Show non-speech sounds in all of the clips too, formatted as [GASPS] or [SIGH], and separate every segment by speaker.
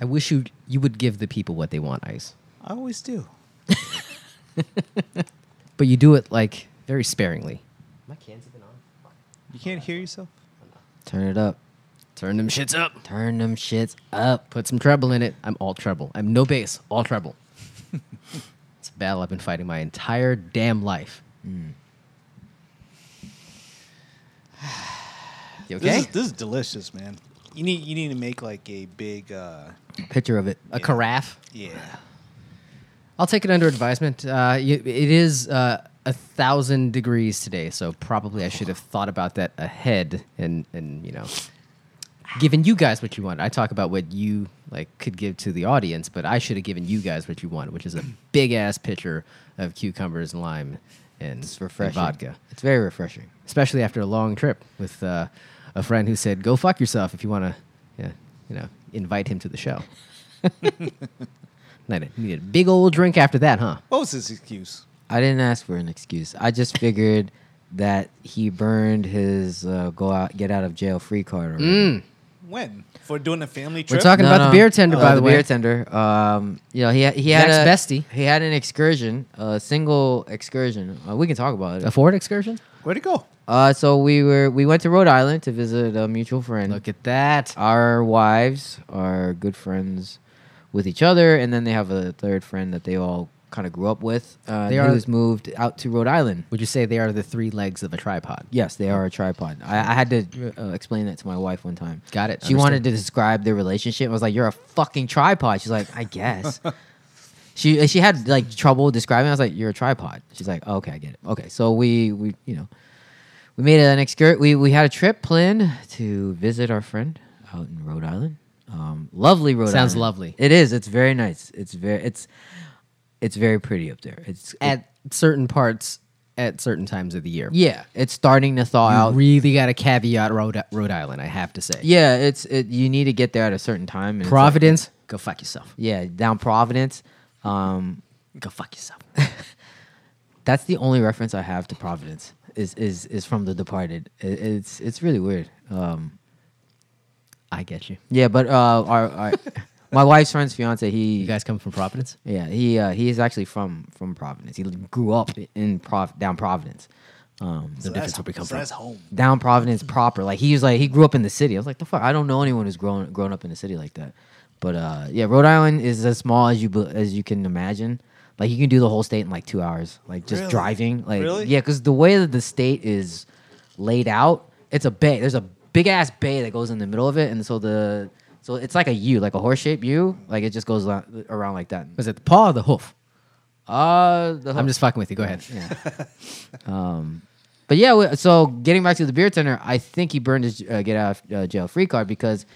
Speaker 1: I wish you you would give the people what they want, Ice.
Speaker 2: I always do.
Speaker 1: But you do it like very sparingly. My can's even on.
Speaker 2: You can't hear yourself?
Speaker 1: Turn it up. Turn them shits up. Turn them shits up. Put some treble in it. I'm all treble. I'm no bass, all [LAUGHS] treble. it's a battle I've been fighting my entire damn life. You okay?
Speaker 2: This is, this is delicious, man. You need you need to make like a big uh
Speaker 1: Picture of it. A carafe.
Speaker 2: yeah.
Speaker 1: I'll take it under advisement. Uh, y- it is uh, a thousand degrees today, so probably I should have thought about that ahead and and you know, given you guys what you want. I talk about what you like could give to the audience, but I should have given you guys what you wanted, which is a big ass pitcher of cucumbers and lime and
Speaker 3: It's refreshing.
Speaker 1: vodka,
Speaker 3: It's very refreshing.
Speaker 1: especially after a long trip with uh, a friend who said, "Go fuck yourself if you want to," yeah, you know, invite him to the show. [LAUGHS] And I needed a big old drink after that, huh?
Speaker 2: What was his excuse?
Speaker 3: I didn't ask for an excuse. I just figured that he burned his uh, go out, get out of jail free card. Already.
Speaker 2: When? For doing a family trip?
Speaker 1: talking- about the beer tender,
Speaker 3: uh,
Speaker 1: by the way.
Speaker 3: beer tender. Um, you know, he had, he had
Speaker 1: Zach's
Speaker 3: a,
Speaker 1: bestie.
Speaker 3: He had an excursion, a single excursion. Uh, we can talk about
Speaker 1: A
Speaker 3: it.
Speaker 1: Ford excursion?
Speaker 2: Where'd it go?
Speaker 3: Uh, so we were we went to Rhode Island to visit a mutual friend.
Speaker 1: Look at that.
Speaker 3: our wives are good friends with each other, and then they have a third friend that they all kind of grew up with. Uh,
Speaker 1: They
Speaker 3: they
Speaker 1: are-
Speaker 3: who's moved out to Rhode Island.
Speaker 1: Would you say they are the three legs of a tripod?
Speaker 3: Yes, they are a tripod. I, I had to uh, explain that to my wife one time.
Speaker 1: Got it.
Speaker 3: She wanted to describe their relationship. I was like, "You're a fucking tripod." She's like, "I guess." [LAUGHS] she she had like trouble describing. I was like, "You're a tripod." She's like, "Oh, "Okay, I get it." Okay, so we we you know we made an excursion. We we had a trip planned to visit our friend out in Rhode Island. Um, lovely Rhode Island.
Speaker 1: Sounds lovely.
Speaker 3: It is. It's very nice. It's very it's it's very pretty up there. It's it-
Speaker 1: at certain parts at certain times of the year.
Speaker 3: yeah. It's starting to thaw
Speaker 1: You
Speaker 3: out.
Speaker 1: really got to caveat Rhode, Rhode Island, I have to say.
Speaker 3: Yeah, it's it. You need to get there at a certain time. and it's like-
Speaker 1: Providence, go fuck yourself.
Speaker 3: yeah, down Providence. Um,
Speaker 1: Go fuck yourself.
Speaker 3: [LAUGHS] that's the only reference I have to Providence is is is from The Departed. It, it's it's really weird. Um,
Speaker 1: I get you.
Speaker 3: yeah, but uh, our, our [LAUGHS] my wife's friend's fiance, he
Speaker 1: You guys come from Providence?
Speaker 3: yeah, he uh, he is actually from from Providence. He grew up in Prov down Providence. Um,
Speaker 1: No difference where we come
Speaker 2: so
Speaker 1: from.
Speaker 2: that's home.
Speaker 3: down Providence proper. Like he was like he grew up in the city. I was like the fuck. I don't know anyone who's grown grown up in the city like that. But uh, yeah, Rhode Island is as small as you bu- as you can imagine. Like you can do the whole state in like two hours, like just
Speaker 2: Really?
Speaker 3: driving. Like
Speaker 2: Really?
Speaker 3: yeah, because the way that the state is laid out, it's a bay. There's a big ass bay that goes in the middle of it, and so the so it's like a U, like a horse shaped U. Like it just goes la- around like that.
Speaker 1: Was it the paw or the hoof?
Speaker 3: Uh, the
Speaker 1: I'm just fucking with you. Go ahead.
Speaker 3: yeah. um, but yeah, we- so getting back to the beer tender, I think he burned his uh, get out of uh, jail free card because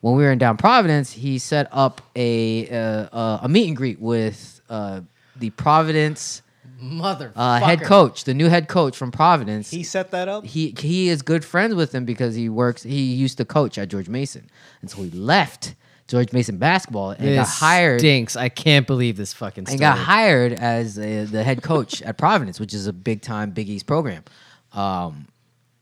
Speaker 3: when we were in down Providence, he set up a uh, uh, a meet and greet with uh, the Providence
Speaker 1: Mother.
Speaker 3: uh, head coach, the new head coach from Providence.
Speaker 2: He set that up?
Speaker 3: he he is good friends with him because he works. He used to coach at George Mason, and so he left George Mason basketball and
Speaker 1: This
Speaker 3: got hired
Speaker 1: stinks. I can't believe this fucking story.
Speaker 3: and got hired as uh the head coach at Providence, which is a big time Big East program. Um,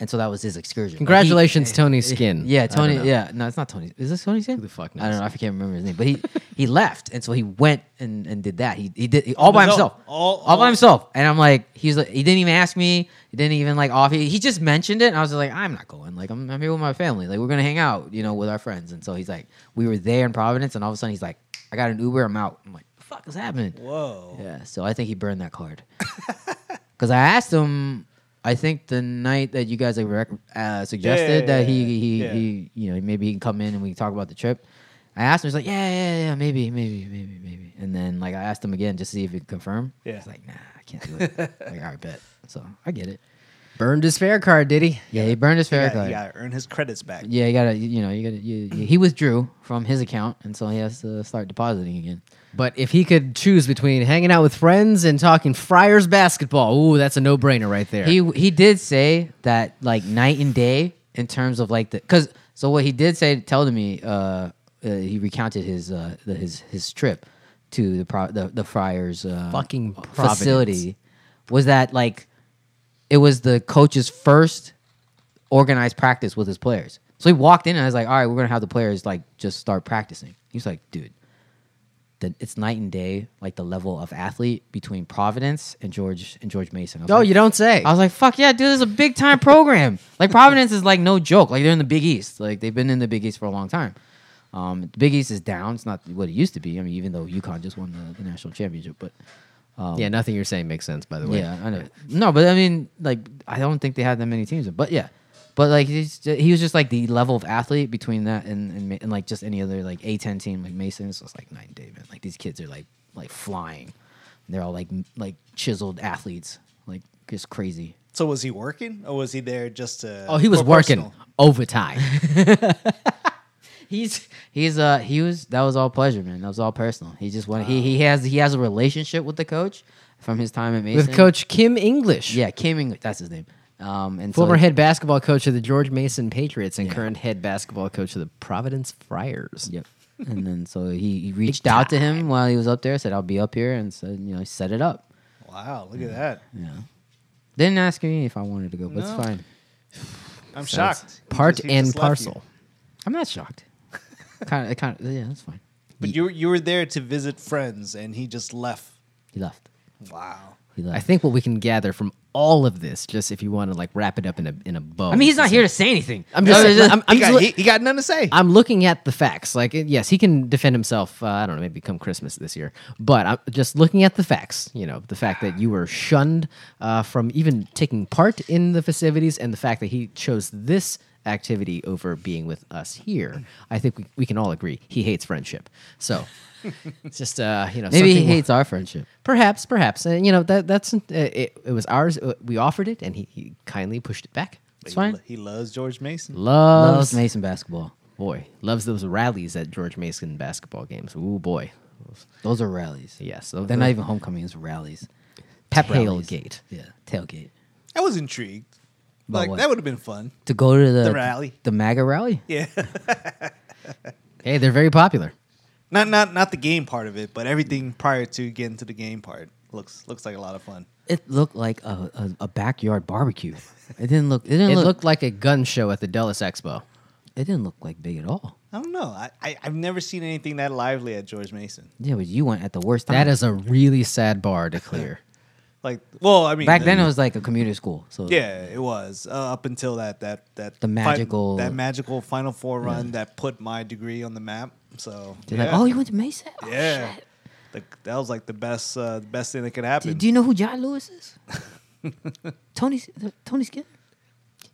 Speaker 3: and so that was his excursion. But he- [LAUGHS]
Speaker 1: Congratulations, Tony Skin.
Speaker 3: yeah,
Speaker 1: I don't
Speaker 3: Tony.
Speaker 1: know.
Speaker 3: Yeah, no, it's not Tony. Is this Tony Skin?
Speaker 1: the fuck
Speaker 3: I
Speaker 1: knows?
Speaker 3: don't know. I can't remember his name,
Speaker 1: [LAUGHS]
Speaker 3: but he he left, and so he went and, and did that. He he did he- all by
Speaker 2: his own.
Speaker 3: himself,
Speaker 2: All- all-
Speaker 3: by himself. And I'm like, he's like, he didn't even ask me. He didn't even like off. He, he just mentioned it, and I was just like, I'm not going. Like I'm I'm here with my family. Like we're gonna hang out, you know, with our friends. And so he's like, we were there in Providence, and all of a sudden he's like, I got an Uber. I'm out. I'm like, the fuck is happening?
Speaker 2: Whoa.
Speaker 3: Yeah, so I think he burned that card. [LAUGHS] Because I asked him, I think the night that you guys like, rec- uh, suggested
Speaker 2: yeah,
Speaker 3: that
Speaker 2: yeah,
Speaker 3: he he,
Speaker 2: yeah.
Speaker 3: he you know maybe he can come in and we can talk about the trip. I asked him, he's like, yeah, yeah, yeah, maybe, maybe, maybe, maybe. And then like I asked him again just to see if he could confirm.
Speaker 2: Yeah.
Speaker 3: He's like, nah, I can't do it. like, all right, bet. So I get it.
Speaker 1: Burned his fare card, did he?
Speaker 3: Yeah, he burned his
Speaker 2: You
Speaker 3: fair
Speaker 2: gotta,
Speaker 3: card.
Speaker 2: you gotta earn his credits back.
Speaker 3: Yeah, you gotta, you know, you gotta. You, you- he withdrew from his account, and so he has to start depositing again.
Speaker 1: But if he could choose between hanging out with friends and talking Friars basketball, ooh, that's a no-brainer right there.
Speaker 3: He he did say that like night and day in terms of like the because so what he did say tell to me uh, uh he recounted his uh the, his his trip to the pro, the the friars uh,
Speaker 1: Fucking
Speaker 3: facility was that like it was the coach's first organized practice with his players. So he walked in and I was like, all right, we're gonna have the players like just start practicing. He was like, dude, the, it's night and day, like the level of athlete between Providence and George and George Mason. I was
Speaker 1: Oh,
Speaker 3: like,
Speaker 1: you don't say.
Speaker 3: I was like, fuck yeah, dude, this is a big time program. like Providence is like no joke. Like they're in the Big East. Like they've been in the Big East for a long time. Um, the Big East is down. It's not what it used to be. I mean, even though UConn just won the, the national championship, but um,
Speaker 1: yeah, nothing you're saying makes sense. By the way,
Speaker 3: yeah, I know. No, but I mean, like, I don't think they had that many teams. But yeah, but like, he's ju- he was just like the level of athlete between that and and, Ma- and like just any other like A ten team like Mason. So it's like night and day, man. Like these kids are like like flying. And they're all like m- like chiseled athletes, like just crazy.
Speaker 2: So was he working or was he there just to?
Speaker 1: Oh, he was
Speaker 2: for
Speaker 1: working
Speaker 2: personal?
Speaker 1: overtime.
Speaker 3: [LAUGHS] He's he's uh he was that was all pleasure, man. That was all personal. He just wanted he he has he has a relationship with the coach from his time at Mason
Speaker 1: with Coach Kim English,
Speaker 3: Yeah, Kim English, that's his name. Um, and so-
Speaker 1: former head basketball coach of the George Mason Patriots and
Speaker 3: Yeah.
Speaker 1: current head basketball coach of the Providence Friars.
Speaker 3: Yep. And then so he, he reached out to him while he was up there, said, I'll be up here, and said, you know, set it up.
Speaker 2: Wow, look at that!
Speaker 3: Yeah. Didn't ask me if I wanted to go, but
Speaker 2: No.
Speaker 3: it's fine.
Speaker 2: I'm
Speaker 1: So it's
Speaker 2: shocked. He
Speaker 1: Part
Speaker 2: just- he
Speaker 1: and
Speaker 2: just left you.
Speaker 1: parcel.
Speaker 3: I'm not shocked. kind of, kind of, yeah, that's fine.
Speaker 2: But you were- you were there to visit friends, and he just left.
Speaker 3: He left.
Speaker 2: Wow.
Speaker 3: He left.
Speaker 1: I think what we can gather from all of this, just if you want to like wrap it up in a in a bow.
Speaker 3: I mean, he's not here to say anything.
Speaker 1: I'm just
Speaker 3: I was
Speaker 1: saying- I'm-
Speaker 2: he,
Speaker 1: just
Speaker 2: got,
Speaker 1: look-
Speaker 2: he, he got nothing to say.
Speaker 1: I'm looking at the facts. Like, it- yes, he can defend himself. Uh, I don't know, maybe come Christmas this year. But I'm just looking at the facts. You know, the fact that you were shunned uh, from even taking part in the festivities, and the fact that he chose this activity over being with us here. I think we, we can all agree he hates friendship. So, [LAUGHS] it's just uh, you know,
Speaker 3: maybe he
Speaker 1: something-
Speaker 3: hates our friendship.
Speaker 1: Perhaps, perhaps. And you know that that's uh, it, it was ours. Uh, We offered it, and he, he kindly pushed it back.
Speaker 2: But
Speaker 3: It's
Speaker 2: he
Speaker 3: fine.
Speaker 2: lo- He loves George Mason.
Speaker 1: Loves,
Speaker 3: Loves Mason basketball.
Speaker 1: boy, loves those rallies at George Mason basketball games. Ooh boy,
Speaker 3: Those are rallies.
Speaker 1: yes, those
Speaker 3: They're
Speaker 1: are
Speaker 3: not even homecomings, rallies.
Speaker 1: pep
Speaker 3: rallies.
Speaker 1: tailgate.
Speaker 3: Yeah, tailgate.
Speaker 2: I was intrigued.
Speaker 3: About
Speaker 2: Like
Speaker 3: what?
Speaker 2: that would have been fun.
Speaker 3: To go to the,
Speaker 2: The rally.
Speaker 3: The MAGA rally?
Speaker 2: Yeah.
Speaker 1: Hey, they're very popular.
Speaker 2: not not not the game part of it, but everything prior to getting to the game part looks looks like a lot of fun.
Speaker 3: It looked like a, a, a backyard barbecue. It didn't look. It didn't
Speaker 1: It
Speaker 3: look.
Speaker 1: looked like a gun show at the Dulles Expo.
Speaker 3: It didn't look like big at all.
Speaker 2: I don't know. I, I I've never seen anything that lively at George Mason.
Speaker 3: Yeah, but you went at the worst time.
Speaker 1: That is a really sad bar to clear.
Speaker 2: Like, well, I mean,
Speaker 3: back
Speaker 2: the-
Speaker 3: then. It was like a commuter school. So
Speaker 2: Yeah, it was uh, up until that that that
Speaker 3: The
Speaker 2: fi-
Speaker 3: magical-
Speaker 2: that magical Final Four run that put my degree on the map. So
Speaker 3: they're
Speaker 2: yeah,
Speaker 3: like, "Oh, you went to Mesa? Oh,
Speaker 2: yeah,
Speaker 3: shit.
Speaker 2: The- that was like the best uh, the best thing that could happen.
Speaker 3: Do, do you know who John Lewis
Speaker 2: [LAUGHS]
Speaker 3: is? Tony Tony Skinner.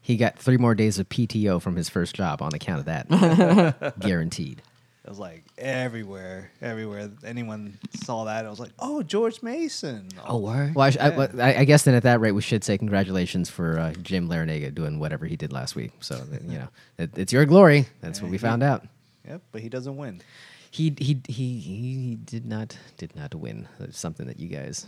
Speaker 1: He got three more days of PTO from his first job on account of that,
Speaker 3: [LAUGHS]
Speaker 1: guaranteed.
Speaker 2: it was like everywhere, everywhere. Anyone saw that? It was like, oh, George Mason.
Speaker 3: Oh, word.
Speaker 1: Well, I, sh- I- well, I, I guess then at that rate, we should say congratulations for uh, Jim Larinaga doing whatever he did last week. So th- you know, it, it's your glory. That's what we found out.
Speaker 2: Yep, but he doesn't win.
Speaker 1: He he he he did not did not win. That's something that you guys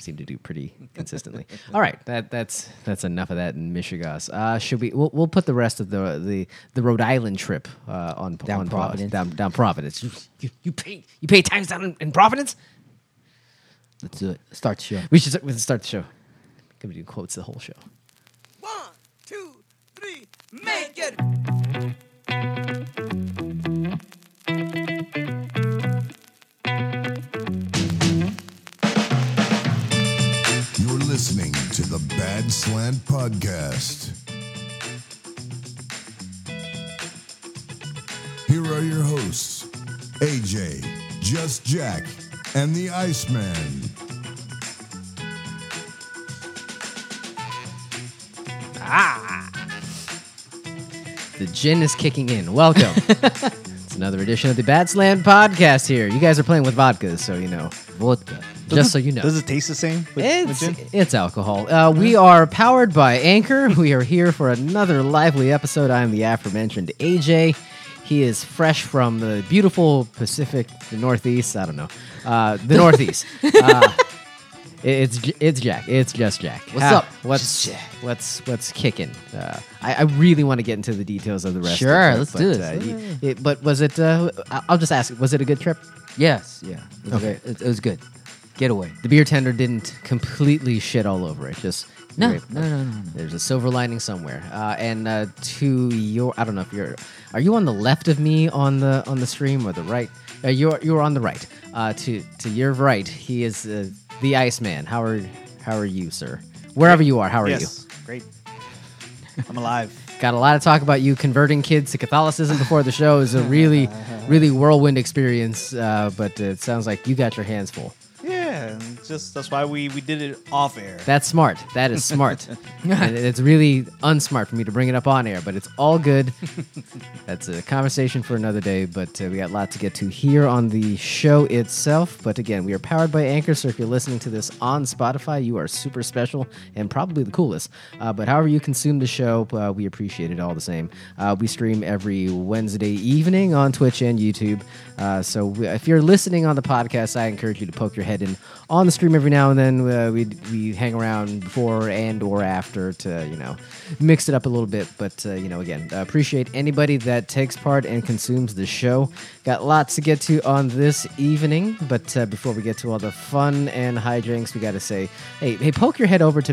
Speaker 1: seem to do pretty
Speaker 3: [LAUGHS]
Speaker 1: consistently. All right, that that's that's enough of that in Michigas. Uh, should we? We'll, we'll put the rest of the the, the Rhode Island trip uh, on
Speaker 3: Down
Speaker 1: on pause.
Speaker 3: Providence.
Speaker 1: Down, down Providence. You, you, you pay you pay times down in, in Providence.
Speaker 3: Let's do it. Start the show.
Speaker 1: We should we should start the show. Gonna do quotes the whole show.
Speaker 4: One, two, three, make it.
Speaker 5: You're listening to the Bad Slant Podcast. Here are your hosts, AJ, Just Jack, and the Iceman.
Speaker 1: The gin is kicking in.
Speaker 3: [LAUGHS]
Speaker 1: Welcome. it's another edition of the Bad Slam podcast here. You guys are playing with vodkas, so you know.
Speaker 3: Vodka.
Speaker 1: Just so you know.
Speaker 2: Does it taste the same? with- with
Speaker 1: It's,
Speaker 2: gin?
Speaker 1: it's alcohol. Uh, we are powered by Anchor. We are here for another lively episode. I'm the aforementioned AJ. He is fresh from the beautiful Pacific, the Northeast. I don't know. Uh,
Speaker 3: [LAUGHS]
Speaker 1: the Northeast. Uh, it's J- it's Jack. It's just Jack.
Speaker 3: What's
Speaker 1: Ah,
Speaker 3: up?
Speaker 1: What's
Speaker 3: Just Jack.
Speaker 1: what's what's kicking? Uh, I, I really want to get into the details of the rest.
Speaker 3: Sure,
Speaker 1: of
Speaker 3: let's
Speaker 1: the
Speaker 3: do
Speaker 1: trip,
Speaker 3: this.
Speaker 1: but, uh, y- it- but was it? Uh, I- I'll just ask. Was it a good trip?
Speaker 3: Yes. Yeah. It was, very- it, it was good. Get away.
Speaker 1: the beer tender didn't completely shit all over it. Just
Speaker 3: No,
Speaker 1: Wait,
Speaker 3: no, no, no, no.
Speaker 1: There's a silver lining somewhere. Uh, and uh, to your, I don't know if you're, are you on the left of me on the on the stream or the right? Uh, you're you're on the right. Uh, to to your right, he is uh, the Iceman. How are how are you, sir? Wherever you are, how are
Speaker 2: yes, great. I'm [LAUGHS] alive.
Speaker 1: you? Got a lot of talk about you converting kids to Catholicism before the show is a really really whirlwind experience. Uh, but it sounds like you got your hands full.
Speaker 2: Yeah, and just that's why we we did it off air.
Speaker 1: That's smart. That is smart. and it's really unsmart for me to bring it up on air, but it's all good. That's a conversation for another day, but uh, we got a lot to get to here on the show itself. But again, we are powered by Anchor, so if you're listening to this on Spotify, you are super special and probably the coolest. Uh, but however you consume the show, uh, we appreciate it all the same. Uh, we stream every Wednesday evening on Twitch and YouTube. Uh, so we, if you're listening on the podcast, I encourage you to poke your head in on the stream every now and then. Uh, we we hang around before and or after to you know mix it up a little bit. But uh, you know, again, uh, appreciate anybody that takes part and consumes the show. Got lots to get to on this evening, but uh, before we get to all the fun and hijinks, we got to say, hey, hey, poke your head over to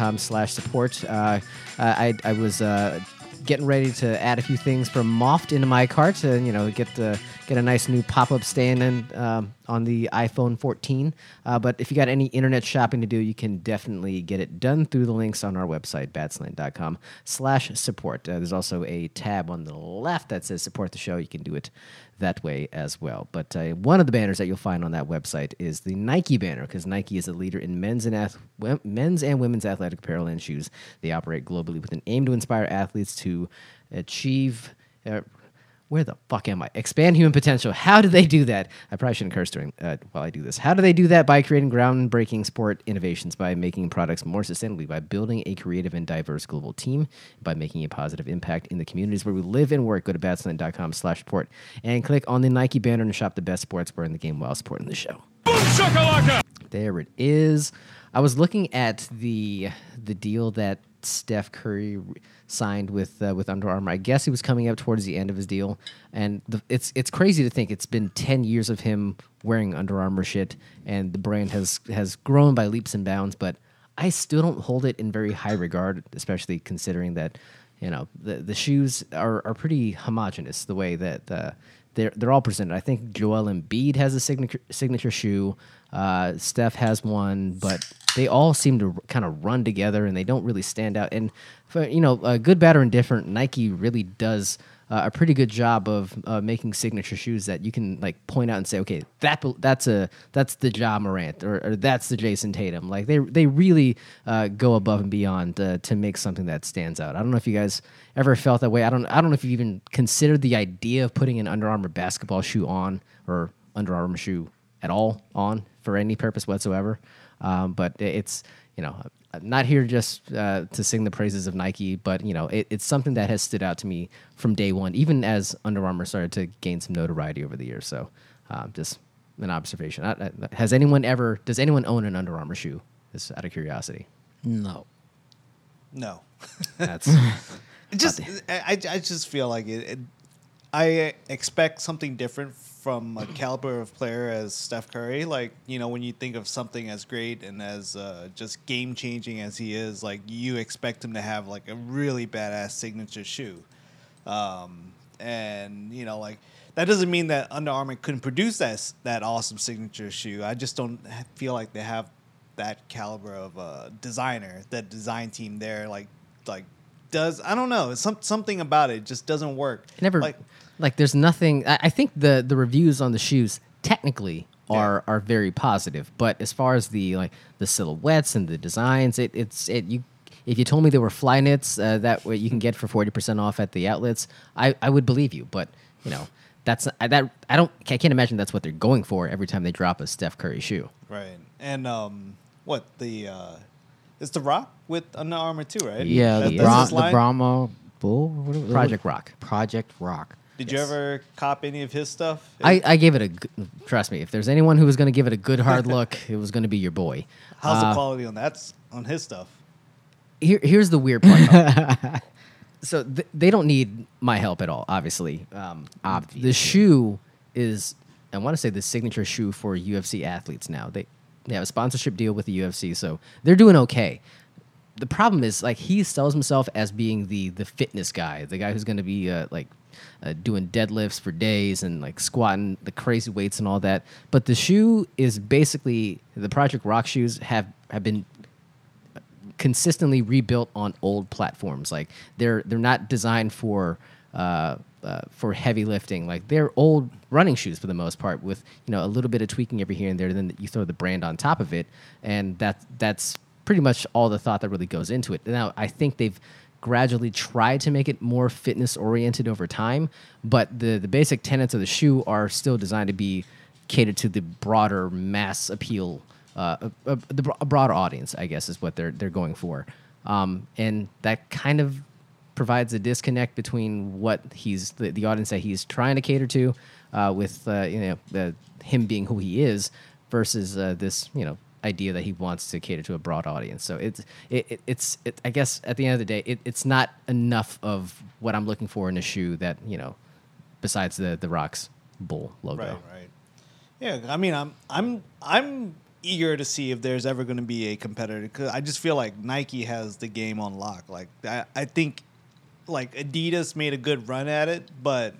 Speaker 1: batslant.com/support. Uh, I I was. Uh, getting ready to add a few things from Moft into my cart to you know get the get a nice new pop up stand and um, on the iPhone 14. Uh, but if you got any internet shopping to do, you can definitely get it done through the links on our website batslant.com/support. Uh, there's also a tab on the left that says support the show. You can do it that way as well. But uh, one of the banners that you'll find on that website is the Nike banner because Nike is a leader in men's and ath- wo- men's and women's athletic apparel and shoes. They operate globally with an aim to inspire athletes to achieve. Uh, where the fuck am I? Expand human potential. How do they do that? I probably shouldn't curse during uh, while I do this. How do they do that? By creating groundbreaking sport innovations, by making products more sustainably, by building a creative and diverse global team, by making a positive impact in the communities where we live and work. Go to batslant.com slash support and click on the Nike banner and shop the best sportswear in the game while supporting the show. There it is. I was looking at the the deal that Steph Curry re- signed with uh, with Under Armour. I guess he was coming up towards the end of his deal, and the, it's it's crazy to think it's been ten years of him wearing Under Armour shit, and the brand has has grown by leaps and bounds. But I still don't hold it in very high regard, especially considering that you know the the shoes are are pretty homogenous the way that. Uh, they're they're all presented. I think Joel Embiid has a signature signature shoe. Uh, Steph has one, but they all seem to kind of run together and they don't really stand out. And for, you know, uh, good, bad, or indifferent, Nike really does. Uh, a pretty good job of uh, making signature shoes that you can like point out and say, okay, that bel- that's a that's the Ja Morant or, or that's the Jason Tatum. Like they they really uh, go above and beyond uh, to make something that stands out. I don't know if you guys ever felt that way. I don't I don't know if you even considered the idea of putting an Under Armour basketball shoe on or Under Armour shoe at all on for any purpose whatsoever. Um, but i- it's you know I'm not here just uh, to sing the praises of Nike, but you know it, it's something that has stood out to me from day one, even as Under Armour started to gain some notoriety over the years. So um, just an observation. I, I, has anyone ever? Does anyone own an Under Armour shoe? Just out of curiosity.
Speaker 3: No.
Speaker 2: No,
Speaker 1: That's
Speaker 2: It just I, I I just feel like it, it. I expect something different from a caliber of player as Steph Curry. Like you know, when you think of something as great and as uh, just game changing as he is, like you expect him to have like a really badass signature shoe. Um, and you know, like that doesn't mean that Under Armour couldn't produce that s- that awesome signature shoe. I just don't ha- feel like they have that caliber of uh, designer, that design team there. Like like does I don't know. It's some something about it just doesn't work.
Speaker 1: It never like,
Speaker 2: like
Speaker 1: there's nothing I, I think the the reviews on the shoes technically
Speaker 2: Yeah.
Speaker 1: are are very positive but as far as the like the silhouettes and the designs it it's it you if you told me they were fly knits uh, that way you can get for 40% off at the outlets i i would believe you but you know that's I, that i don't i can't imagine that's what they're going for every time they drop a steph curry shoe
Speaker 2: right and um what the uh it's the Rock with Under Armour too, right?
Speaker 3: Yeah,
Speaker 2: That-
Speaker 3: the,
Speaker 2: that's
Speaker 3: Bra-
Speaker 2: his
Speaker 3: the
Speaker 2: line?
Speaker 3: Brahma Bull? What- what-
Speaker 1: Project Rock.
Speaker 3: Project Rock.
Speaker 2: Did you ever cop any of his stuff?
Speaker 1: I, I gave it a g- trust me if there's anyone who was going to give it a good hard look it was going to be your boy
Speaker 2: How's
Speaker 3: uh,
Speaker 2: the quality on that's on his stuff?
Speaker 1: here, here's the weird part. about it. so th- they don't need my help at all. Obviously, um, the shoe is I want to say the signature shoe for UFC athletes now. They they have a sponsorship deal with the UFC, so they're doing okay. the problem is like he sells himself as being the the fitness guy, the guy who's going to be uh, like uh, doing deadlifts for days and like squatting the crazy weights and all that. But the shoe is basically the Project Rock shoes have have been consistently rebuilt on old platforms. Like they're they're not designed for uh, uh, for heavy lifting. Like they're old running shoes for the most part, with you know a little bit of tweaking every here and there. Then you throw the brand on top of it, and that that's pretty much all the thought that really goes into it. Now I think they've gradually tried to make it more fitness oriented over time, but the the basic tenets of the shoe are still designed to be catered to the broader mass appeal uh, a, a, the bro- a broader audience, I guess, is what they're they're going for, um, and that kind of provides a disconnect between what he's the, the audience that he's trying to cater to, uh, with uh, you know the, him being who he is, versus uh, this you know idea that he wants to cater to a broad audience. So it's it, it, it's it, I guess at the end of the day, it, it's not enough of what I'm looking for in a shoe that you know, besides the the rocks bull logo.
Speaker 2: Right, right. Yeah, I mean, I'm I'm I'm eager to see if there's ever going to be a competitor because I just feel like Nike has the game on lock. Like I, I think, like Adidas made a good run at it, but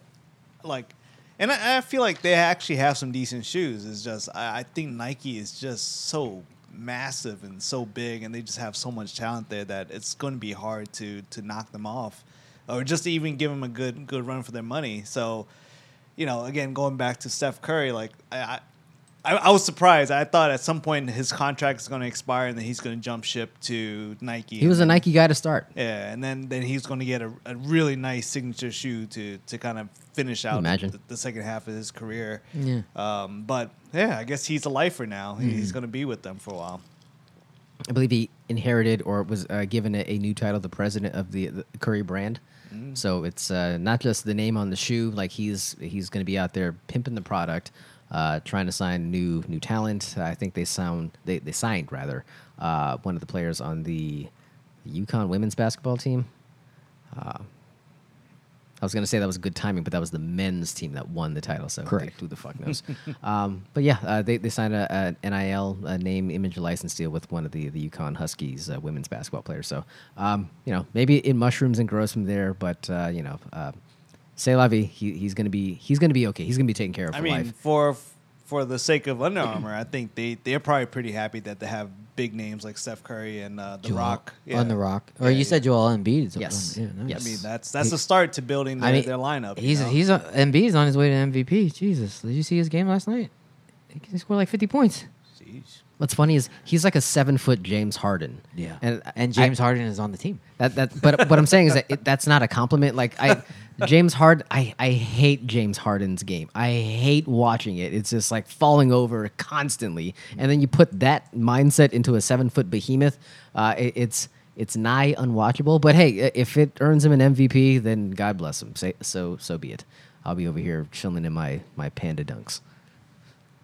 Speaker 2: like, and I, I feel like they actually have some decent shoes. It's just I, I think Nike is just so massive and so big, and they just have so much talent there that it's going to be hard to to knock them off, or just to even give them a good good run for their money. So you know, again, going back to Steph Curry, like I, I, I was surprised. I thought at some point his contract is going to expire and then he's going to jump ship to Nike.
Speaker 1: He was a
Speaker 2: And then-
Speaker 1: Nike guy to start.
Speaker 2: Yeah, and then, then he's going to get a, a really nice signature shoe to to kind of finish out
Speaker 1: Imagine.
Speaker 2: The, the second half of his career.
Speaker 3: Yeah.
Speaker 2: Um, but yeah, I guess he's a lifer now. He-
Speaker 1: Mm-hmm.
Speaker 2: He's going to be with them for a while.
Speaker 1: I believe he inherited or was uh, given a, a new title, the president of the, the Curry brand. So it's uh, not just the name on the shoe. Like he's he's going to be out there pimping the product, uh, trying to sign new new talent. I think they sound they, they signed rather uh, one of the players on the Yukon women's basketball team. I was gonna say that was good timing, but that was the men's team that won the title. So
Speaker 3: Correct.
Speaker 1: Who the fuck knows? [LAUGHS] um, but yeah, uh, they, they signed a, a NIL a name, image, license deal with one of the the Yukon Huskies uh, women's basketball players. So um, you know, maybe it mushrooms and grows from there. But uh, you know, uh, say Lavi, he, he's gonna be he's gonna be okay. He's gonna be taken care of
Speaker 2: I
Speaker 1: for
Speaker 2: mean,
Speaker 1: life.
Speaker 2: for for the sake of Under Armour, I think they they're probably pretty happy that they have big names like Steph Curry and uh, The
Speaker 3: Joel-
Speaker 2: Rock
Speaker 3: on
Speaker 2: Yeah.
Speaker 3: the Rock, or
Speaker 2: Yeah,
Speaker 3: you
Speaker 2: yeah.
Speaker 3: said Joel Embiid. is on-
Speaker 1: Yes.
Speaker 3: yeah, nice.
Speaker 1: Yes.
Speaker 2: I mean, that's that's the start to building their,
Speaker 3: I mean,
Speaker 2: their lineup. you
Speaker 3: He's
Speaker 2: know?
Speaker 3: he's on, Embiid's on his way to MVP. Jesus, did you see his game last night? He scored like fifty points.
Speaker 2: Jeez.
Speaker 1: What's funny is he's like a seven foot James Harden.
Speaker 3: and
Speaker 1: and
Speaker 3: and
Speaker 1: I-
Speaker 3: James Harden is on the team.
Speaker 1: That that but what I'm saying is that it, that's not a compliment. Like I James Harden I I hate James Harden's game. I hate watching it. It's just like falling over constantly. And then you put that mindset into a 7-foot behemoth, uh it, it's it's nigh unwatchable, but hey, i- if it earns him an MVP, then God bless him. Say, so so be it. I'll be over here chilling in my my panda dunks.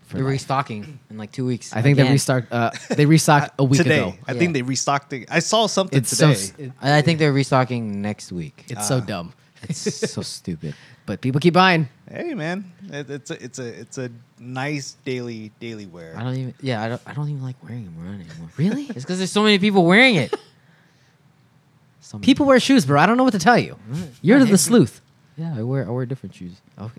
Speaker 1: for
Speaker 3: They're
Speaker 1: life.
Speaker 3: restocking in like two weeks.
Speaker 1: I think they
Speaker 3: again.
Speaker 1: restocked uh, they restocked a week
Speaker 2: today,
Speaker 1: ago.
Speaker 2: I
Speaker 3: Yeah.
Speaker 2: think they restocked it. I saw something
Speaker 1: It's so
Speaker 2: today.
Speaker 1: s- it-
Speaker 3: I I think they're restocking next week.
Speaker 1: it's so dumb.
Speaker 3: It's so stupid.
Speaker 1: But people keep buying.
Speaker 2: hey man, it, it's a, it's a it's a nice daily daily wear.
Speaker 3: I don't even. Yeah, I don't. I don't even like wearing them around anymore. Really? it's because there's so many people wearing it. [LAUGHS] So many
Speaker 1: People wear shoes, bro. I don't know what to tell you. You're the sleuth.
Speaker 3: Yeah, I wear. I wear different shoes.
Speaker 1: Okay.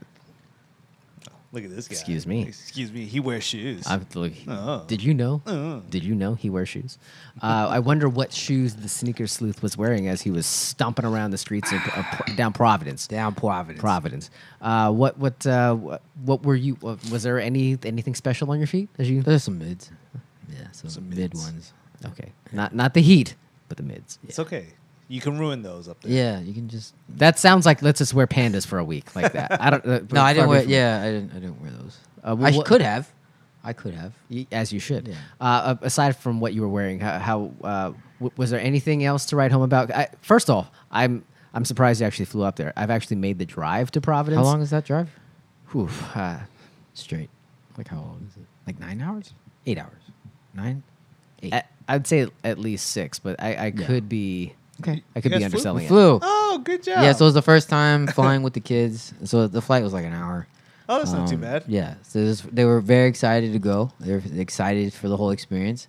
Speaker 2: Look at this guy.
Speaker 1: Excuse me.
Speaker 2: Excuse me. He wears shoes.
Speaker 1: I'm, look,
Speaker 2: Oh.
Speaker 1: Did you know?
Speaker 2: Oh.
Speaker 1: Did you know he wears shoes? Uh, I wonder what shoes the sneaker sleuth was wearing as he was stomping around the streets of, of Pro- down Providence.
Speaker 3: Down Providence.
Speaker 1: Providence. Uh, what what uh, what, what were you? What, was there any anything special on your feet as you?
Speaker 3: There's some mids. Yeah, some,
Speaker 2: Some
Speaker 3: mid
Speaker 2: mids.
Speaker 3: ones.
Speaker 1: Okay, not not the heat, but the mids.
Speaker 2: It's okay. You can ruin those up there.
Speaker 3: Yeah, you can just.
Speaker 1: That sounds like let's just wear pandas for a week like that. I don't. Uh,
Speaker 3: No, I
Speaker 1: far
Speaker 3: didn't
Speaker 1: be
Speaker 3: wear.
Speaker 1: from-
Speaker 3: Yeah, I didn't. I didn't wear those.
Speaker 1: Uh,
Speaker 3: I
Speaker 1: well,
Speaker 3: sh- could have. I could have.
Speaker 1: Y- as you should.
Speaker 3: Yeah.
Speaker 1: Uh, a- aside from what you were wearing, how, how uh, w- was there anything else to write home about? I, first off, I'm I'm surprised you actually flew up there. I've actually made the drive to Providence.
Speaker 3: How long is that drive?
Speaker 1: Whew, uh,
Speaker 3: Straight. Like how long is it? Like nine hours? Eight hours? Nine? Eight.
Speaker 1: I, I'd say at least six, but I, I
Speaker 3: Yeah.
Speaker 1: could be
Speaker 3: okay.
Speaker 1: I could
Speaker 2: You
Speaker 1: be
Speaker 2: guys flew?
Speaker 1: underselling
Speaker 3: We flew.
Speaker 2: Oh, good job.
Speaker 3: Yeah, so it was the first time flying with the kids. So the flight was like an hour.
Speaker 2: oh, that's not too
Speaker 3: Um,
Speaker 2: bad.
Speaker 3: Yeah. So this, they were very excited to go. They were excited for the whole experience.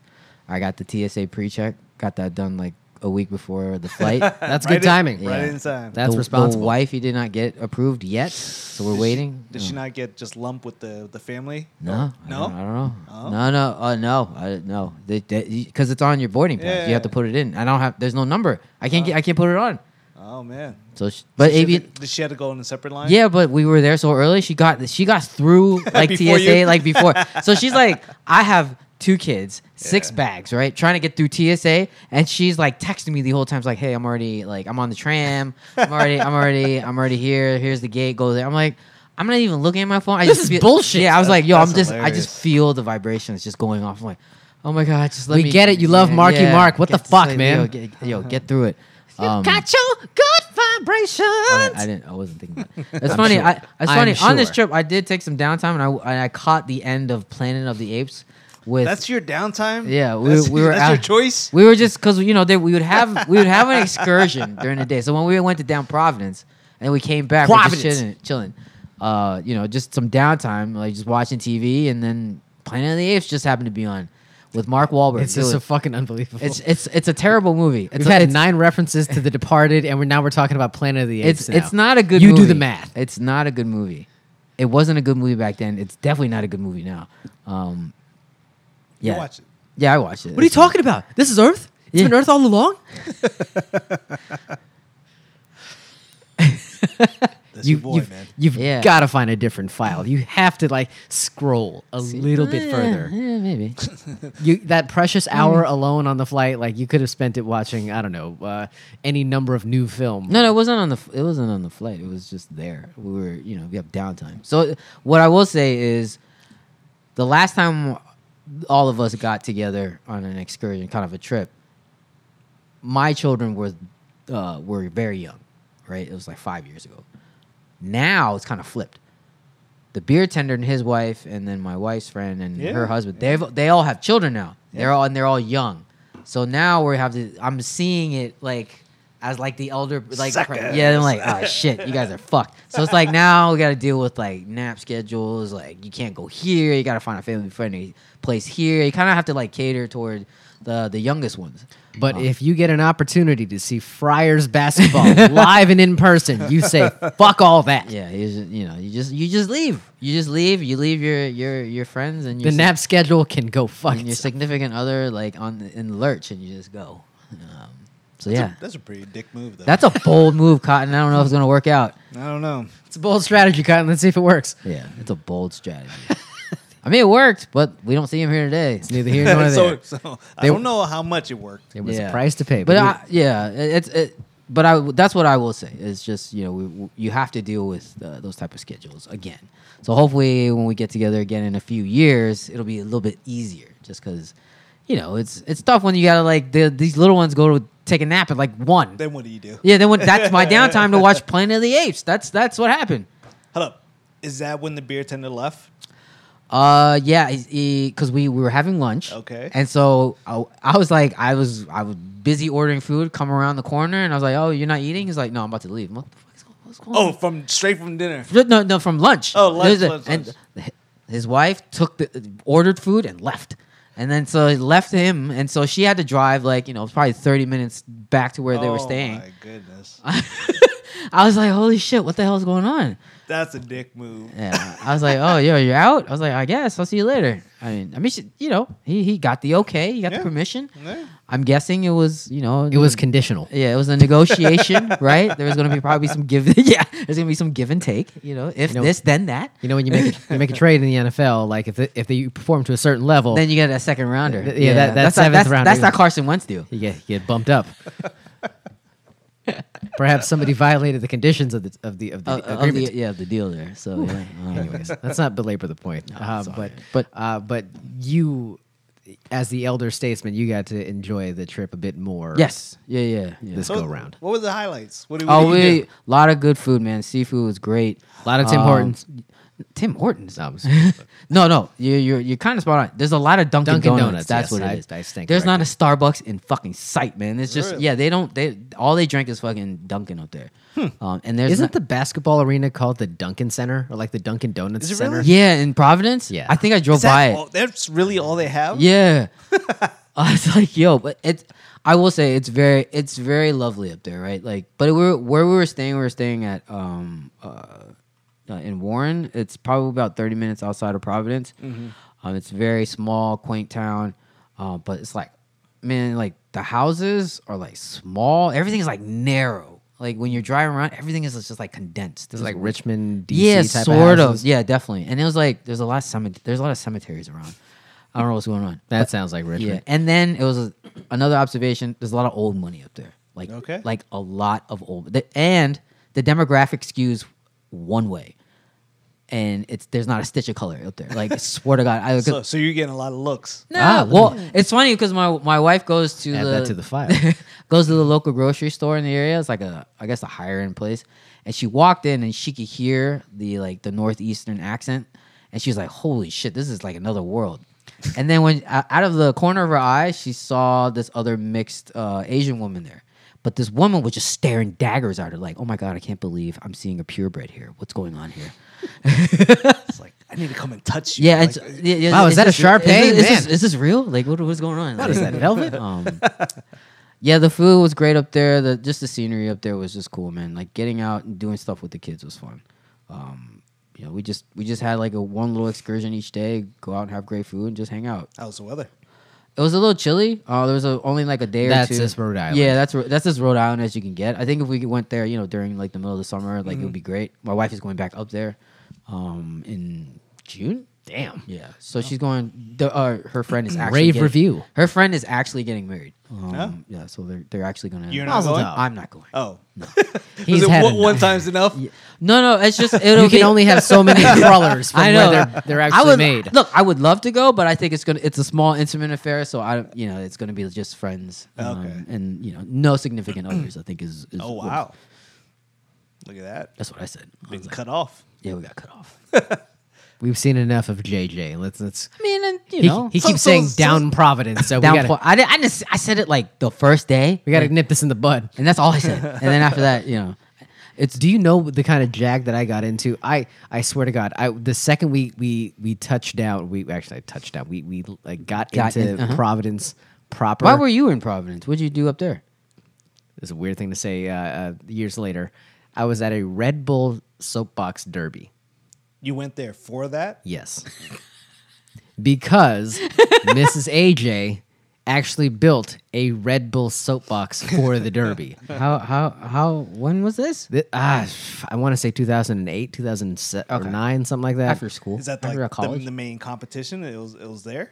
Speaker 3: I got the TSA pre check, got that done like a week before
Speaker 2: [LAUGHS]
Speaker 3: the flight.
Speaker 1: That's
Speaker 2: Right
Speaker 1: good
Speaker 2: in-
Speaker 1: timing.
Speaker 2: right in time.
Speaker 1: That's
Speaker 3: the,
Speaker 1: responsible.
Speaker 3: The wife he did not get approved yet, so we're
Speaker 2: Did she-
Speaker 3: waiting.
Speaker 2: did she not get just lumped with the the family?
Speaker 3: No, I
Speaker 2: No?
Speaker 3: don't- I don't know.
Speaker 2: Oh.
Speaker 3: No, no, uh, no, I, no. Because it's on your boarding pass. You have to
Speaker 2: Yeah.
Speaker 3: put it in. I don't have. There's no number. I can't get. I can't put it on.
Speaker 2: Oh man.
Speaker 3: So, she, but
Speaker 2: She had
Speaker 3: avi-
Speaker 2: to- did she had to go in a separate line?
Speaker 3: yeah, but we were there so early. She got she got through
Speaker 1: [LAUGHS]
Speaker 3: like TSA
Speaker 2: Before you.
Speaker 3: like before. So she's like, I have two kids, six bags, right? Trying to get through TSA, and she's like texting me the whole time. She's like, Hey, I'm already like I'm on the tram. I'm already I'm already I'm already here. Here's the gate. Go there. I'm like. I'm not even looking at my phone. I
Speaker 1: This
Speaker 3: just
Speaker 1: is
Speaker 3: feel-
Speaker 1: bullshit.
Speaker 3: Yeah, I was like, yo, I'm
Speaker 2: That's
Speaker 3: just, I
Speaker 2: hilarious.
Speaker 3: just feel the vibrations just going off. I'm like, oh my god, just let
Speaker 1: We
Speaker 3: me.
Speaker 1: get it. You love Marky Mark. What the
Speaker 3: this-
Speaker 1: fuck,
Speaker 3: yo,
Speaker 1: man?
Speaker 3: get- Yo, get
Speaker 1: [LAUGHS]
Speaker 3: through it. Um,
Speaker 1: your good vibrations.
Speaker 3: I, I didn't. I wasn't thinking about it. It's funny. I, it's
Speaker 1: I'm
Speaker 3: funny. On this
Speaker 1: sure.
Speaker 3: trip, I did take some downtime, and I and I caught the end of Planet of the Apes with.
Speaker 2: That's your downtime.
Speaker 3: yeah, we,
Speaker 2: that's,
Speaker 3: we were
Speaker 2: that's
Speaker 3: out,
Speaker 2: your choice.
Speaker 3: We were just because you know they, we would have we would have an excursion [LAUGHS] during the day. So when we went to down Providence and we came back, we're just
Speaker 1: Providence.
Speaker 3: chilling, chilling. Uh, you know, just some downtime, like just watching TV, and then Planet of the Apes just happened to be on with Mark Wahlberg.
Speaker 1: It's
Speaker 3: It
Speaker 1: just so
Speaker 3: was-
Speaker 1: fucking unbelievable.
Speaker 3: it's it's it's a terrible movie.
Speaker 1: [LAUGHS]
Speaker 3: It's
Speaker 1: We've
Speaker 3: a-
Speaker 1: had
Speaker 3: it's-
Speaker 1: nine references to The Departed, and we're now we're talking about Planet of the Apes.
Speaker 3: It's
Speaker 1: now.
Speaker 3: it's not a good.
Speaker 1: You do
Speaker 3: movie.
Speaker 1: the math.
Speaker 3: It's not a good movie. It wasn't a good movie back then. It's definitely not a good movie now. Um,
Speaker 2: You
Speaker 3: yeah,
Speaker 2: watch it.
Speaker 3: yeah, I watched it.
Speaker 1: What are you talking about? This is Earth. It's
Speaker 3: Yeah.
Speaker 1: been Earth all along.
Speaker 2: That's
Speaker 1: You,
Speaker 2: your boy,
Speaker 1: you've
Speaker 2: man.
Speaker 1: you've
Speaker 3: Yeah.
Speaker 1: got to find a different file. You have to like scroll a little bit [LAUGHS] further.
Speaker 3: Yeah, maybe.
Speaker 1: You that precious hour alone on the flight, like you could have spent it watching. I don't know uh, any number of new film.
Speaker 3: No, no, it wasn't on the. It wasn't on the flight. It was just there. We were, you know, we have downtime. So what I will say is, the last time all of us got together on an excursion, kind of a trip, my children were uh, were very young, right? It was like five years ago. Now it's kind of flipped. The beer tender and his wife, and then my wife's friend and
Speaker 2: Yeah,
Speaker 3: her husband. They've they all have children now. They're all and they're all young. So now we have to. I'm seeing it like as like the elder, like
Speaker 2: Suckers.
Speaker 3: yeah. I'm like, oh shit, you guys are fucked. So it's like now we got to deal with like nap schedules. Like you can't go here. You got to find a family friendly place here. You kind of have to like cater toward the the youngest ones.
Speaker 1: But if you get an opportunity to see Friars [LAUGHS] basketball live and in person, you say fuck all that.
Speaker 3: Yeah, you just, you know, you just you just leave. You just leave. You leave your your your friends and
Speaker 1: The
Speaker 3: your sig-
Speaker 1: nap schedule can go fuck.
Speaker 3: and your
Speaker 1: itself.
Speaker 3: significant other like on the, in the lurch, and you just go. Um, so
Speaker 2: That's,
Speaker 3: yeah,
Speaker 2: a, that's a pretty dick move, though.
Speaker 3: that's a bold move, Cotton. I don't know if it's gonna work out.
Speaker 2: I don't know.
Speaker 1: It's a bold strategy, Cotton. Let's see if it works.
Speaker 3: Yeah, it's a bold strategy. [LAUGHS] I mean, it worked, but we don't see him here today.
Speaker 1: It's neither here nor
Speaker 2: [LAUGHS] so,
Speaker 1: there.
Speaker 2: so I
Speaker 1: They-
Speaker 2: don't know how much it worked.
Speaker 1: It was
Speaker 3: Yeah.
Speaker 1: a price to pay.
Speaker 3: but
Speaker 1: we-
Speaker 3: I, yeah, it- it's it, but I that's what I will say. It's just you know we, we- you have to deal with uh, those type of schedules again. So hopefully when we get together again in a few years, it'll be a little bit easier. Just because you know it's it's tough when you gotta like the, these little ones go to take a nap at like one.
Speaker 2: Then what do you do?
Speaker 3: yeah, then when, that's my downtime to watch Planet of the Apes. That's that's what happened.
Speaker 2: Hold up. Is that when the beer tender left?
Speaker 3: Uh, yeah, because we, we were having lunch.
Speaker 2: Okay.
Speaker 3: And so I, I was like, I was I was busy ordering food, come around the corner, and I was like, oh, you're not eating? He's like, no, I'm about to leave. I'm like, What the fuck is going, what's going
Speaker 2: Oh,
Speaker 3: on?
Speaker 2: from straight from dinner.
Speaker 3: No, no, no, from lunch.
Speaker 2: Oh, lunch,
Speaker 3: There's a-
Speaker 2: lunch,
Speaker 3: and his wife took the ordered food and left. And then so it left him, and so she had to drive like you know probably thirty minutes back to where they were
Speaker 2: Oh,
Speaker 3: staying.
Speaker 2: My goodness,
Speaker 3: I was like, "Holy shit, what the hell's going on?"
Speaker 2: that's a dick move.
Speaker 3: Yeah, I was like, "Oh, yo, you're out." I was like, "I guess I'll see you later." I mean, I mean, she, you know, he he got the okay, he got
Speaker 2: Yeah.
Speaker 3: the permission.
Speaker 2: Yeah.
Speaker 3: I'm guessing it was, you know,
Speaker 1: it was conditional.
Speaker 3: yeah, it was a negotiation, [LAUGHS] right? There was gonna be probably some give, [LAUGHS] yeah, there's gonna be some give and take, you know, if
Speaker 1: You know-
Speaker 3: this, then that,
Speaker 1: You know, when you make you make a trade in the NFL, like if if they perform to a certain level,
Speaker 3: then you get a second rounder.
Speaker 1: Th- yeah, that- that
Speaker 3: that's not,
Speaker 1: seventh
Speaker 3: that's,
Speaker 1: rounder.
Speaker 3: That's not Carson Wentz deal.
Speaker 1: you get you get bumped [LAUGHS] up. Perhaps somebody violated the conditions of the of the of the
Speaker 3: Uh, uh, of
Speaker 1: agreement.
Speaker 3: the, yeah, of the deal there. So, yeah. um,
Speaker 1: Anyways, let's not belabor the [LAUGHS] point. Uh,
Speaker 3: it's all
Speaker 1: but
Speaker 3: right.
Speaker 1: but uh, but you, as the elder statesman, you got to enjoy the trip a bit more.
Speaker 3: yes, yeah, yeah, yeah.
Speaker 1: this
Speaker 2: Oh.
Speaker 1: go around.
Speaker 2: What were the highlights? What did
Speaker 3: Oh,
Speaker 2: we
Speaker 3: we
Speaker 2: do?
Speaker 3: a lot of good food, man. Seafood was great.
Speaker 1: A lot of Tim
Speaker 3: Um,
Speaker 1: [LAUGHS] Hortons.
Speaker 3: Tim Hortons.
Speaker 1: No, I'm just-
Speaker 3: [LAUGHS] no, no, you're you're, you're kind of spot on. There's a lot of Dunkin',
Speaker 1: Dunkin'
Speaker 3: Donuts.
Speaker 1: Donuts,
Speaker 3: That's
Speaker 1: yes,
Speaker 3: what
Speaker 1: I-
Speaker 3: it is.
Speaker 1: I stand
Speaker 3: There's not a Starbucks in fucking sight, man. It's just
Speaker 2: Really?
Speaker 3: yeah, they don't. They all they drink is fucking Dunkin' up there. Um, and there's
Speaker 1: Hmm. Isn't
Speaker 3: not-
Speaker 1: the basketball arena called the Dunkin' Center or like the Dunkin' Donuts
Speaker 2: Is it
Speaker 1: Center?
Speaker 2: really?
Speaker 3: yeah in Providence.
Speaker 1: Yeah.
Speaker 3: I think I drove
Speaker 2: Is that
Speaker 3: by it.
Speaker 2: all- that's really all they have.
Speaker 3: Yeah, [LAUGHS] I was like, yo, but it's. I will say it's very it's very lovely up there, right? Like, but we were, where we were staying, we were staying at um uh, uh, in Warren. It's probably about thirty minutes outside of Providence. Um, it's a very small, quaint town, uh, but it's like, man, like the houses are like small. Everything's like narrow. Like when you're driving around, everything is just like condensed.
Speaker 1: It's
Speaker 3: It's
Speaker 1: like Richmond, DC
Speaker 3: yeah,
Speaker 1: type
Speaker 3: sort
Speaker 1: of,
Speaker 3: of.
Speaker 1: houses.
Speaker 3: Yeah, definitely. And it was like there's a lot of cemet- there's a lot of cemeteries around. I don't know what's going on.
Speaker 1: That sounds like
Speaker 3: Yeah,
Speaker 1: Richmond.
Speaker 3: and then it was a, another observation. There's a lot of old money up there, like
Speaker 2: Okay.
Speaker 3: like a lot of old, the, and the demographic skews one way, and it's there's not a stitch of color up there. Like swear to God,
Speaker 1: [LAUGHS]
Speaker 3: I
Speaker 2: So, so you're getting a lot of looks. [LAUGHS]
Speaker 3: no.
Speaker 1: Ah,
Speaker 3: well, it's funny because my my wife goes to
Speaker 1: Add
Speaker 3: the,
Speaker 1: that to the file. [LAUGHS]
Speaker 3: [LAUGHS] goes to the local grocery store in the area. It's like a I guess a higher end place, and she walked in and she could hear the like the northeastern accent, and she was like, "Holy shit, this is like another world." and then when o- out of the corner of her eye, she saw this other mixed uh, Asian woman there. But this woman was just staring daggers at her, like, "Oh my god, I can't believe I'm seeing a purebred here. What's going on here?"
Speaker 2: It's like I need to come and touch you.
Speaker 3: Yeah,
Speaker 2: Like,
Speaker 3: it's, yeah, yeah,
Speaker 1: Wow, is that a
Speaker 3: this-
Speaker 1: Shar
Speaker 3: this-
Speaker 1: Pei?
Speaker 3: Is, this,
Speaker 1: Man.
Speaker 3: is this real? Like, what, what's going on? What
Speaker 1: is
Speaker 3: is
Speaker 1: that, velvet? [LAUGHS]
Speaker 3: Um, yeah, the food was great up there. The just the scenery up there was just cool, man. Like getting out and doing stuff with the kids was fun. Um, you know, we just we just had like a one little excursion each day, go out and have great food and just hang out.
Speaker 2: how's the weather?
Speaker 3: It was a little chilly. Uh, there was a, only like a day
Speaker 1: That's
Speaker 3: or two.
Speaker 1: as Rhode Island.
Speaker 3: Yeah, that's Ro- that's as Rhode Island as you can get. I think if we went there, you know, during like the middle of the summer, like
Speaker 1: Mm-hmm.
Speaker 3: it would be great. My wife is going back up there, um, in June. Damn. Yeah. So she's going. The, uh, her friend [CLEARS THROAT] is actually
Speaker 1: Rave
Speaker 3: getting-
Speaker 1: review.
Speaker 3: Her friend is actually getting married. Um,
Speaker 2: Oh.
Speaker 3: Yeah. So they're they're actually gonna.
Speaker 2: You're not
Speaker 1: Mazel
Speaker 2: going.
Speaker 1: tov.
Speaker 3: I'm not going.
Speaker 2: Oh, [LAUGHS]
Speaker 1: He's
Speaker 2: Is it
Speaker 1: had
Speaker 2: one,
Speaker 1: enough.
Speaker 2: one time's enough?
Speaker 3: No, no. It's [LAUGHS] just it'll
Speaker 1: you can [LAUGHS]
Speaker 3: be-
Speaker 1: only have so many crawlers from
Speaker 3: I know
Speaker 1: where they're, they're
Speaker 3: I
Speaker 1: actually
Speaker 3: would-
Speaker 1: made.
Speaker 3: Look, I would love to go, but I think it's gonna it's a small, intimate affair. So I, you know, it's gonna be just friends. um,
Speaker 2: Okay.
Speaker 3: And you know, no [CLEARS THROAT] significant others. I think is. is
Speaker 2: Oh
Speaker 3: what-
Speaker 2: wow! Look at that.
Speaker 3: That's what I said. I
Speaker 2: Been
Speaker 3: was like,
Speaker 2: cut off.
Speaker 3: yeah, we got cut off.
Speaker 1: We've seen enough of JJ. Let's let's.
Speaker 3: I mean, and you
Speaker 1: He,
Speaker 3: know,
Speaker 1: he
Speaker 2: So-
Speaker 1: keeps
Speaker 2: so-
Speaker 1: saying [LAUGHS]
Speaker 2: so-
Speaker 1: down Providence, so
Speaker 3: down.
Speaker 1: we gotta
Speaker 3: for- I did, I just I said it like the first day.
Speaker 1: we gotta
Speaker 3: like,
Speaker 1: nip this in the bud.
Speaker 3: and that's all I [LAUGHS] said. and then after that, you know,
Speaker 1: It's do you know the kind of jag that I got into? I I swear to God, I the second we we we touched down, we actually I touched down. We we like got,
Speaker 3: Got
Speaker 1: into
Speaker 3: in- uh-huh.
Speaker 1: Providence proper.
Speaker 3: why were you in Providence? What'd you do up [LAUGHS] there?
Speaker 1: It's a weird thing to say. Uh, uh, years later, I was at a Red Bull soapbox derby.
Speaker 2: You went there for that?
Speaker 1: Yes, because Mrs. AJ actually built a Red Bull soapbox for the derby.
Speaker 3: How how how? When was this?
Speaker 1: Th- ah, I want to say 2008, 2007, or 9, something like that.
Speaker 3: After school?
Speaker 2: Is that
Speaker 3: After
Speaker 2: like the,
Speaker 3: college?
Speaker 2: the main competition? It was. It was there.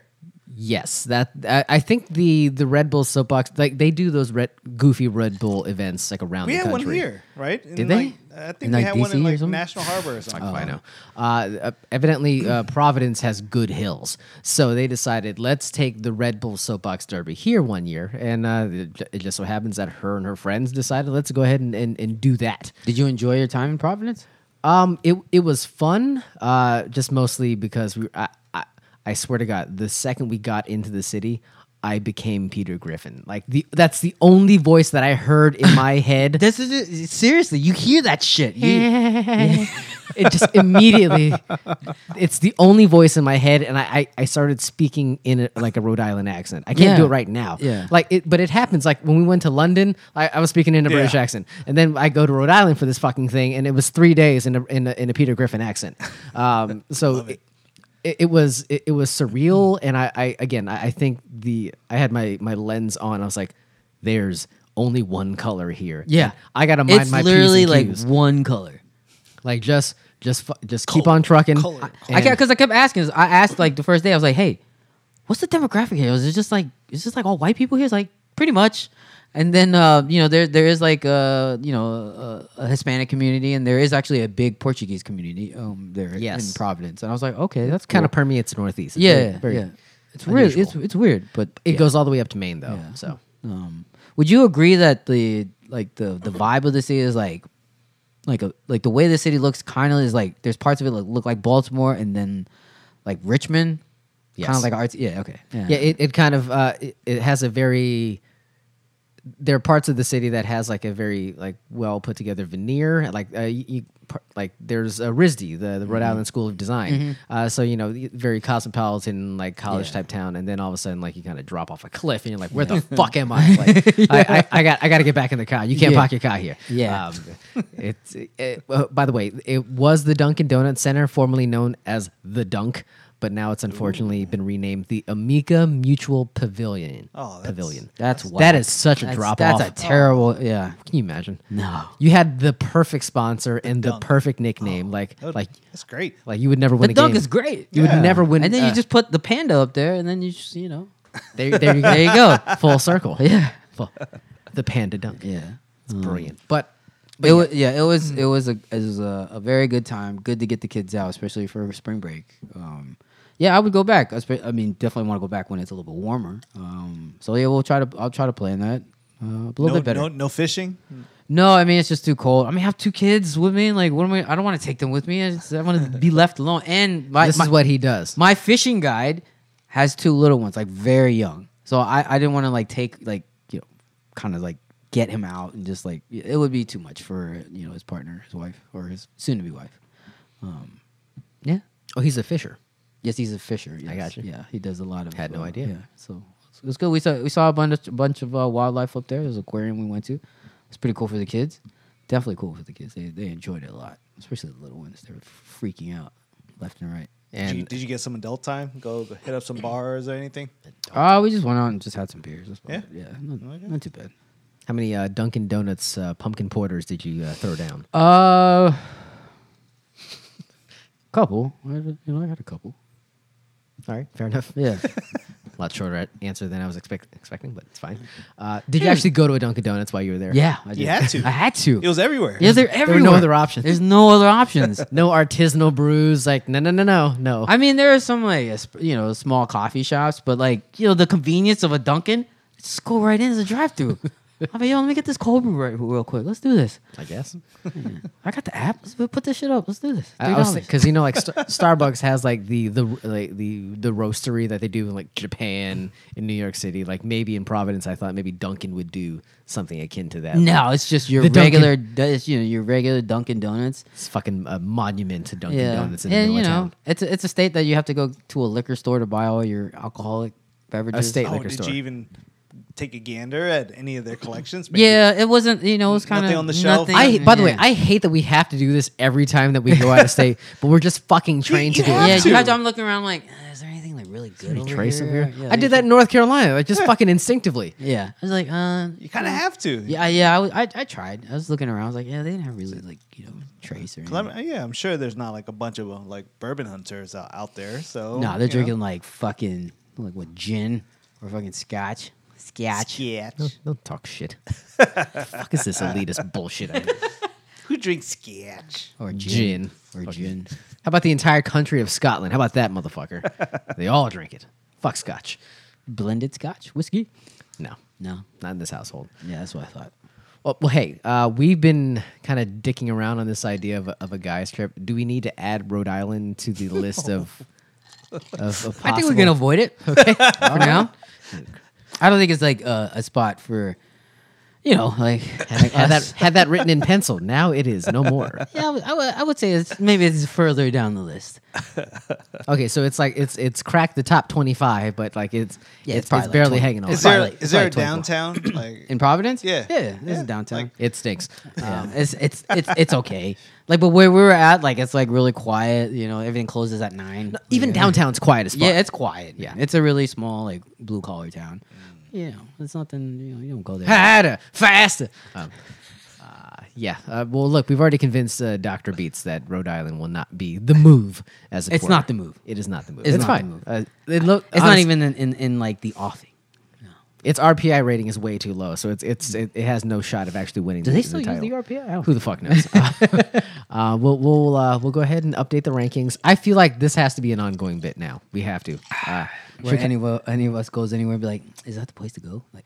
Speaker 1: Yes, that I, I think the the Red Bull soapbox like they do those red, goofy Red Bull events like around
Speaker 2: We
Speaker 1: the
Speaker 2: had
Speaker 1: country.
Speaker 2: one here, right? In
Speaker 1: Did they?
Speaker 2: like- I think
Speaker 1: In,
Speaker 2: we
Speaker 1: like,
Speaker 2: had one
Speaker 1: DC
Speaker 2: in
Speaker 1: or
Speaker 2: like
Speaker 1: something? Oh,
Speaker 2: National Harbor or something.
Speaker 1: I know. Uh, uh, evidently, uh, Providence has good hills, so they decided let's take the Red Bull soapbox derby here one year, and uh, it, ju- it just so happens that her and her friends decided let's go ahead and, and, and do that.
Speaker 3: Did you enjoy your time in Providence?
Speaker 1: Um, it it was fun, uh, just mostly because we. I, I I swear to God, the second we got into the city, I became Peter Griffin. Like the that's the only voice that I heard in my head.
Speaker 3: This is it. seriously. You hear that shit? [LAUGHS] You,
Speaker 1: [LAUGHS] it just immediately it's the only voice in my head and i i, I started speaking in a, like a rhode island accent i can't
Speaker 3: Yeah.
Speaker 1: do it right now
Speaker 3: Yeah.
Speaker 1: like it but it happens like when we went to london i, I was speaking in a british accent and then i go to rhode island for this fucking thing and it was three days in a in a, in a peter griffin accent
Speaker 3: [LAUGHS]
Speaker 1: um so it. It, it was it, it was surreal and i i again I, I think the i had my my lens on i was like there's only one color here
Speaker 3: yeah,
Speaker 1: i gotta mind
Speaker 3: it's
Speaker 1: my P's
Speaker 3: literally
Speaker 1: and
Speaker 3: like
Speaker 1: Q's.
Speaker 3: one color.
Speaker 1: Like just just fu- just keep on trucking.
Speaker 2: Color.
Speaker 3: I
Speaker 1: And-
Speaker 3: can't because I kept asking. I asked like the first day. I was like, "Hey, what's the demographic here? Is it just like is this like all white people here?" It's like pretty much. And then uh, you know there there is like a you know uh, a, a Hispanic community, and there is actually a big Portuguese community um, there
Speaker 1: Yes.
Speaker 3: in Providence. And I was like, okay, that's
Speaker 1: kind
Speaker 3: kind
Speaker 1: of
Speaker 3: of
Speaker 1: permeates northeast. It's
Speaker 3: yeah,
Speaker 1: very-
Speaker 3: yeah,
Speaker 1: very-
Speaker 3: yeah. It's weird. It's
Speaker 1: unusual.
Speaker 3: it's weird, but
Speaker 1: It
Speaker 3: yeah.
Speaker 1: goes all the way up to Maine though.
Speaker 3: Yeah.
Speaker 1: So
Speaker 3: Um, would you agree that the like the the vibe of the city is like like a like the way the city looks kind of is like there's parts of it that look like Baltimore and then like Richmond, kind
Speaker 1: Yes.
Speaker 3: of like arts. Yeah, okay.
Speaker 1: yeah, it, it kind of uh, it, it has a very there are parts of the city that has like a very like well put together veneer. Like uh, you, you, par- like there's uh, RISD, the, the Rhode Island School of Design. Uh, so you know, y- very cosmopolitan, like college type town. And then all of a sudden, like you kind of drop off a cliff, and you're like, "Where the fuck am I? Like, I, I, I got I got to get back in the car. You can't
Speaker 3: Yeah.
Speaker 1: park your car here."
Speaker 3: Yeah.
Speaker 1: Um, it's it, uh, by the way, it was the Dunkin' Donut Center, formerly known as the Dunk. But now it's unfortunately been renamed the Amica Mutual Pavilion.
Speaker 2: Oh, that's-
Speaker 1: Pavilion.
Speaker 3: That's
Speaker 1: That
Speaker 3: whack.
Speaker 1: is such a
Speaker 3: That's-
Speaker 1: drop
Speaker 3: That's
Speaker 1: off.
Speaker 3: a terrible. Yeah.
Speaker 1: Can you imagine?
Speaker 3: No.
Speaker 1: You had the perfect sponsor and the
Speaker 2: dunk.
Speaker 1: perfect nickname. like
Speaker 2: That would-
Speaker 1: like
Speaker 2: that's great.
Speaker 1: like you would never
Speaker 3: Oh, The
Speaker 1: win a
Speaker 3: dunk
Speaker 1: game.
Speaker 3: is great.
Speaker 1: You
Speaker 2: Yeah.
Speaker 1: would never win.
Speaker 3: and then
Speaker 1: uh,
Speaker 3: you just put the panda up there, and then you just you know.
Speaker 1: there, there you go. there you
Speaker 3: [LAUGHS]
Speaker 1: go. Full circle.
Speaker 3: Yeah.
Speaker 1: Full- [LAUGHS] The panda dunk.
Speaker 3: Yeah.
Speaker 1: It's brilliant. But Mm.
Speaker 3: It was, yeah, it was it was a it was a, a very good time. Good to get the kids out, especially for spring break. Um, yeah, I would go back. I spe- I mean, definitely want to go back when it's a little bit warmer. Um, so yeah, we'll try to I'll try to plan that uh, a little
Speaker 2: no,
Speaker 3: bit better.
Speaker 2: no,
Speaker 3: No,
Speaker 2: no fishing.
Speaker 3: I mean it's just too cold. I mean, I have two kids with me. Like, what am I? I don't want to take them with me. I, just, I
Speaker 1: [LAUGHS]
Speaker 3: want to be left alone. And my,
Speaker 1: this
Speaker 3: my
Speaker 1: is what he does.
Speaker 3: my fishing guide has two little ones, like very young. So I, I didn't want to like take like you know, kind of like get him out and just like it would be too much for you know his partner, his wife, or his soon to be wife. Um, yeah.
Speaker 1: oh, he's a fisher.
Speaker 3: Yes, he's a fisher. Yes.
Speaker 1: got you.
Speaker 3: Yeah, he does a lot of.
Speaker 1: Had no
Speaker 3: uh,
Speaker 1: idea.
Speaker 3: Yeah, so it was good. We saw we saw a bunch a bunch of uh, wildlife up there. There's an aquarium we went to. It's pretty cool for the kids. Definitely cool for the kids. They they enjoyed it a lot, especially the little ones. They were freaking out left and right.
Speaker 2: Did you,
Speaker 1: And
Speaker 2: did you get some adult time? Go hit
Speaker 3: [CLEARS THROAT]
Speaker 2: up some bars or anything?
Speaker 3: Uh, we just went out and just had some beers. That's about
Speaker 2: Yeah? Oh,
Speaker 3: it. yeah, not,
Speaker 2: Okay.
Speaker 3: not too bad.
Speaker 1: how many uh, Dunkin' Donuts uh, pumpkin porters did you uh, throw down?
Speaker 3: Uh, [LAUGHS] couple. I had, a- you know, I had a couple.
Speaker 1: All right, fair enough.
Speaker 2: [LAUGHS]
Speaker 3: Yeah,
Speaker 1: A lot shorter at- answer than I was expect- expecting, but it's fine. Uh, did you actually go to a Dunkin' Donuts while you were there?
Speaker 3: Hmm. yeah. I did.
Speaker 2: had to.
Speaker 3: [LAUGHS] I had to.
Speaker 2: It was everywhere.
Speaker 3: yeah, they're
Speaker 1: were no
Speaker 3: everywhere.
Speaker 1: other options.
Speaker 3: There's no other options.
Speaker 1: No artisanal brews. Like no, no, no, no, no.
Speaker 3: I mean, there are some like uh, sp- you know small coffee shops, but like you know the convenience of a Dunkin', just go right in as
Speaker 1: [LAUGHS]
Speaker 3: a drive-through. I mean, yo, let me get this cold brew right real quick. Let's do this.
Speaker 1: I guess.
Speaker 3: I got the app. Let's put this shit up. Let's do this.
Speaker 1: I- I was
Speaker 3: $3.
Speaker 1: because you know, like Star-
Speaker 3: [LAUGHS]
Speaker 1: Starbucks has like the the like the the roastery that they do in like Japan in New York City. Like maybe in Providence, I thought maybe Dunkin' would do something akin to that.
Speaker 3: No, it's just your
Speaker 1: The Dunkin'-
Speaker 3: regular, du- it's, you know, your regular Dunkin' Donuts.
Speaker 1: it's fucking a monument to Dunkin'
Speaker 3: Yeah,
Speaker 1: Donuts in the middle
Speaker 3: and you
Speaker 1: of
Speaker 3: know,
Speaker 1: town.
Speaker 3: it's a, it's a state that you have to go to a liquor store to buy all your alcoholic beverages.
Speaker 1: state
Speaker 2: Oh,
Speaker 1: liquor
Speaker 2: did
Speaker 1: store.
Speaker 2: you even take a gander at any of their collections? Maybe-
Speaker 3: Oh, Yeah, it wasn't. You know, it was kind
Speaker 2: Nothing
Speaker 3: of
Speaker 2: on the shelf?
Speaker 1: I by the way, I hate that we have to do this every time that we go out of
Speaker 3: [LAUGHS]
Speaker 1: state, but we're just fucking trained
Speaker 2: you
Speaker 1: to do
Speaker 3: yeah,
Speaker 1: it.
Speaker 3: you have to, I'm looking around like, uh, is there anything like really good
Speaker 1: Any
Speaker 3: over
Speaker 1: trace of
Speaker 3: here?
Speaker 1: here?
Speaker 3: Yeah,
Speaker 1: I did
Speaker 3: there's-
Speaker 1: that in North Carolina. I just fucking instinctively.
Speaker 3: Yeah, I was like, uh,
Speaker 2: You kind of have to.
Speaker 3: yeah, yeah. I, was- I I tried. I was looking around. I was like, yeah, they didn't have really like you know trace or anything.
Speaker 2: 'Cause I'm, uh, yeah, I'm sure there's not like a bunch of uh, like bourbon hunters out, out there. So
Speaker 3: no, they're
Speaker 2: you
Speaker 3: drinking
Speaker 2: know.
Speaker 3: like fucking like what gin or fucking scotch, scotch.
Speaker 2: Sketch.
Speaker 1: Don't talk
Speaker 3: [LAUGHS]
Speaker 1: shit. fuck is this elitist bullshit? I
Speaker 2: Who drinks sketch?
Speaker 3: or
Speaker 1: gin.
Speaker 3: or
Speaker 1: Fucking-
Speaker 3: gin.
Speaker 1: How about the entire country of Scotland? How about that,
Speaker 3: [LAUGHS]
Speaker 1: motherfucker? they all drink it. Fuck scotch.
Speaker 3: blended scotch whiskey.
Speaker 1: No,
Speaker 3: No,
Speaker 1: not in this household.
Speaker 3: yeah, that's what I thought.
Speaker 1: Well, well hey, uh, we've been kind of dicking around on this idea of, a- of a guy's trip. Do we need to add Rhode Island to the list
Speaker 3: [LAUGHS]
Speaker 1: of, of, of
Speaker 3: I think we
Speaker 1: possible- [LAUGHS]
Speaker 3: can avoid it. Okay, for now. [LAUGHS] I don't think it's like a, a spot for, you know, like
Speaker 1: Had,
Speaker 3: [LAUGHS] Uh,
Speaker 1: had that, had that written in pencil. Now it is no more.
Speaker 3: Yeah, I would- I would- I would say it's maybe it's further down the list.
Speaker 1: Okay, so it's like it's it's cracked the top twenty five, but like it's
Speaker 3: Yeah,
Speaker 1: it's,
Speaker 3: it's
Speaker 1: it's,
Speaker 3: probably like
Speaker 1: barely
Speaker 3: 20.
Speaker 1: hanging on.
Speaker 2: Is
Speaker 3: It's
Speaker 2: there,
Speaker 3: probably-
Speaker 2: is there a
Speaker 3: probably 24.
Speaker 2: downtown?
Speaker 3: [CLEARS THROAT]
Speaker 2: Like,
Speaker 3: In Providence?
Speaker 2: Yeah.
Speaker 3: Yeah, there's
Speaker 2: Yeah,
Speaker 3: a downtown.
Speaker 2: like-
Speaker 1: it stinks.
Speaker 3: Yeah, Um, it's it's it's
Speaker 1: [LAUGHS]
Speaker 3: it's okay. Like, but where we were at, like, it's like really quiet. You know, everything closes at nine.
Speaker 1: Even
Speaker 3: yeah.
Speaker 1: downtown's quiet as fuck.
Speaker 3: Yeah, it's quiet.
Speaker 1: Yeah. Mm.
Speaker 3: it's a really small, like, blue collar town. Yeah, it's nothing. You know, you don't go there.
Speaker 1: harder, faster. Um, uh, yeah. Uh, well, look, we've already convinced uh, Doctor Beats that Rhode Island will not be the move. As a
Speaker 3: It's
Speaker 1: port.
Speaker 3: not the move.
Speaker 1: It is not the move. It's,
Speaker 3: It's not the
Speaker 1: fine.
Speaker 3: move.
Speaker 1: Uh, it look,
Speaker 3: It's not
Speaker 1: honest-
Speaker 3: even in, in, in like the offing.
Speaker 1: Its RPI rating is way too low, so it's it's it, it has no shot of actually winning.
Speaker 3: Do
Speaker 1: the,
Speaker 3: they still
Speaker 1: the
Speaker 3: use
Speaker 1: title.
Speaker 3: the RPI? I don't
Speaker 1: Who the fuck knows? uh, [LAUGHS] uh, we'll we'll uh, we'll go ahead and update the rankings. I feel like this has to be an ongoing bit now. We have to. Uh,
Speaker 3: Where any of, any of us goes anywhere, and be like, is that the place to go? Like,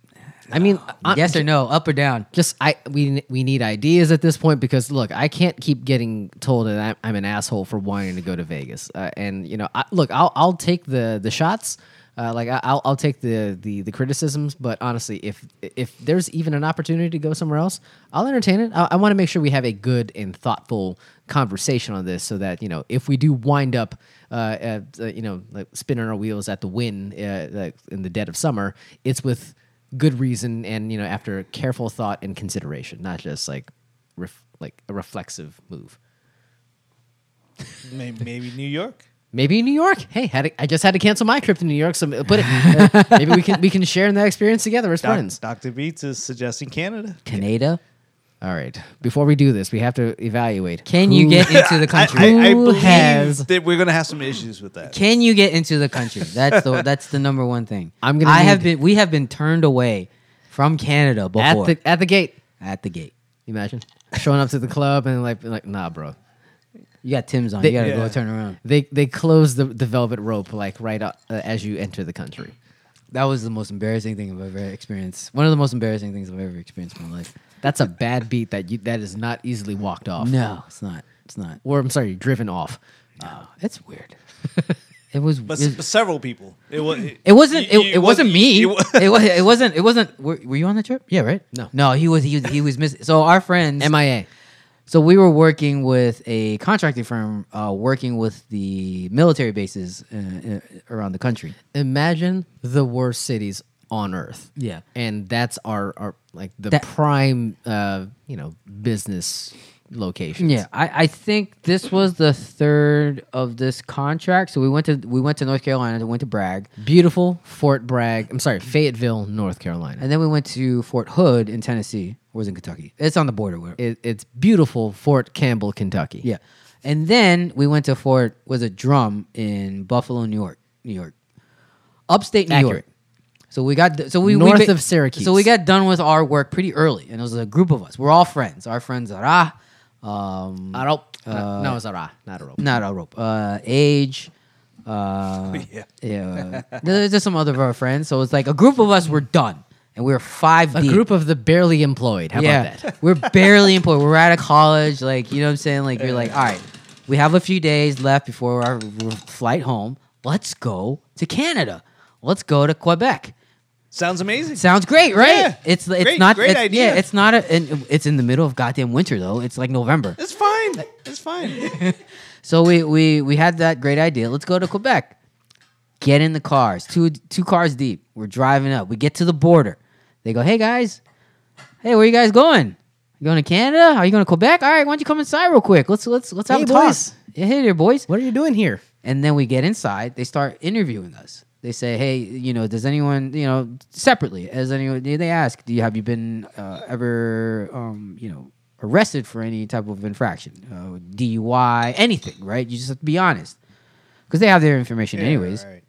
Speaker 1: I mean, uh,
Speaker 3: yes or no, up or down.
Speaker 1: just I we we need ideas at this point because look, I can't keep getting told that I'm, I'm an asshole for wanting to go to Vegas. Uh, and you know, I, look, I'll I'll take the the shots. Uh, like I, I'll, I'll take the, the the criticisms, but honestly, if if there's even an opportunity to go somewhere else, I'll entertain it. I, I want to make sure we have a good and thoughtful conversation on this, so that you know if we do wind up, uh, at, uh, you know, like spinning our wheels at the wind uh, like in the dead of summer, it's with good reason and you know after careful thought and consideration, not just like ref- like a reflexive move.
Speaker 2: Maybe, maybe New
Speaker 3: [LAUGHS]
Speaker 2: York.
Speaker 1: Maybe in New York. Hey, had to, I just had to cancel my trip to New York, so put it. uh, maybe we can we can share in that experience together as friends.
Speaker 2: Doctor Beats is suggesting Canada.
Speaker 3: Canada?
Speaker 1: All right. Before we do this, we have to evaluate.
Speaker 3: Can you
Speaker 1: who- [LAUGHS]
Speaker 3: get into the
Speaker 2: I,
Speaker 3: country?
Speaker 2: I, I
Speaker 3: Who
Speaker 2: believe
Speaker 3: has-
Speaker 2: that we're gonna have some issues with that.
Speaker 3: Can you get into the country?
Speaker 1: [LAUGHS]
Speaker 3: That's the that's the number one thing.
Speaker 1: I'm gonna
Speaker 3: I have
Speaker 1: need-
Speaker 3: been. We have been turned away from Canada before
Speaker 1: at the at the gate?
Speaker 3: at the gate.
Speaker 1: You Imagine showing up to the club and like like nah, bro.
Speaker 3: You got Tim's on.
Speaker 1: They-
Speaker 3: you gotta
Speaker 2: Yeah.
Speaker 3: go turn around.
Speaker 1: They they close the, the velvet rope like right up, uh, as you enter the country.
Speaker 3: That was the most embarrassing thing I've ever experienced. One of the most embarrassing things I've ever experienced in my life.
Speaker 1: That's a bad beat that you that is not easily walked off.
Speaker 3: No, it's not. It's not.
Speaker 1: Or I'm sorry, driven off. Uh,
Speaker 3: It's weird.
Speaker 1: [LAUGHS]
Speaker 3: It was.
Speaker 2: But,
Speaker 3: it,
Speaker 2: s- but several people. It was.
Speaker 3: Hmm. it wasn't.
Speaker 2: you-
Speaker 3: It,
Speaker 2: you
Speaker 3: it wasn't me.
Speaker 2: you
Speaker 3: It,
Speaker 2: wa- [LAUGHS]
Speaker 3: was. It wasn't. It wasn't. Were, were you on the trip? Yeah, right.
Speaker 1: No.
Speaker 3: No, he was. He was. He was missing. So our friends.
Speaker 1: MIA.
Speaker 3: So we were working with a contracting firm, uh, working with the military bases uh, uh, around the country.
Speaker 1: imagine the worst cities on earth.
Speaker 3: Yeah.
Speaker 1: And that's our, our like the
Speaker 3: That-
Speaker 1: prime uh, you know, business locations.
Speaker 3: Yeah, I, I think this was the third of this contract. So we went to we went to North Carolina, went to Bragg,
Speaker 1: Beautiful Fort Bragg. I'm sorry, Fayetteville, North Carolina.
Speaker 3: and then we went to Fort Hood in Tennessee. Or was it in Kentucky. It's on the border. Where,
Speaker 1: It, it's beautiful Fort Campbell, Kentucky.
Speaker 3: yeah, and then we went to Fort was a drum in Buffalo, New York, New York, upstate New
Speaker 1: Accurate.
Speaker 3: York. So we got th- so we
Speaker 1: North
Speaker 3: we ba-
Speaker 1: of Syracuse.
Speaker 3: So we got done with our work pretty early, and it was a group of us. We're all friends. Our friends are ah, um,
Speaker 1: A rope. Uh, no, it's a ra, not a rope.
Speaker 3: not a rope. Uh, age.
Speaker 2: [LAUGHS]
Speaker 3: Uh, yeah. uh, there's just some other of our friends. So it's like a group of us were done, and we were five
Speaker 1: A
Speaker 3: deep.
Speaker 1: group of the barely employed. How
Speaker 3: yeah,
Speaker 1: about that? [LAUGHS]
Speaker 3: we're barely employed. We're out of college. Like you know what I'm saying? Like you're like, all right, we have a few days left before our flight home. Let's go to Canada. Let's go to Quebec.
Speaker 2: Sounds amazing.
Speaker 3: Sounds great, right?
Speaker 2: Yeah.
Speaker 3: It's it's
Speaker 2: Great-
Speaker 3: not
Speaker 2: great
Speaker 3: it's,
Speaker 2: idea.
Speaker 3: Yeah, it's not a, and it's in the middle of goddamn winter though. It's like November.
Speaker 2: It's fine. It's fine.
Speaker 3: So we we we had that great idea. Let's go to Quebec. Get in the cars. Two two cars deep. We're driving up. We get to the border. They go, "Hey guys, hey, where you guys going? You going to Canada? Are you going to Quebec? All right, why don't you come inside real quick? Let's let's let's have
Speaker 1: Hey,
Speaker 3: a talk.
Speaker 1: boys.
Speaker 3: Yeah, hey there, boys.
Speaker 1: What are you doing here?
Speaker 3: And then we get inside. They start interviewing us. They say, "Hey, you know, does anyone, you know, separately, as anyone?" They ask, "Do you have you been uh, ever, um, you know, arrested for any type of infraction, uh, DUI, anything?" Right? You just have to be honest, because they have their information [LAUGHS] anyways.
Speaker 2: All right.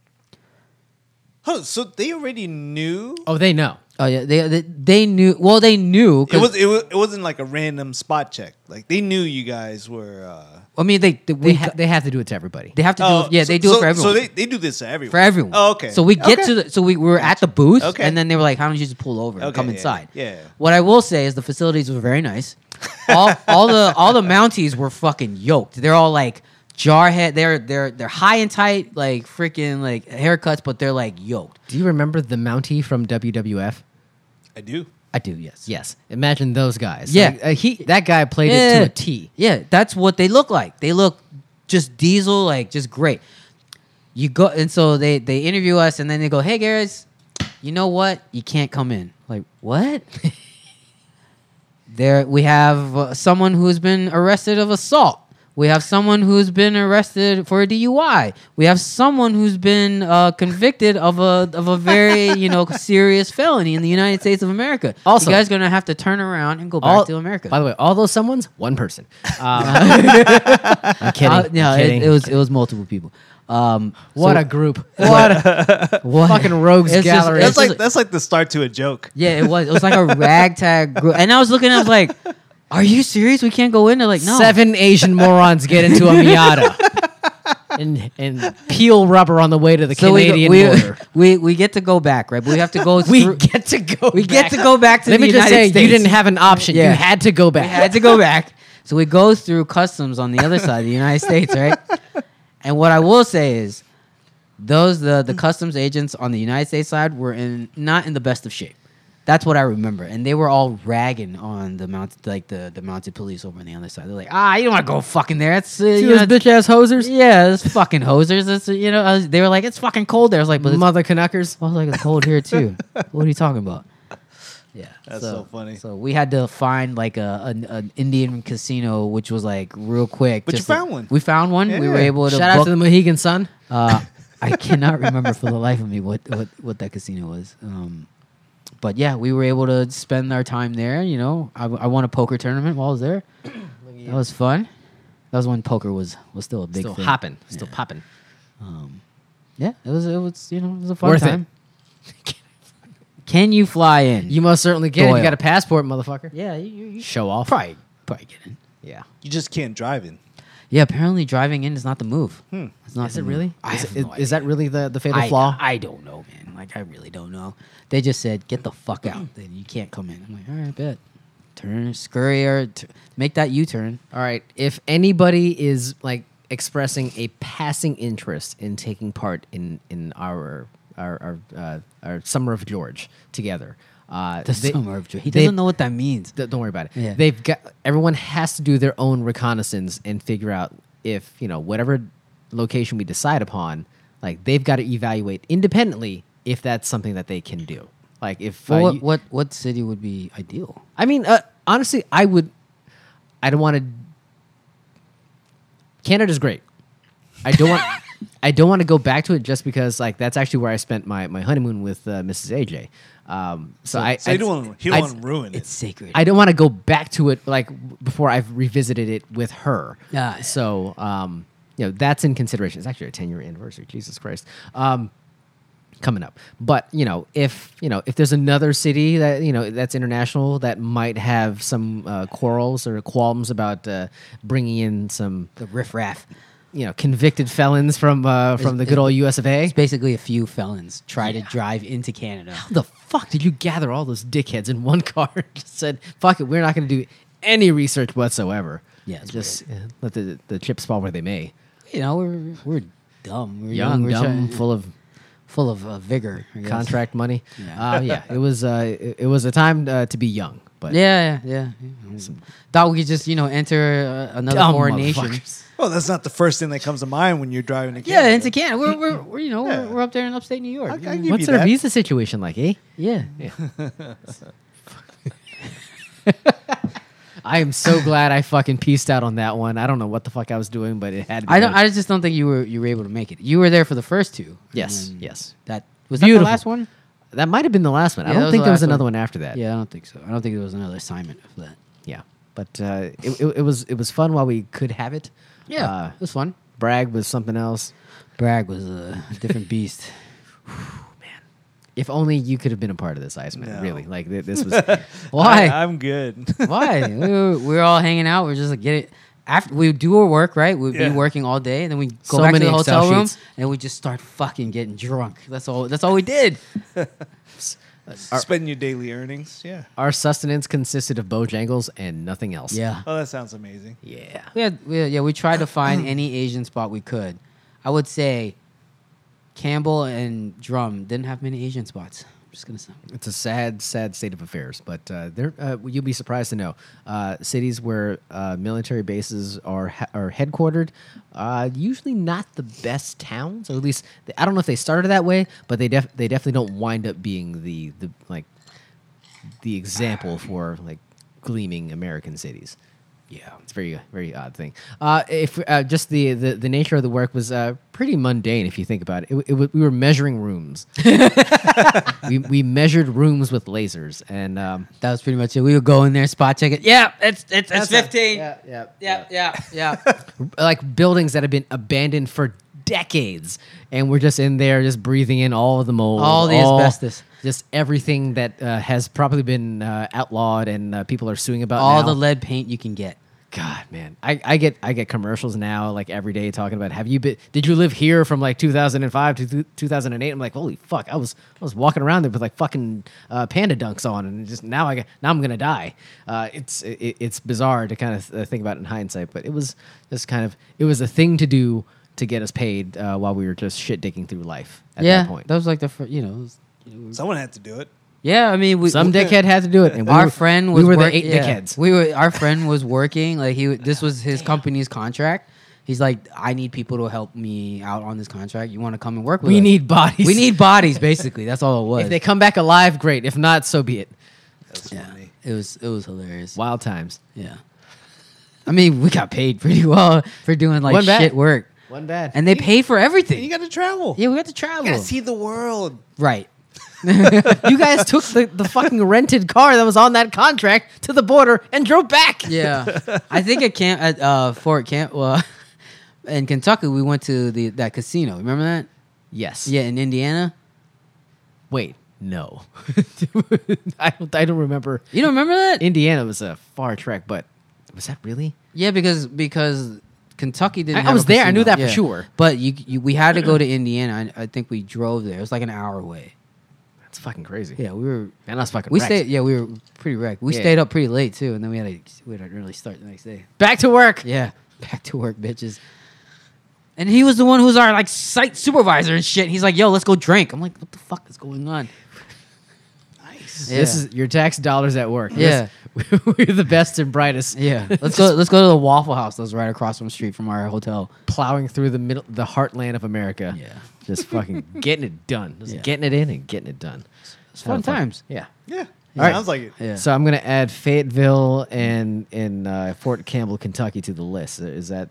Speaker 2: Huh, so they already knew.
Speaker 1: Oh, they know.
Speaker 3: Oh yeah, they, they they knew. Well, they knew. 'cause-
Speaker 2: It was. It was. It wasn't like a random spot check. Like they knew you guys were. Uh,
Speaker 3: I mean, they
Speaker 1: They,
Speaker 3: they, we,
Speaker 1: ha- they have to do it to everybody.
Speaker 3: they have to
Speaker 2: oh,
Speaker 3: do. It, yeah,
Speaker 2: so-
Speaker 3: they do
Speaker 2: so,
Speaker 3: it for everyone.
Speaker 2: So they, they do this to everyone.
Speaker 3: for everyone.
Speaker 2: Oh, okay.
Speaker 3: So we get
Speaker 2: Okay.
Speaker 3: to the so we were at the booth,
Speaker 2: Okay.
Speaker 3: and then they were like, "Why don't you just pull over and
Speaker 2: Okay,
Speaker 3: come
Speaker 2: yeah,
Speaker 3: inside?"
Speaker 2: yeah, yeah.
Speaker 3: What I will say is the facilities were very nice.
Speaker 2: [LAUGHS]
Speaker 3: All all the all the Mounties were fucking yoked. They're all like jarhead. They're they're they're high and tight, like freaking like haircuts, but they're like yoked.
Speaker 1: do you remember the Mountie from WWF?
Speaker 2: I do.
Speaker 3: I do, yes,
Speaker 1: Yes. Imagine those guys.
Speaker 3: Yeah. Eh.
Speaker 1: Like, uh, he that guy played it to a T.
Speaker 3: Yeah, that's what they look like. They look just diesel, like just great. You go and so they they interview us and then they go, Hey guys, you know what? You can't come in. Like, what? [LAUGHS] there we have uh, someone who's been arrested of assault. We have someone who's been arrested for a DUI. We have someone who's been uh, convicted of a of a very
Speaker 1: [LAUGHS]
Speaker 3: you know serious felony in the United States of America.
Speaker 1: Also-
Speaker 3: you guys gonna have to turn around and go back
Speaker 1: All-
Speaker 3: to America.
Speaker 1: By the way, all those someone's one
Speaker 3: [LAUGHS]
Speaker 1: person. Um, I'm kidding.
Speaker 3: Uh, no,
Speaker 1: I'm kidding.
Speaker 3: It, it was it was multiple people. Um,
Speaker 1: what
Speaker 3: so-
Speaker 1: a
Speaker 3: [LAUGHS]
Speaker 1: group. What [LAUGHS] a
Speaker 3: what-
Speaker 1: fucking rogues
Speaker 3: it's just-
Speaker 1: gallery.
Speaker 3: it's
Speaker 2: That's like
Speaker 3: just-
Speaker 2: that's like the start to a joke.
Speaker 3: yeah, it was. It was like a ragtag group, and I was looking. I was like, "Are you serious? We can't go in." They're like, "No."
Speaker 1: Seven Asian morons get into a Miata
Speaker 3: [LAUGHS]
Speaker 1: and, and peel rubber on the way to the
Speaker 3: So we go-
Speaker 1: Canadian
Speaker 3: we, [LAUGHS]
Speaker 1: border.
Speaker 3: we we get to go back, right? But we have to go.
Speaker 1: [LAUGHS] We
Speaker 3: through,
Speaker 1: get to go.
Speaker 3: we get
Speaker 1: back.
Speaker 3: to go back to
Speaker 1: Let
Speaker 3: the
Speaker 1: me just
Speaker 3: United
Speaker 1: say, you
Speaker 3: States.
Speaker 1: didn't have an option.
Speaker 3: Yeah.
Speaker 1: You had to go back.
Speaker 3: We had to go back. [LAUGHS] So we go through customs on the other side of the United States, right? And what I will say is, Those the the customs agents on the United States side were in not in the best of shape. That's what I remember, and they were all ragging on the mounted like the, the mounted police over on the other side. They're like, ah, you don't want to go fucking there. It's uh,
Speaker 1: See
Speaker 3: you
Speaker 1: those
Speaker 3: know,
Speaker 1: bitch ass hosers,
Speaker 3: yeah, it's fucking hosers. It's you know, I was- they were like, it's fucking cold there. I was like, but it's,
Speaker 1: mother Canuckers.
Speaker 3: I was like, it's cold here too. what are you talking about? Yeah,
Speaker 2: That's so funny.
Speaker 3: So we had to find like a an, an Indian casino, which was like real quick.
Speaker 2: But you
Speaker 3: just to-
Speaker 2: found one.
Speaker 3: We found one. We were
Speaker 2: Yeah.
Speaker 3: able to
Speaker 1: Shout out
Speaker 3: book-
Speaker 1: to the Mohegan Sun.
Speaker 3: uh, I cannot remember for the life of me what what, what that casino was. Um, but yeah, we were able to spend our time there. You know, I, I won a poker tournament while I was there. that was fun. That was when poker was was still a big
Speaker 1: Still
Speaker 3: thing.
Speaker 1: hopping, still popping.
Speaker 3: Yeah, it was. It was. You know, it was a fun
Speaker 1: Worth it.
Speaker 3: time. [LAUGHS] Can you fly in?
Speaker 1: You most certainly can. if You
Speaker 3: Doyle.
Speaker 1: got a passport, motherfucker.
Speaker 3: yeah, you, you, you
Speaker 1: Show off.
Speaker 3: probably probably get in.
Speaker 1: Yeah.
Speaker 2: You just can't drive in.
Speaker 3: Yeah, apparently driving in is not the move. It's not.
Speaker 1: Hmm. Is
Speaker 3: the
Speaker 1: it
Speaker 3: move.
Speaker 1: really?
Speaker 3: I
Speaker 1: is,
Speaker 3: have
Speaker 1: it- is
Speaker 3: no idea.
Speaker 1: that really the, the fatal
Speaker 3: I,
Speaker 1: flaw?
Speaker 3: I don't know, man. Like I really don't know. They just said, "Get the fuck
Speaker 1: Hmm.
Speaker 3: out." Then you can't come in. I'm like, all right, bet. Turn, scurry, or t- make that U-turn.
Speaker 1: All right. If anybody is like expressing a passing interest in taking part in in our our our, uh, our summer of George together, uh,
Speaker 3: The
Speaker 1: they-
Speaker 3: summer of joy. He
Speaker 1: they-
Speaker 3: doesn't know what that means.
Speaker 1: th- don't worry about it.
Speaker 3: Yeah.
Speaker 1: They've got everyone has to do their own reconnaissance and figure out if you know whatever location we decide upon. Like they've got to evaluate independently if that's something that they can do. Like if uh,
Speaker 3: Well, what,
Speaker 1: you-
Speaker 3: what what city would be ideal?
Speaker 1: I mean, uh, honestly, I would. I don't want to. Canada's great. I don't
Speaker 2: [LAUGHS]
Speaker 1: want. I don't want to go back to it just because, like, that's actually where I spent my, my honeymoon with uh, Mrs. AJ. Um, so, I
Speaker 2: So you don't wanna- you don't
Speaker 1: I'd-
Speaker 2: want to ruin
Speaker 3: It's
Speaker 2: it.
Speaker 3: sacred.
Speaker 1: I don't want to go back to it like before I've revisited it with her.
Speaker 3: Ah, yeah.
Speaker 1: So, um, you know, that's in consideration. It's actually a 10 year anniversary. Jesus Christ. Um, coming up. But, you know, if, you know, if there's another city that, you know, that's international that might have some uh, quarrels or qualms about uh, bringing in some,
Speaker 3: the riffraff.
Speaker 1: you know, convicted felons from uh, from the good old US of A.
Speaker 3: It's basically a few felons try to drive into Canada.
Speaker 1: How the fuck did you gather all those dickheads in one [LAUGHS] car? and just said, fuck it, we're not going to do any research whatsoever.
Speaker 3: Yeah, it's
Speaker 1: just uh, let the, the chips fall where they may.
Speaker 3: You know, we're we're dumb. We're young,
Speaker 1: Young,
Speaker 3: we're
Speaker 1: dumb,
Speaker 3: trying-
Speaker 1: full of
Speaker 3: full of uh, vigor. I guess.
Speaker 1: contract money.
Speaker 3: [LAUGHS] Yeah.
Speaker 1: Yeah, uh, yeah it was uh, it, it was a time uh, to be young, but
Speaker 3: Yeah, yeah, yeah. Thought we could just you know enter uh, another
Speaker 1: mm. dumb
Speaker 3: foreign nation.
Speaker 1: motherfuckers.
Speaker 2: Well, Oh, that's not the first thing that comes to mind when you're driving to
Speaker 3: [LAUGHS] Yeah,
Speaker 2: Canada.
Speaker 3: into Canada. We're, we're, we're you know
Speaker 2: Yeah.
Speaker 3: we're, we're up there in upstate New York.
Speaker 2: I- I give
Speaker 1: What's
Speaker 2: you
Speaker 1: our
Speaker 2: that.
Speaker 1: visa situation like, eh?
Speaker 3: yeah.
Speaker 1: I am so glad I fucking pieced out on that one. I don't know what the fuck I was doing, but it had to be
Speaker 3: I don't.
Speaker 1: done.
Speaker 3: I just don't think you were you were able to make it. You were there for the first two. and
Speaker 1: yes,
Speaker 3: then
Speaker 1: yes.
Speaker 3: That was that
Speaker 1: Beautiful.
Speaker 3: the last one.
Speaker 1: That might have been the last one.
Speaker 3: Yeah,
Speaker 1: I
Speaker 3: that
Speaker 1: don't
Speaker 3: was
Speaker 1: think
Speaker 3: the
Speaker 1: there was
Speaker 3: last one.
Speaker 1: another one after that.
Speaker 3: Yeah, I don't think so. I don't think there was another assignment of that.
Speaker 1: yeah. But uh, it, it, it was it was fun while we could have it.
Speaker 3: Yeah,
Speaker 1: uh,
Speaker 3: it was fun.
Speaker 1: brag was something else.
Speaker 3: Bragg was a different beast.
Speaker 1: If only you could have been a part of this, Iceman.
Speaker 2: No.
Speaker 1: Really, like th- this
Speaker 3: [LAUGHS]
Speaker 1: was
Speaker 3: [LAUGHS] Why?
Speaker 2: I, am good. [LAUGHS]
Speaker 3: Why? we were, we were all hanging out. We are just like, get it. After we do our work, right? We'd
Speaker 2: Yeah.
Speaker 3: be working all day, and then we go
Speaker 1: So
Speaker 3: back to
Speaker 1: many
Speaker 3: the
Speaker 1: Excel
Speaker 3: hotel room,
Speaker 1: sheets.
Speaker 3: and we just start fucking getting drunk. That's all. That's all we did.
Speaker 2: Spend your daily earnings. Yeah.
Speaker 1: our sustenance consisted of Bojangles and nothing else.
Speaker 3: Yeah.
Speaker 2: Oh, that sounds amazing.
Speaker 1: yeah.
Speaker 3: We had, we yeah, we tried to find any Asian spot we could. I would say Campbell and Drum didn't have many Asian spots. I'm just gonna say.
Speaker 1: It's a sad, sad state of affairs. But uh, there, uh, you'll be surprised to know uh, cities where uh, military bases are ha- are headquartered. Uh, usually not the best towns, or at least I don't know if they started that way, but they def- they definitely don't wind up being the the like the example for like gleaming American cities. Yeah, it's very very odd thing. Uh, if uh, just the, the the nature of the work was uh, pretty mundane if you think about it. it, it wa- we were measuring rooms. we, we measured rooms with lasers and um,
Speaker 3: That was pretty much it. We would go in there, spot check it. Yeah, it's it's, it's fifteen.
Speaker 1: yeah, yeah,
Speaker 3: yeah, yeah, yeah.
Speaker 1: like buildings that have been abandoned for decades and we're just in there just breathing in all of the mold
Speaker 3: All the asbestos.
Speaker 1: just everything that uh, has probably been uh, outlawed and uh, people are suing about
Speaker 3: All
Speaker 1: now.
Speaker 3: the lead paint you can get.
Speaker 1: God, man, I, I get I get commercials now like every day talking about have you been did you live here from like 2005 to th- 2008? I'm like holy fuck, I was I was walking around there with like fucking uh, panda dunks on and just now I got, now I'm gonna die. Uh, it's it, it's bizarre to kind of uh, think about it in hindsight, but it was just kind of it was a thing to do to get us paid uh, while we were just shit digging through life at
Speaker 3: yeah,
Speaker 1: that point.
Speaker 3: was like the fir- you know. it was- you know, we-
Speaker 2: Someone had to do it.
Speaker 3: yeah, I mean, we,
Speaker 1: Some
Speaker 3: we-
Speaker 1: dickhead had to do it, and we
Speaker 3: our
Speaker 1: were-
Speaker 3: friend
Speaker 1: we
Speaker 3: was
Speaker 1: were
Speaker 3: work-
Speaker 1: the eight
Speaker 3: yeah.
Speaker 1: dickheads.
Speaker 3: We were our friend was working like he this was his company's contract. He's like, I need people to help me out on this contract. You want to come and work with
Speaker 1: We
Speaker 3: us?
Speaker 1: need bodies.
Speaker 3: we need bodies basically. That's all it
Speaker 1: [LAUGHS]
Speaker 3: was.
Speaker 1: If they come back alive, great. If not, so be it.
Speaker 2: That's funny.
Speaker 3: it was it was hilarious.
Speaker 1: Wild times.
Speaker 3: Yeah. I mean, we got paid pretty [LAUGHS] well for doing like
Speaker 1: One bet.
Speaker 3: shit work.
Speaker 1: One bad.
Speaker 3: And they paid for
Speaker 2: And you
Speaker 3: everything.
Speaker 2: got to travel.
Speaker 3: Yeah, we got to
Speaker 2: You
Speaker 3: travel.
Speaker 2: got to see the world.
Speaker 3: Right.
Speaker 1: you guys took the, the fucking rented car that was on that contract to the border and drove back.
Speaker 3: Yeah. [LAUGHS] I think at camp at uh Fort Camp well [LAUGHS] in Kentucky we went to the that casino. Remember that?
Speaker 1: Yes.
Speaker 3: Yeah, in Indiana.
Speaker 1: Wait. No. [LAUGHS] I don't. I don't remember.
Speaker 3: You don't remember that?
Speaker 1: Indiana was a far trek, but was that really?
Speaker 3: Yeah, because because Kentucky didn't.
Speaker 1: I- I
Speaker 3: have a
Speaker 1: was there. I knew
Speaker 3: casino.
Speaker 1: that for sure.
Speaker 3: But you, you, we had to go to Indiana. I, I think we drove there. It was like an hour away.
Speaker 1: That's fucking crazy.
Speaker 3: Yeah, we were.
Speaker 1: Man, I was fucking.
Speaker 3: We
Speaker 1: wrecked.
Speaker 3: stayed. Yeah, we were pretty wrecked. We
Speaker 1: Yeah.
Speaker 3: stayed up pretty late too, and then we had to we had to early start the next day.
Speaker 1: back to work.
Speaker 3: Yeah, [LAUGHS] back to work, bitches. And he was the one who was our like site supervisor and shit. He's like, "Yo, let's go drink." I'm like, "What the fuck is
Speaker 1: [LAUGHS]
Speaker 3: going on?"
Speaker 2: Nice.
Speaker 3: Yeah.
Speaker 1: This is your tax dollars at work.
Speaker 3: Yeah.
Speaker 1: This- [LAUGHS] we're the best and brightest. [LAUGHS]
Speaker 3: Yeah, let's go. Let's go to the Waffle House. That's right across from the street from our hotel.
Speaker 1: plowing through the middle, the heartland of America.
Speaker 3: Yeah.
Speaker 1: just [LAUGHS] fucking getting it done. Just
Speaker 3: Yeah.
Speaker 1: getting it in and getting it done.
Speaker 3: It's fun times.
Speaker 1: Yeah.
Speaker 2: Yeah.
Speaker 1: right.
Speaker 2: Sounds like it.
Speaker 3: Yeah.
Speaker 1: So I'm gonna add Fayetteville and in uh, Fort Campbell, Kentucky, to the list. Is
Speaker 3: [LAUGHS]
Speaker 1: that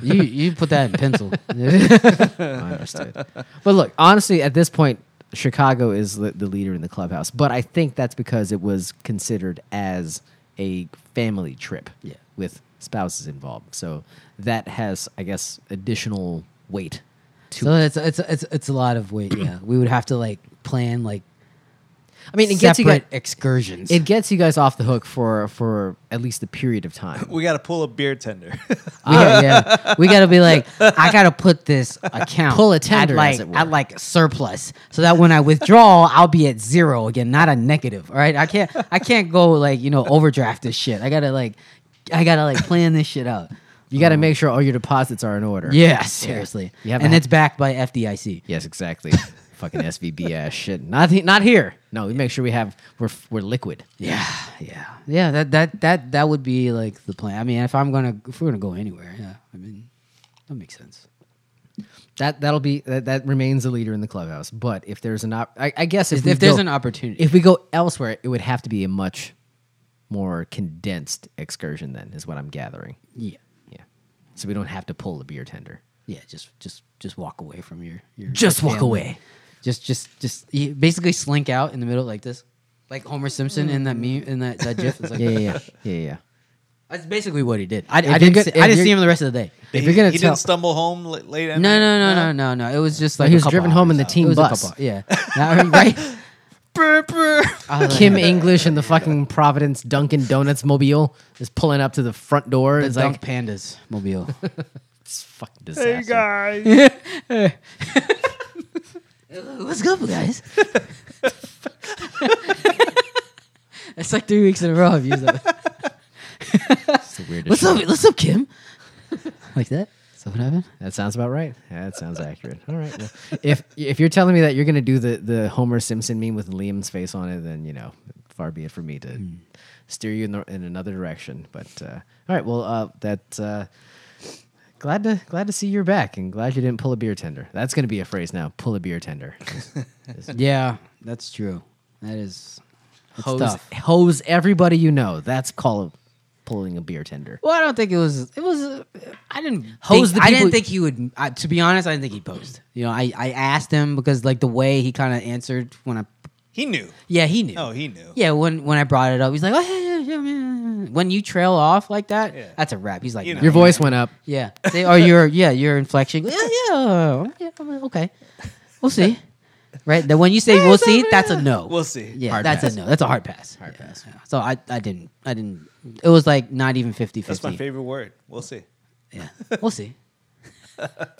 Speaker 3: You you put that in [LAUGHS] pencil.
Speaker 1: I understood? but look, honestly, at this point, Chicago is the, the leader in the clubhouse. But I think that's because it was considered as a family trip
Speaker 3: Yeah.
Speaker 1: with spouses involved. So that has, I guess, additional weight. To
Speaker 3: So it's it's it's it's a lot of weight. Yeah, we would have to like plan like
Speaker 1: I mean, it gets you.
Speaker 3: separate
Speaker 1: guys-
Speaker 3: excursions.
Speaker 1: It gets you guys off the hook for for at least a period of time.
Speaker 3: [LAUGHS]
Speaker 2: We got to pull a beer tender.
Speaker 3: we got, Ah, yeah, we got to be [LAUGHS] like, I gotta put this account
Speaker 1: Pull a
Speaker 3: at,
Speaker 1: tender, as
Speaker 3: like
Speaker 1: it were.
Speaker 3: at like surplus, so that when I withdraw, I'll be at zero again, not a negative. All right, I can't I can't go like you know overdraft this shit. I gotta like I gotta like plan this shit out.
Speaker 1: You got to make sure all your deposits are in order.
Speaker 3: [LAUGHS] Yeah, seriously.
Speaker 1: You have
Speaker 3: and
Speaker 1: a-
Speaker 3: it's backed by FDIC.
Speaker 1: Yes, exactly. [LAUGHS] Fucking SVB ass shit. Not he- not here. No, we make sure we have we're we're liquid.
Speaker 3: Yeah, yeah, yeah. That that that that would be like the plan. I mean, if I'm gonna if we're gonna go anywhere, yeah. I mean, that makes sense.
Speaker 1: That that'll be that, that remains the leader in the clubhouse. But if there's an op- I, I guess if,
Speaker 3: If,
Speaker 1: we
Speaker 3: if there's
Speaker 1: go-
Speaker 3: an opportunity,
Speaker 1: if we go elsewhere, it would have to be a much more condensed excursion. Then is what I'm gathering.
Speaker 3: yeah,
Speaker 1: Yeah. So we don't have to pull the beer tender.
Speaker 3: yeah. Just just just walk away from your your
Speaker 1: Just
Speaker 3: your
Speaker 1: walk
Speaker 3: family.
Speaker 1: away.
Speaker 3: Just just just you basically slink out in the middle like this, like Homer Simpson in that meme in that that gif. It's like,
Speaker 1: Mm. [LAUGHS] Yeah, yeah, yeah, yeah. yeah.
Speaker 3: That's basically what he did. I, I
Speaker 1: you're
Speaker 3: didn't
Speaker 1: gonna-
Speaker 3: see,
Speaker 1: if
Speaker 3: I didn't
Speaker 1: you're-
Speaker 3: see him the rest of the day.
Speaker 1: If
Speaker 2: [LAUGHS] he
Speaker 1: you're gonna
Speaker 2: he
Speaker 1: tell-
Speaker 2: didn't stumble home la- late at
Speaker 3: No,
Speaker 2: night?
Speaker 3: no, no, no, no, no. It was just like
Speaker 1: he
Speaker 3: a
Speaker 1: was
Speaker 3: couple
Speaker 1: driven home in
Speaker 3: hours.
Speaker 1: the team
Speaker 3: It was a
Speaker 1: bus.
Speaker 3: couple- yeah,
Speaker 1: [LAUGHS]
Speaker 3: Now, right.
Speaker 2: Brr, brr.
Speaker 3: I was like,
Speaker 1: Kim English and the fucking Providence Dunkin' Donuts mobile is pulling up to the front door.
Speaker 3: the
Speaker 1: it's
Speaker 3: Dunk
Speaker 1: like
Speaker 3: Pandas mobile.
Speaker 1: it's fucking disaster.
Speaker 2: guys.
Speaker 3: What's good, guys? [LAUGHS] it's like three weeks in a row I've used that.
Speaker 1: It's the weirdest
Speaker 3: What's
Speaker 1: shit.
Speaker 3: up? What's up, Kim? like that? Is that what happened?
Speaker 1: That sounds about right. That sounds accurate. All right. Well, if if you're telling me that you're gonna do the the Homer Simpson meme with Liam's face on it, then you know, far be it for me to
Speaker 3: Hmm.
Speaker 1: steer you in the, in another direction. But uh, all right. Well, uh, that. Uh, Glad to glad to see you're back, and glad you didn't pull a beer tender. That's going to be a phrase now. Pull a beer tender.
Speaker 3: [LAUGHS] Yeah, that's true. That is it's
Speaker 1: hose,
Speaker 3: tough.
Speaker 1: hose everybody you know. That's call pulling a beer tender.
Speaker 3: Well, I don't think it was. It was. uh, I didn't.
Speaker 1: Hose
Speaker 3: think,
Speaker 1: the
Speaker 3: I didn't
Speaker 1: people-
Speaker 3: think he would. I, to be honest, I didn't think he'd post. You know, I, I asked him because like the way he kind of answered when I.
Speaker 2: He knew.
Speaker 3: Yeah, he knew.
Speaker 2: Oh, he knew.
Speaker 3: Yeah, when when I brought it up, he's like, "Oh yeah, yeah, yeah, yeah." When you trail off like that,
Speaker 2: Yeah.
Speaker 3: that's a wrap. He's like,
Speaker 2: You know.
Speaker 3: "Nah."
Speaker 1: Your voice went up.
Speaker 3: Yeah. They are your [LAUGHS] yeah, your inflection. Yeah, yeah. yeah, okay. We'll see. Right? Then when you say we'll see, that's a no.
Speaker 2: We'll see.
Speaker 3: Yeah,
Speaker 1: Hard
Speaker 3: that's
Speaker 1: pass.
Speaker 3: a no. That's a hard pass. Hard pass. So I, I didn't I didn't it was like not even 50
Speaker 2: That's
Speaker 3: 50.
Speaker 2: my favorite word. We'll see.
Speaker 3: Yeah.
Speaker 1: [LAUGHS]
Speaker 3: We'll see.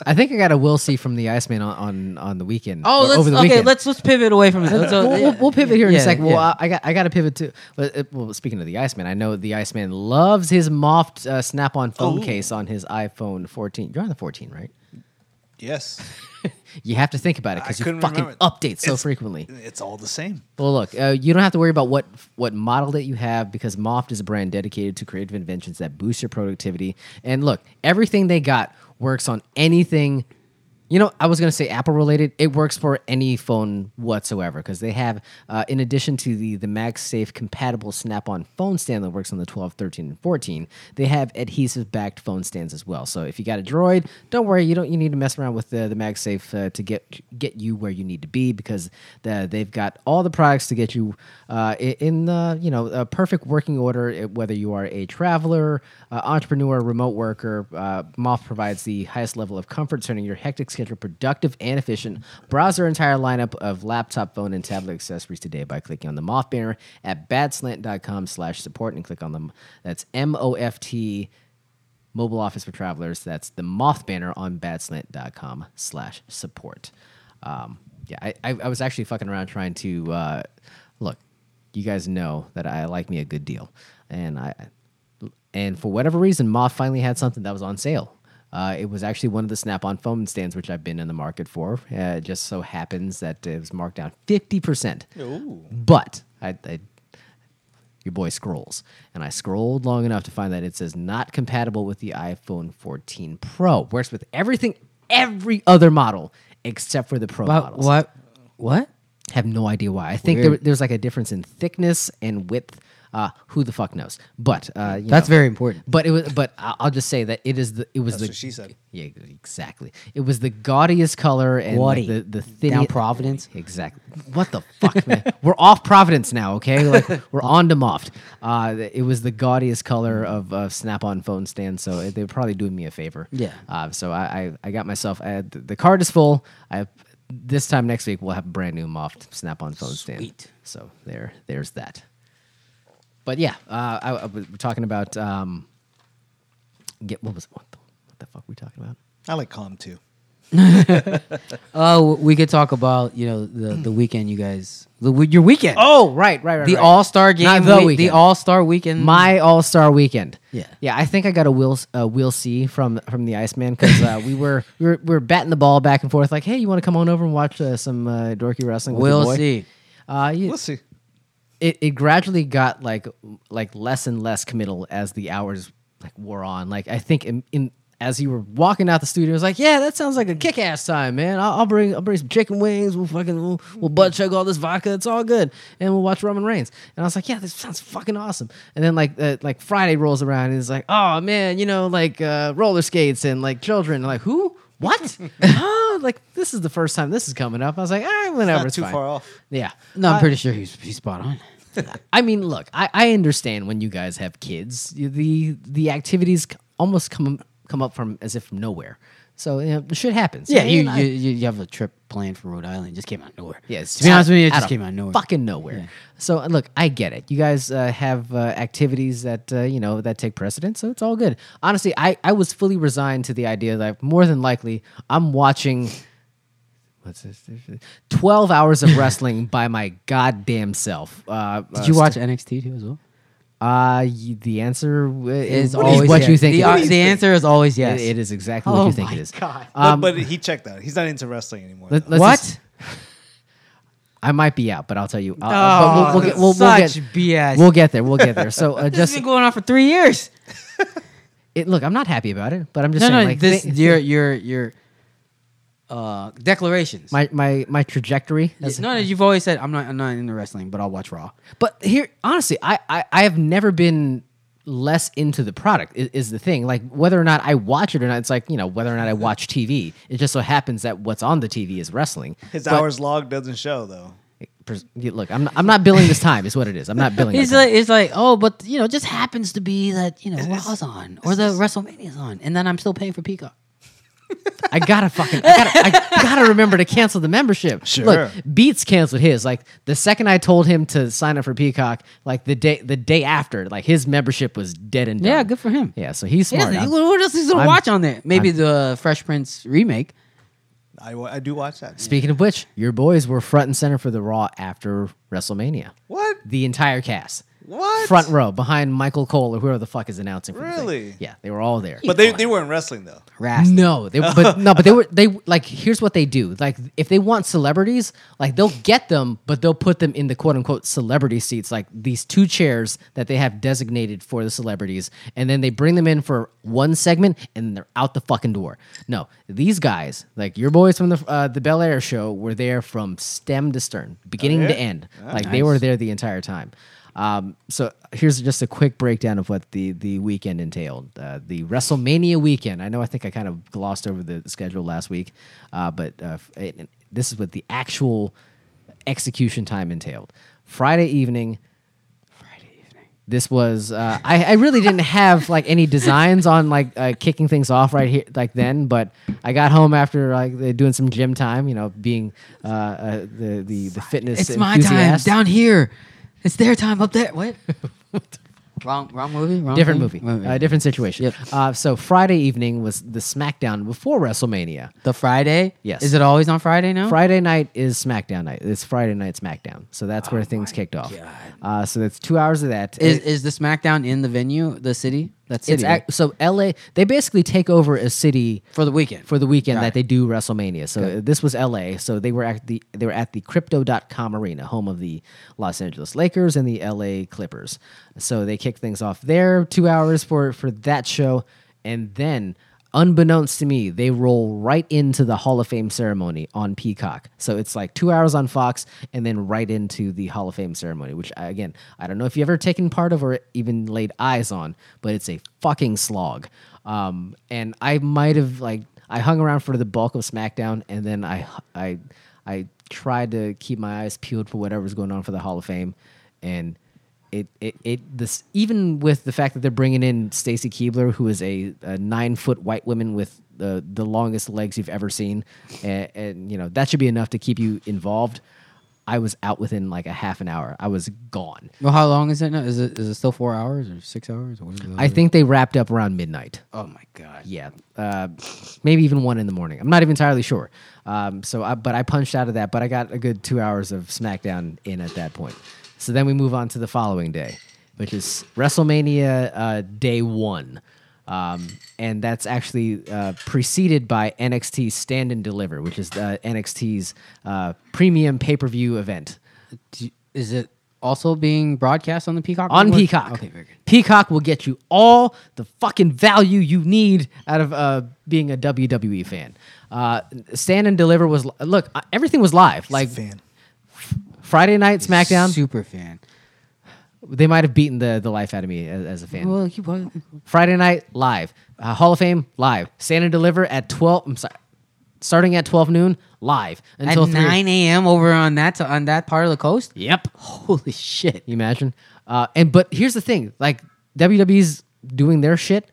Speaker 1: I think I got a will see from the Iceman on on, on the weekend.
Speaker 3: Oh,
Speaker 1: or
Speaker 3: let's
Speaker 1: over the
Speaker 3: okay,
Speaker 1: weekend.
Speaker 3: let's let's pivot away from it.
Speaker 1: We'll,
Speaker 3: So,
Speaker 1: we'll- we'll pivot here in
Speaker 3: yeah,
Speaker 1: a second. Well, uh,
Speaker 3: yeah.
Speaker 1: I I got I got to pivot too. But uh, well, speaking of the Iceman, I know the Iceman loves his moffed uh, snap-on phone
Speaker 2: Oh.
Speaker 1: case on his iPhone 14. You're on the 14, right?
Speaker 2: Yes.
Speaker 1: You have to think about it
Speaker 2: I
Speaker 1: because you
Speaker 2: couldn't
Speaker 1: fucking
Speaker 2: remember.
Speaker 1: update so
Speaker 2: It's-
Speaker 1: frequently.
Speaker 2: It's all the same.
Speaker 1: Well, look, uh, you don't have to worry about what what model that you have because Moft is a brand dedicated to creative inventions that boost your productivity. And look, everything they got works on anything. You know, I was going to say Apple related. It works for any phone whatsoever because they have, uh, in addition to the the MagSafe compatible Snap-on phone stand that works on the 12, 13, and 14, they have adhesive backed phone stands as well. So if you got a Droid, don't worry, you don't you need to mess around with the, the MagSafe uh, to get get you where you need to be because the, they've got all the products to get you uh, i- in the you know a perfect working order. uh, Whether you are a traveler, uh, entrepreneur, remote worker, uh, Moth provides the highest level of comfort, turning your hectic schedule productive and efficient. Browse their entire lineup of laptop, phone, and tablet accessories today by clicking on the Moth banner at badslant.com/support and click on the that's M O F T mobile office for travelers. That's the Moth banner on badslant.com slash support. Um, yeah, I, I, I was actually fucking around trying to uh, look. You guys know that I like me a good deal, and I and for whatever reason, Moth finally had something that was on sale. Uh, it was actually one of the Snap-on phone stands which I've been in the market for. Uh, it just so happens that it was marked down fifty percent. But I, I your boy scrolls. And I scrolled long enough to find that it says not compatible with the iPhone 14 Pro. Works with everything, every other model except for the Pro
Speaker 3: What?
Speaker 1: models.
Speaker 3: What? What?
Speaker 1: Have no idea why. I think there,
Speaker 3: Weird.
Speaker 1: there's like a difference in thickness and width. Uh, who the fuck knows? But uh, you
Speaker 3: That's
Speaker 1: know.
Speaker 3: very important.
Speaker 1: But it was. But I- I'll just say that it is the. It was
Speaker 2: That's
Speaker 1: the.
Speaker 2: what she said.
Speaker 1: Yeah, exactly. It was the gaudiest color and like,
Speaker 3: Gaudy.
Speaker 1: the the thin
Speaker 3: Down Providence?
Speaker 1: Exactly. What the fuck, man? [LAUGHS] We're off Providence now. Okay,
Speaker 3: [LAUGHS]
Speaker 1: like we're on to Moft. Uh, th- it was the gaudiest color of uh, Snap-on phone stand, so it- they're probably doing me a favor.
Speaker 3: Yeah.
Speaker 1: Uh, so I, I I got myself. I had, the card is full. I this time next week we'll have a brand new Moft Snap-on phone stand.
Speaker 3: Sweet.
Speaker 1: So there there's that. But yeah, uh, I, I was talking about um, get what was what the, what the fuck were we talking about?
Speaker 2: I like Calm too.
Speaker 3: Oh, we could talk about you know the the weekend you guys the, we- your weekend.
Speaker 1: Oh, right, right, right.
Speaker 3: the
Speaker 1: right.
Speaker 3: All Star game.
Speaker 1: Not the
Speaker 3: we-
Speaker 1: weekend.
Speaker 3: All Star weekend.
Speaker 1: my All Star Weekend.
Speaker 3: Yeah.
Speaker 1: yeah. I think I got a will a will C from from the Iceman because uh, we, were, [LAUGHS] we were we were batting the ball back and forth. Like, hey, you want to come on over and watch uh, some uh, dorky wrestling? with your
Speaker 3: we'll
Speaker 1: boy?"
Speaker 3: see.
Speaker 1: Uh, you-
Speaker 2: We'll see.
Speaker 1: it, it gradually got like like less and less committal as the hours like wore on. Like I think in, in as you were walking out the studio, it was like, yeah, that sounds like a kick ass time, man. I'll, I'll bring I'll bring some chicken wings. We'll fucking we'll, we'll butt chug all this vodka. It's all good, and we'll watch Roman Reigns. And I was like, yeah, this sounds fucking awesome. And then like uh, like Friday rolls around, and it's like, oh man, you know like uh, roller skates and like children. like who?
Speaker 2: [LAUGHS]
Speaker 1: What? [GASPS] Huh? like this is the first time this is coming up. I was like, all right, whenever
Speaker 2: Not
Speaker 1: it's
Speaker 2: too
Speaker 1: fine."
Speaker 2: far off.
Speaker 1: Yeah,
Speaker 3: No,
Speaker 1: Uh,
Speaker 3: I'm pretty sure he's he's spot on.
Speaker 1: I mean, look, I, I understand when you guys have kids, the the activities c- almost come come up from as if from nowhere. So you know, shit happens.
Speaker 3: Yeah, you,
Speaker 1: And I-
Speaker 3: you, you you have a trip planned for Rhode Island. It just came out of nowhere.
Speaker 1: yeah, it's
Speaker 3: to be honest with you, it
Speaker 1: out
Speaker 3: just
Speaker 1: of
Speaker 3: came out of nowhere.
Speaker 1: Fucking nowhere. So uh, look, I get it. You guys uh, have uh, activities that uh, you know that take precedence, so it's all good. Honestly, I I was fully resigned to the idea that more than likely I'm watching. What's this? Twelve hours of [LAUGHS] wrestling by my goddamn self. Uh,
Speaker 3: Did you watch NXT too as well?
Speaker 1: Uh, y- the answer w- is
Speaker 3: It's
Speaker 1: always what
Speaker 3: yes.
Speaker 1: you think.
Speaker 3: The,
Speaker 1: it is.
Speaker 3: the answer is always yes.
Speaker 1: It- it is exactly what
Speaker 3: Oh
Speaker 1: you think
Speaker 3: my
Speaker 1: it is.
Speaker 3: God.
Speaker 2: But- but, he checked out. He's not into wrestling anymore.
Speaker 1: Um, Let-
Speaker 2: though.
Speaker 1: let's
Speaker 3: What?
Speaker 1: just- I might be out, but I'll tell you. I'll- I'll- but we'll, we'll, get, we'll, we'll
Speaker 3: Oh, such
Speaker 1: get,
Speaker 3: BS.
Speaker 1: we'll get there. We'll get there.
Speaker 3: [LAUGHS]
Speaker 1: So uh,
Speaker 3: this has
Speaker 1: just
Speaker 3: been going on for three years.
Speaker 1: it, look, I'm not happy about it, but I'm just
Speaker 3: No,
Speaker 1: saying.
Speaker 3: no,
Speaker 1: like,
Speaker 3: this
Speaker 1: thi-
Speaker 3: your your your uh, declarations.
Speaker 1: my my my trajectory.
Speaker 3: Yeah,
Speaker 1: As,
Speaker 3: no, no, you've always said I'm not I'm not into wrestling, but I'll watch Raw.
Speaker 1: But here, honestly, I, I I have never been less into the product is, is the thing. Like whether or not I watch it or not, it's like you know whether or not I watch TV. It just so happens that what's on the TV is wrestling.
Speaker 2: His
Speaker 1: But-
Speaker 2: hours log doesn't show though.
Speaker 1: pres- you- look, I'm not, I'm not billing this time. Is what it is. I'm
Speaker 3: [LAUGHS]
Speaker 1: not billing.
Speaker 3: It's
Speaker 1: this
Speaker 3: like it's like oh, but you know, it just happens to be that you know Raw's on or the WrestleMania's on, and then I'm still paying for Peacock.
Speaker 1: time. I gotta fucking. I gotta, I gotta remember to cancel the membership.
Speaker 2: Sure.
Speaker 1: Look, Beats canceled his. Like the second I told him to sign up for Peacock, like the day the day after, like his membership was dead and done.
Speaker 3: Yeah, good for him.
Speaker 1: Yeah, so he's
Speaker 3: He
Speaker 1: smart.
Speaker 3: doesn't-
Speaker 1: I'm-
Speaker 3: what else is he gonna
Speaker 1: I'm-
Speaker 3: watch on there? Maybe the Fresh Prince remake.
Speaker 2: I, wa- I do watch that.
Speaker 1: Speaking of which, your boys were front and center for the Raw after WrestleMania.
Speaker 2: What?
Speaker 1: The entire cast.
Speaker 2: What?
Speaker 1: Front row behind Michael Cole or whoever the fuck is announcing. For the thing.
Speaker 2: Really?
Speaker 1: yeah, they were all there.
Speaker 2: But they, they weren't wrestling though.
Speaker 3: Wrestling.
Speaker 1: No, they but no, but they were they like here's what they do. Like if they want celebrities, like they'll get them, but they'll put them in the quote unquote celebrity seats, like these two chairs that they have designated for the celebrities, and then they bring them in for one segment and they're out the fucking door. No, these guys, like your boys from the uh, the Bel Air show, were there from stem to stern, beginning
Speaker 2: yeah?
Speaker 1: to end. like they were there the entire time. Um, so here's just a quick breakdown of what the the weekend entailed. Uh, the WrestleMania weekend. I know I think I kind of glossed over the schedule last week, uh, but uh, f- it, this is what the actual execution time entailed. Friday evening. Friday evening. This was uh, I, I really didn't have like any designs on like uh, kicking things off right here like then, but I got home after like they- doing some gym time, you know, being uh, uh, the the the fitness.
Speaker 3: It's my time
Speaker 1: enthusiast.
Speaker 3: down here. It's their time up there. [LAUGHS] What? wrong, wrong movie. Wrong
Speaker 1: different
Speaker 3: thing?
Speaker 1: movie, Uh, different situation.
Speaker 3: Yep.
Speaker 1: Uh, so Friday evening was the SmackDown before WrestleMania.
Speaker 3: The Friday.
Speaker 1: Yes.
Speaker 3: Is it always on Friday now?
Speaker 1: Friday night is SmackDown night. It's Friday night SmackDown, so that's where things kicked off. Uh, so that's two hours of that.
Speaker 3: Is
Speaker 1: It-
Speaker 3: is the SmackDown in the venue, the city? That's
Speaker 1: it's
Speaker 3: city
Speaker 1: ac- so LA. They basically take over a city
Speaker 3: for the weekend.
Speaker 1: for the weekend
Speaker 3: Got
Speaker 1: that
Speaker 3: it.
Speaker 1: they do WrestleMania. So uh, this was LA. So they were at the they were at the crypto.com arena, home of the Los Angeles Lakers and the LA Clippers. So they kicked things off there, 2 hours for for that show and then unbeknownst to me, they roll right into the Hall of Fame ceremony on Peacock. So it's like 2 hours on Fox and then right into the Hall of Fame ceremony, which I- again, I don't know if you've ever taken part of or even laid eyes on, but it's a fucking slog. Um, and I might have like I hung around for the bulk of SmackDown, and then I I I tried to keep my eyes peeled for whatever was going on for the Hall of Fame, and it it, it this even with the fact that they're bringing in Stacy Keebler, who is a, a nine foot white woman with the the longest legs you've ever seen, and, and you know that should be enough to keep you involved. I was out within like a half an hour. I was gone.
Speaker 3: Well, how long is it now? Is it is it still four hours or six hours? Or what is it?
Speaker 1: I think they wrapped up around midnight.
Speaker 3: oh my god.
Speaker 1: yeah, uh, maybe even one in the morning. I'm not even entirely sure. Um, so, I, but I punched out of that, but I got a good two hours of SmackDown in at that point. So then we move on to the following day, which is WrestleMania uh, Day One, um, and that's actually uh, preceded by NXT Stand and Deliver, which is uh, NXT's uh, premium pay per view event
Speaker 3: Do- is it also being broadcast on the Peacock?
Speaker 1: on
Speaker 3: network?
Speaker 1: Peacock.
Speaker 3: Okay, very good.
Speaker 1: Peacock will get you all the fucking value you need out of uh, being a WWE fan. Uh, Stand and Deliver was look, uh, everything was live. Like
Speaker 2: fan.
Speaker 1: Friday night SmackDown,
Speaker 3: Super fan.
Speaker 1: they might have beaten the the life out of me as, as a fan.
Speaker 3: Well, he was.
Speaker 1: Friday night live, uh, Hall of Fame live, Stand and Deliver at twelve. I'm sorry, starting at twelve noon live
Speaker 3: At
Speaker 1: until three.
Speaker 3: nine a.m. over on that on that part of the coast.
Speaker 1: Yep.
Speaker 3: Holy shit!
Speaker 1: You imagine? Uh, and but here's the thing: like WWE's doing their shit.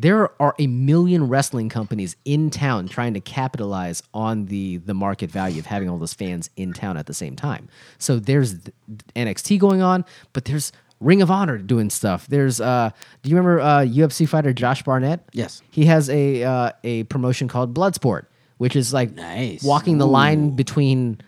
Speaker 1: There are a million wrestling companies in town trying to capitalize on the the market value of having all those fans in town at the same time. So there's th- NXT going on, but there's Ring of Honor doing stuff. There's uh, do you remember uh, UFC fighter Josh Barnett?
Speaker 3: Yes.
Speaker 1: he has a uh, a promotion called Bloodsport, which is like
Speaker 3: Nice.
Speaker 1: walking the line between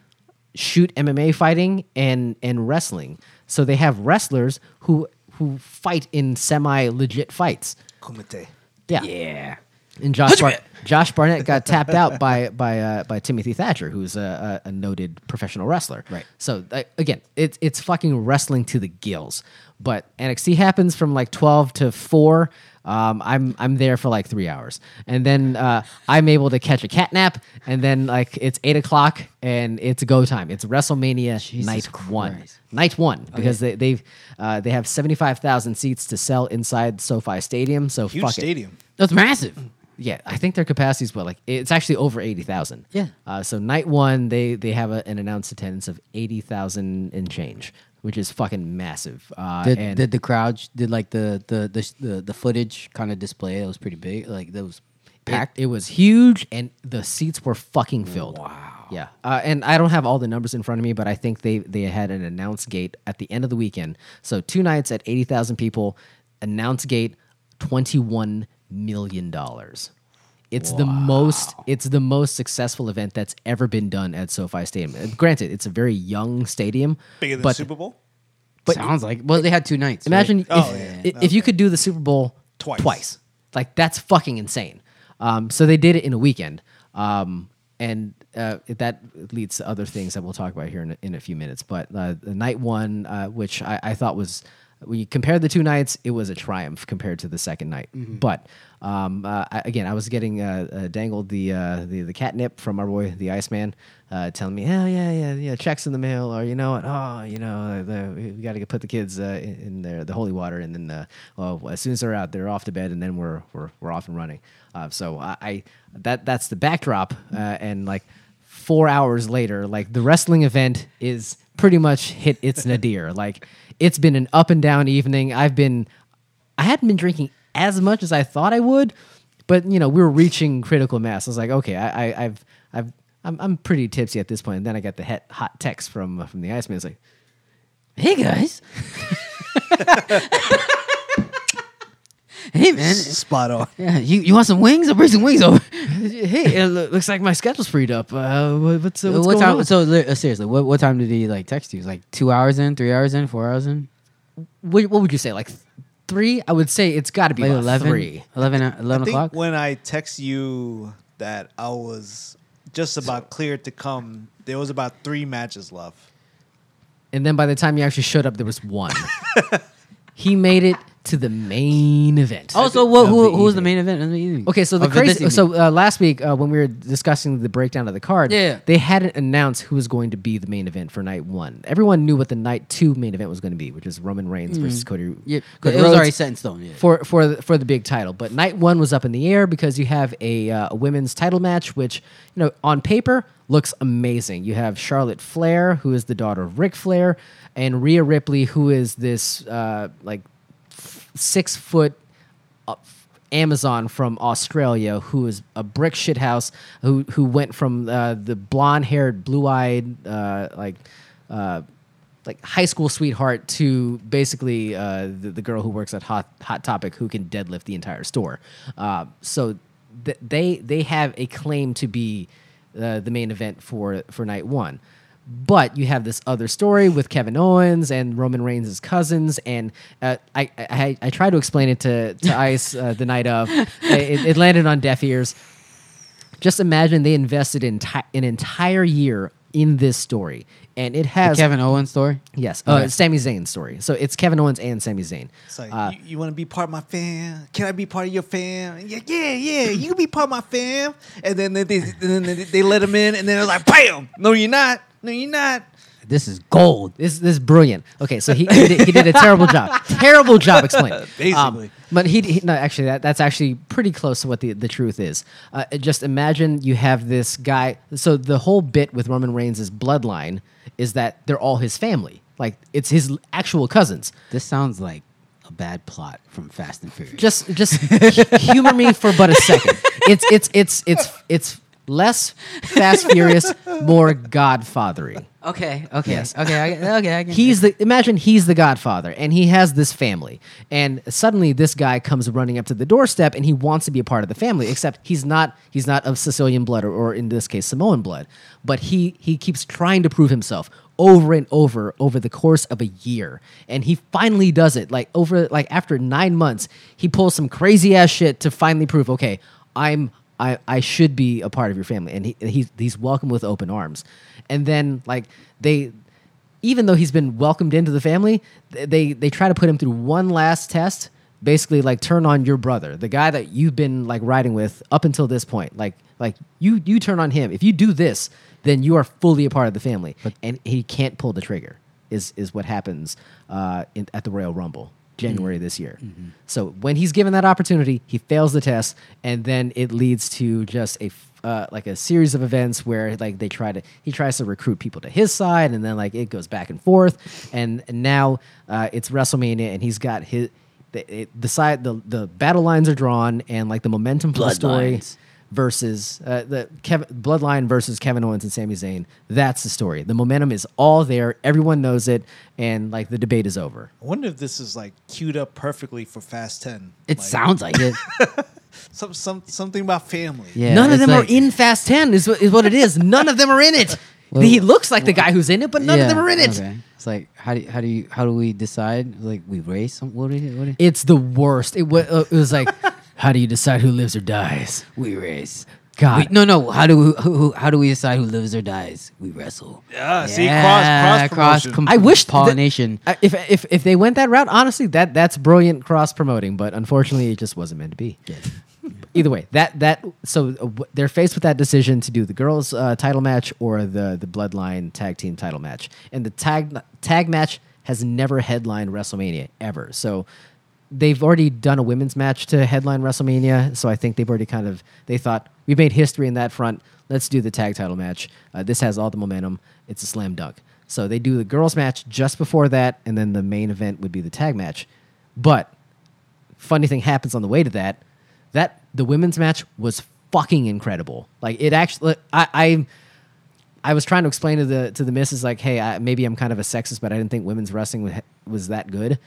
Speaker 1: shoot MMA fighting and and wrestling. So they have wrestlers who who fight in semi legit fights.
Speaker 2: Kumite.
Speaker 1: Yeah.
Speaker 3: Yeah.
Speaker 1: And Josh Bar- Josh Barnett got tapped out by by uh, by Timothy Thatcher, who's a, a, a noted professional wrestler.
Speaker 3: Right.
Speaker 1: So uh, again, it's it's fucking wrestling to the gills. But NXT happens from like twelve to four. Um, I'm I'm there for like three hours, and then uh, I'm able to catch a cat nap, and then like it's eight o'clock and it's go time. It's WrestleMania
Speaker 3: Jesus
Speaker 1: night one,
Speaker 3: Christ.
Speaker 1: night one, because they they've uh, they have seventy five thousand seats to sell inside SoFi Stadium. So
Speaker 2: Huge
Speaker 1: fuck it.
Speaker 2: stadium.
Speaker 3: That's massive.
Speaker 1: Yeah, I think their capacity is what like it's actually over eighty thousand.
Speaker 3: Yeah.
Speaker 1: Uh, so night one, they they have a, an announced attendance of eighty thousand and change, which is fucking massive. Uh,
Speaker 3: Did,
Speaker 1: and
Speaker 3: did the crowd did like the the the the, the footage kind of display? It was pretty big. Like that was
Speaker 1: it,
Speaker 3: packed.
Speaker 1: it was huge, and the seats were fucking filled. Wow. Yeah. Uh, and I don't have all the numbers in front of me, but I think they they had an announce gate at the end of the weekend. So two nights at eighty thousand people, announce gate twenty one million dollars. It's the most it's the most successful event that's ever been done at SoFi Stadium. Uh, Granted, it's a very young stadium.
Speaker 2: Bigger than
Speaker 1: but
Speaker 2: Super Bowl?
Speaker 1: But-
Speaker 3: Sounds like well, they had two nights. right? [LAUGHS]
Speaker 1: Imagine
Speaker 2: Oh,
Speaker 1: if,
Speaker 2: yeah.
Speaker 1: i- if you could do the Super Bowl
Speaker 2: Twice.
Speaker 1: twice. Like that's fucking insane. Um, so they did it in a weekend, um, and uh, that leads to other things that we'll talk about here in a, in a few minutes. But uh, the night one, uh, which I, I thought was when you compare the two nights, it was a triumph compared to the second night. But um, uh, I, again, I was getting uh, uh, dangled the, uh, the the catnip from our boy the Iceman, uh, telling me, "Oh yeah, yeah, yeah, checks in the mail," or you know what? Oh, you know, the, we got to put the kids uh, in, in their the holy water, and then uh, well, as soon as they're out, they're off to bed, and then we're we're, we're off and running. Uh, so I, I that that's the backdrop, uh, and like four hours later, like the wrestling event is pretty much hit its nadir. [LAUGHS] Like it's been an up and down evening. I've been I hadn't been drinking as much as I thought I would, but you know we were reaching critical mass. I was like, okay, I, I, I've I've I'm, I'm pretty tipsy at this point. And then I got the het, hot text from from the Iceman. It's like,
Speaker 3: Hey guys. hey
Speaker 2: [LAUGHS]
Speaker 3: man.
Speaker 2: Spot on.
Speaker 3: Yeah, you, you want some wings? I'll bring some wings over.
Speaker 1: hey, it loo- looks like my schedule's freed up. Uh, wha- what's uh, [LAUGHS] what's
Speaker 3: what
Speaker 1: going
Speaker 3: time?
Speaker 1: on?
Speaker 3: So li- uh, seriously, what what time did he like text you? It was like two hours in, three hours in, four hours in,
Speaker 1: what, what would you say? Like th- three? I would say it's got to be
Speaker 3: like
Speaker 1: like
Speaker 3: 11,
Speaker 1: three.
Speaker 3: 11, uh, 11
Speaker 2: I think
Speaker 3: o'clock.
Speaker 2: when I text you that I was just about cleared to come, there was about three matches left.
Speaker 1: And then by the time you actually showed up, there was [LAUGHS] one. he made it to the main event.
Speaker 3: Also, Oh, what,
Speaker 1: of
Speaker 3: who who was the
Speaker 1: evening.
Speaker 3: main event in the evening?
Speaker 1: Okay, so the
Speaker 3: Of this
Speaker 1: crazy.
Speaker 3: evening.
Speaker 1: So uh, last week uh, when we were discussing the breakdown of the card,
Speaker 3: Yeah.
Speaker 1: they hadn't announced who was going to be the main event for night one. Everyone knew what the night two main event was going to be, which is Roman Reigns versus Cody.
Speaker 3: yeah,
Speaker 1: Cody
Speaker 3: Hmm. it was
Speaker 1: Rhodes
Speaker 3: already set in stone. Yeah.
Speaker 1: for for the, for the big title. But night one was up in the air because you have a, uh, a women's title match, which you know on paper looks amazing. You have Charlotte Flair, who is the daughter of Ric Flair, and Rhea Ripley, who is this uh, like f- six foot. uh, Amazon from Australia, who is a brick shit house, who who went from uh, the blonde haired, blue eyed, uh, like uh, like high school sweetheart to basically uh, the, the girl who works at Hot Hot Topic who can deadlift the entire store. Uh, so th- they they have a claim to be uh, the main event for for night one. But you have this other story with Kevin Owens and Roman Reigns' cousins, and uh, I, I I tried to explain it to
Speaker 3: [LAUGHS]
Speaker 1: to Ice uh, the night of. It, it landed on deaf ears just imagine they invested in ti- an entire year in this story, and it
Speaker 3: The
Speaker 1: has
Speaker 3: Kevin Owens story.
Speaker 1: Yes, uh,
Speaker 3: Okay.
Speaker 1: it's Sami Zayn's story. So it's Kevin Owens and Sami Zayn.
Speaker 2: It's like,
Speaker 1: Uh,
Speaker 2: you, want to be part of my fam? Can I be part of your fam? Yeah, yeah, yeah. You can be part of my fam. And then they, they, then they, they let him in, and then it was like, bam! No, you're not. No, you're not.
Speaker 3: This is gold.
Speaker 1: This this is brilliant. Okay, so he he did, he did a terrible job. Terrible job explaining.
Speaker 2: Basically.
Speaker 1: but he, he- no actually that, that's actually pretty close to what the the truth is. Uh, just imagine you have this guy. So the whole bit with Roman Reigns' bloodline is that they're all his family. Like it's his actual cousins.
Speaker 3: This sounds like a bad plot from Fast and Furious.
Speaker 1: just just hu- [LAUGHS] humor me for but a second. It's it's it's it's it's less Fast Furious, more Godfathery.
Speaker 3: okay, okay,
Speaker 1: Yes.
Speaker 3: [LAUGHS] okay, I, okay. I can,
Speaker 1: He's the imagine he's the Godfather, and he has this family, and suddenly this guy comes running up to the doorstep, and he wants to be a part of the family. Except he's not he's not of Sicilian blood, or, or in this case Samoan blood, but he he keeps trying to prove himself over and over over the course of a year and he finally does it like over like after nine months he pulls some crazy ass shit to finally prove okay i'm I, I should be a part of your family. And he, he's, he's welcomed with open arms. And then, like, they, even though he's been welcomed into the family, th- they, they try to put him through one last test, basically, like, turn on your brother, the guy that you've been, like, riding with up until this point. Like, like you, you turn on him. If you do this, then you are fully a part of the family. and he can't pull the trigger, is, is what happens uh, in, at the Royal Rumble. January this year. So when he's given that opportunity, he fails the test, and then it leads to just a f- uh, like a series of events where like they try to he tries to recruit people to his side, and then like it goes back and forth, and, and now uh, it's WrestleMania, and he's got his the, it, the side the the battle lines are drawn, and like the momentum for the story
Speaker 3: Bloodlines.
Speaker 1: versus uh, the Kev- Bloodline versus Kevin Owens and Sami Zayn. That's the story. The momentum is all there. Everyone knows it, and like the debate is over.
Speaker 2: I wonder if this is like queued up perfectly for Fast 10.
Speaker 3: it
Speaker 2: Like,
Speaker 3: sounds like [LAUGHS] it.
Speaker 2: some, some, something about family.
Speaker 3: Yeah,
Speaker 1: None of
Speaker 3: it's
Speaker 1: them [LAUGHS]
Speaker 3: like-
Speaker 1: are in Fast Ten. Is what, is what it is. None of them are in it.
Speaker 3: Well-
Speaker 1: he looks like the guy who's in it, but none of them are in it.
Speaker 3: okay. It's like how do you, how do you how do we decide? Like we race? Some, what do you, what do you-
Speaker 1: It's the worst. It was, uh, it was [LAUGHS] like, how do you decide who lives or dies?
Speaker 3: we race?
Speaker 1: God.
Speaker 3: We- no, no. How do we, who, who, how do we decide who lives or dies? We wrestle.
Speaker 2: Yeah, see, cross- cross promotion.
Speaker 3: com-
Speaker 1: I wish th-
Speaker 3: pollination.
Speaker 1: I- If, if if they went that route, honestly, that that's brilliant cross promoting. But unfortunately, it just wasn't meant to be. [LAUGHS] Either way, that that so uh, w- they're faced with that decision to do the girls' uh, title match or the the Bloodline tag team title match, and the tag tag match has never headlined WrestleMania ever. So they've already done a women's match to headline WrestleMania. So I think they've already kind of they thought we made history in that front. Let's do the tag title match. Uh, this has all the momentum. It's a slam dunk. So they do the girls' match just before that, and then the main event would be the tag match. But funny thing happens on the way to that. That the women's match was fucking incredible. Like it actually, I, I, I was trying to explain to the to the missus like, hey, I, maybe I'm kind of a sexist, but I didn't think women's wrestling wa- was that good.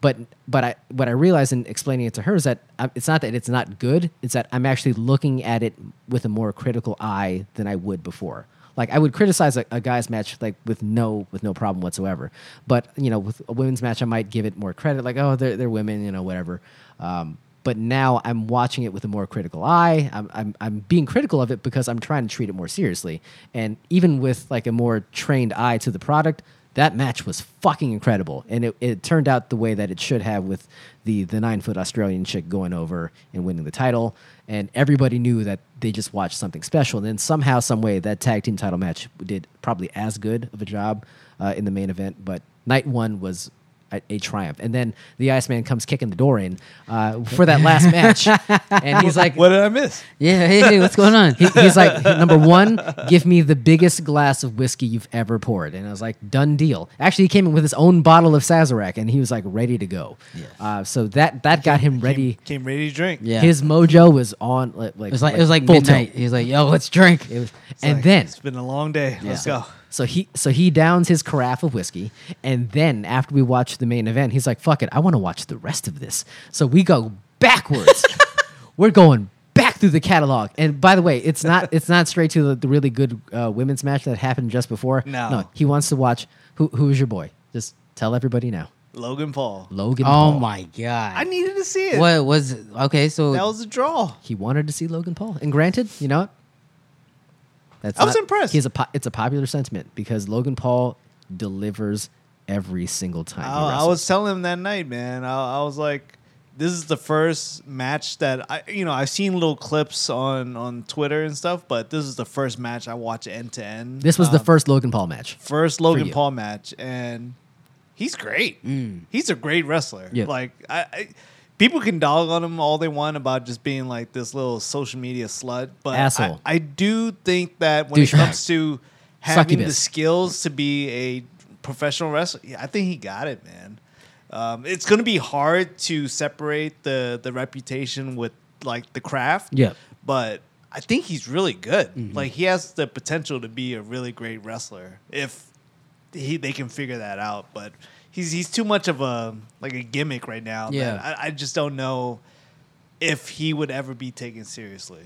Speaker 1: But but I what I realized in explaining it to her is that I, it's not that it's not good. It's that I'm actually looking at it with a more critical eye than I would before. Like I would criticize a, a guy's match like with no with no problem whatsoever. But you know, with a women's match, I might give it more credit. Like oh, they're they're women, you know, whatever. Um, but now I'm watching it with a more critical eye. I'm, I'm, I'm being critical of it because I'm trying to treat it more seriously. And even with like a more trained eye to the product, that match was fucking incredible. And it, it turned out the way that it should have with the, the nine foot Australian chick going over and winning the title. And everybody knew that they just watched something special. And then somehow, some way, that tag team title match did probably as good of a job uh, in the main event. But night one was a, a triumph. And then the Iceman comes kicking the door in uh, for that last
Speaker 3: [LAUGHS]
Speaker 1: match. And he's like,
Speaker 2: What did I miss?
Speaker 3: [LAUGHS] Yeah. Hey, hey, what's going on?
Speaker 1: he, he's like, number one, give me the biggest glass of whiskey you've ever poured. And I was like, done deal. Actually, he came in with his own bottle of Sazerac and he was like ready to go. Uh, so that, that got him ready.
Speaker 2: Came ready to drink.
Speaker 3: Yeah.
Speaker 1: His mojo was on. Like, like,
Speaker 3: it was like, it was like
Speaker 1: full tilt.
Speaker 3: midnight. He was like, "Yo, let's drink."
Speaker 1: It was,
Speaker 2: It's
Speaker 1: and
Speaker 2: like,
Speaker 1: then
Speaker 2: it's been a long day. Let's go.
Speaker 1: So he so he downs his carafe of whiskey, and then after we watch the main event, he's like, "Fuck it, I want to watch the rest of this." So we go
Speaker 2: [LAUGHS]
Speaker 1: backwards. We're going back through the catalog, and by the way, it's not it's not straight to the, the really good uh, women's match that happened just before.
Speaker 2: No.
Speaker 1: he wants to watch who who is your boy. Just tell everybody now,
Speaker 2: Logan Paul.
Speaker 1: Logan.
Speaker 3: oh
Speaker 1: Paul.
Speaker 3: my god!
Speaker 2: I needed to see it.
Speaker 3: What was okay? So
Speaker 2: That was a draw.
Speaker 1: He wanted to see Logan Paul, and granted, you know what? That's
Speaker 2: I was impressed.
Speaker 1: He's a po- it's a popular sentiment because Logan Paul delivers every single time. he
Speaker 2: Oh, I, I
Speaker 1: wrestles.
Speaker 2: was telling him that night, man. I, I was like, this is the first match that I, you know, I've seen little clips on on Twitter and stuff, but this is the first match I watch end to end.
Speaker 1: This was the
Speaker 2: Um,
Speaker 1: first Logan Paul match.
Speaker 2: first Logan
Speaker 1: you. Mm.
Speaker 2: Paul match, and he's great. He's a great wrestler.
Speaker 3: Yeah.
Speaker 2: Like I, I, people can dog on him all they want about just being like this little social media slut, but
Speaker 1: Asshole.
Speaker 2: I, I do think that when it
Speaker 1: Douchebag.
Speaker 2: comes to having the
Speaker 1: Succubus.
Speaker 2: skills to be a professional wrestler, yeah, I think he got it, man. Um, it's going to be hard to separate the the reputation with like the craft.
Speaker 3: Yeah. Mm-hmm.
Speaker 2: But I think he's really good. Like he has the potential to be a really great wrestler if he they can figure that out. But he's he's too much of a like a gimmick right now. that
Speaker 3: Yeah.
Speaker 2: I, I just don't know if he would ever be taken seriously.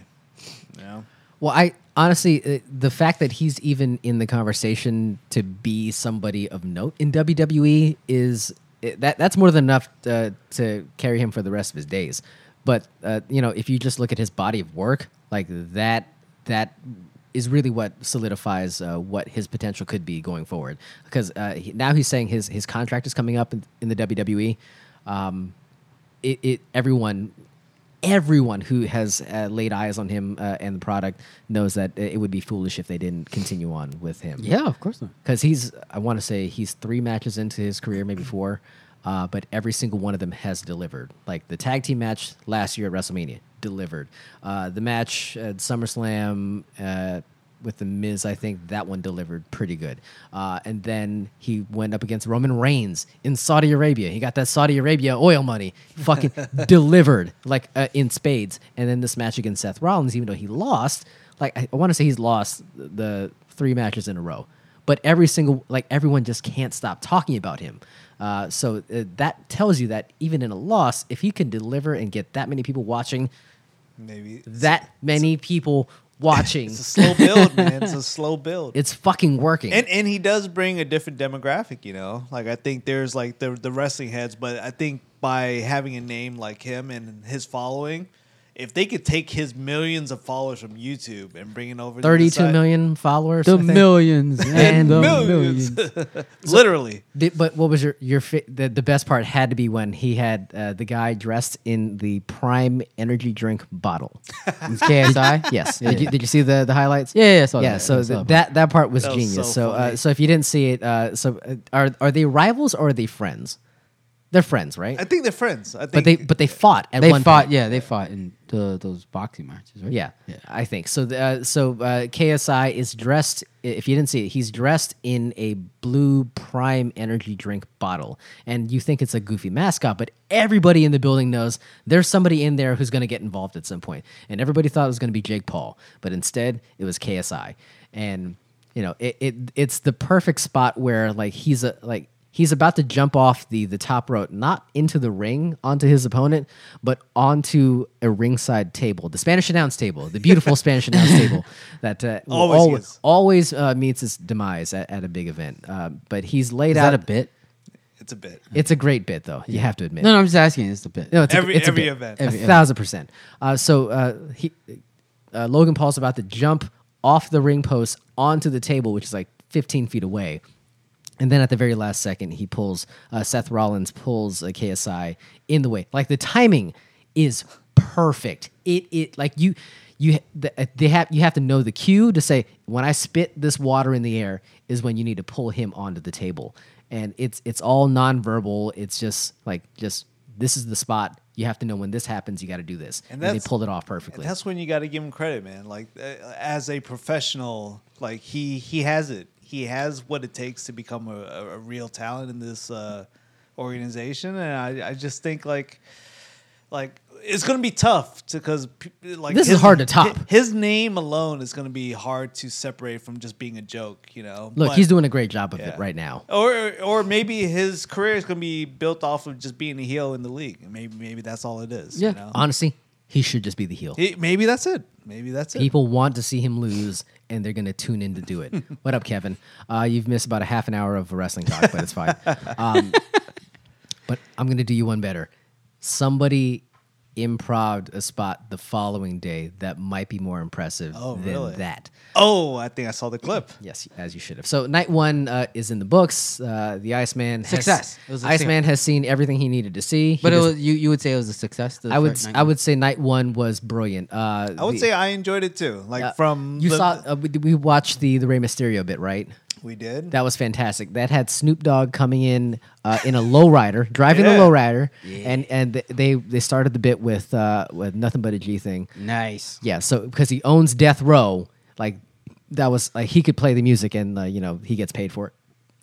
Speaker 2: You know?
Speaker 1: Well, I honestly, uh, the fact that he's even in the conversation to be somebody of note in WWE is it, that that's more than enough uh, to carry him for the rest of his days. But uh, you know, if you just look at his body of work, like that, that is really what solidifies uh, what his potential could be going forward. Because uh, he, now he's saying his his contract is coming up in, in the WWE. Um, it, it everyone everyone who has uh, laid eyes on him uh, and the product knows that it would be foolish if they didn't continue on with him
Speaker 3: yeah, of course not.
Speaker 1: because he's i want to say he's three matches into his career maybe four uh, but every single one of them has delivered like the tag team match last year at wrestlemania delivered uh, the match at summerslam uh, with the Miz, I think that one delivered pretty good. Uh, and then he went up against Roman Reigns in Saudi Arabia. He got that Saudi Arabia oil money, fucking delivered like uh, in spades. And then this match against Seth Rollins, even though he lost, like I, I want to say he's lost the three matches in a row but every single like everyone just can't stop talking about him uh, so uh, that tells you that even in a loss
Speaker 3: [LAUGHS]
Speaker 1: if he can deliver and get that many people watching
Speaker 2: Maybe
Speaker 1: that many people
Speaker 2: [LAUGHS]
Speaker 1: watching.
Speaker 2: It's a slow build, man. It's a slow build.
Speaker 1: it's fucking working.
Speaker 2: and and he does bring a different demographic, you know. Like I think there's like the the wrestling heads, but I think by having a name like him and his following, if they could take his millions of followers from YouTube and bring it over to the
Speaker 1: Thirty-two
Speaker 2: side-
Speaker 1: million followers. I
Speaker 6: The
Speaker 1: think.
Speaker 2: [LAUGHS]
Speaker 6: millions and the
Speaker 2: millions.
Speaker 6: millions.
Speaker 2: [LAUGHS] literally,
Speaker 1: The- but what was your your fi- the, the best part had to be when he had uh, the guy dressed in the Prime energy drink bottle.
Speaker 3: KSI.
Speaker 1: Yes. Did, you, did you see the the highlights?
Speaker 3: Yeah, yeah, I saw
Speaker 1: yeah.
Speaker 3: that.
Speaker 1: So
Speaker 3: I saw
Speaker 1: th-
Speaker 3: that.
Speaker 1: that that part was
Speaker 2: That was
Speaker 1: genius.
Speaker 2: so
Speaker 1: so uh,
Speaker 2: funny.
Speaker 1: so if you didn't see it, uh, so uh, are are they rivals or are they friends? They're friends, right?
Speaker 2: I think they're friends. I think
Speaker 1: but they but they fought at
Speaker 3: They
Speaker 1: one
Speaker 3: fought.
Speaker 1: point.
Speaker 3: Yeah, they fought in the, those boxing matches, right?
Speaker 1: Yeah, I think so. the- Uh, so uh, KSI is dressed. If you didn't see it, he's dressed in a blue Prime energy drink bottle, and you think it's a goofy mascot, but everybody in the building knows there's somebody in there who's going to get involved at some point, and everybody thought it was going to be Jake Paul, but instead it was KSI, and you know it, it it's the perfect spot where like he's a like he's about to jump off the the top rope, not into the ring onto his opponent, but onto a ringside table, the Spanish announce table, the
Speaker 2: [LAUGHS]
Speaker 1: beautiful Spanish announce table that uh, will
Speaker 2: Always
Speaker 1: alwa-
Speaker 2: is.
Speaker 1: always, uh, meets its demise at, at a big event. Uh, but he's laid
Speaker 3: Is
Speaker 1: out
Speaker 3: that a bit?
Speaker 2: it's a bit.
Speaker 1: It's a great bit, though. You have to admit.
Speaker 3: No, no, I'm just asking. It's a bit.
Speaker 1: No, it's
Speaker 2: Every-
Speaker 1: a, it's a
Speaker 2: every
Speaker 1: bit.
Speaker 2: event.
Speaker 3: [LAUGHS]
Speaker 1: a thousand percent. Uh, so uh, he, uh, Logan Paul's about to jump off the ring post onto the table, which is like 15 feet away, and then at the very last second, he pulls uh, Seth Rollins pulls uh, KSI in the way. Like the timing is perfect. It it like you. You, the- uh, they have you have to know the cue to say when I spit this water in the air is when you need to pull him onto the table, and it's it's all nonverbal. It's just like just this is the spot. You have to know when this happens. You got to do this,
Speaker 2: And
Speaker 1: and, they
Speaker 2: that's-
Speaker 1: pulled it off
Speaker 2: And
Speaker 1: perfectly.
Speaker 2: that's when you got to give him credit, man. Like uh, as a professional, like he he has it. He has what it takes to become a, a, a real talent in this uh, organization, and I, I just think like like it's gonna be tough because like
Speaker 1: This is hard to top.
Speaker 2: hi- His name alone is gonna be hard to separate from just being a joke, you know.
Speaker 1: Look,
Speaker 2: But-
Speaker 1: he's doing a great job of
Speaker 2: yeah.
Speaker 1: it right now.
Speaker 2: Or, or maybe his career is gonna be built off of just being a heel in the league. Maybe, maybe that's all it is.
Speaker 3: Yeah.
Speaker 2: you know?
Speaker 1: Honestly, he should just be the heel.
Speaker 2: He- maybe that's it. Maybe that's it.
Speaker 1: People want to see him lose, and they're going to tune in to do it. what up, Kevin? Uh, you've missed about a half an hour of wrestling talk, but it's fine. Um, but I'm going to do you one better. Somebody improv a spot the following day that might be more impressive
Speaker 2: Oh,
Speaker 1: than
Speaker 2: really?
Speaker 1: that.
Speaker 2: Oh, I think I saw the clip.
Speaker 1: Yes, as you should have. So night one uh, is in the books. Uh, the Iceman
Speaker 3: Success. It
Speaker 1: Has,
Speaker 3: was a
Speaker 1: Iceman has seen everything he needed to see. He
Speaker 3: But it
Speaker 1: does-
Speaker 3: was, you you would say it was a success. the
Speaker 1: I would
Speaker 3: first night?
Speaker 1: I would say night one was brilliant. Uh,
Speaker 2: I would
Speaker 1: the-
Speaker 2: say I enjoyed it too. Like
Speaker 1: uh,
Speaker 2: from
Speaker 1: you
Speaker 2: the-
Speaker 1: saw uh, we, we watched the the Rey Mysterio bit right.
Speaker 2: we did.
Speaker 1: That was fantastic. That had Snoop Dogg coming in uh, in a lowrider, driving
Speaker 2: Yeah.
Speaker 1: a lowrider, and and th- they they started the bit with uh, with nothing but a G thing.
Speaker 3: Nice.
Speaker 1: Yeah, so because he owns Death Row, like that was like he could play the music and uh, you know he gets paid for it.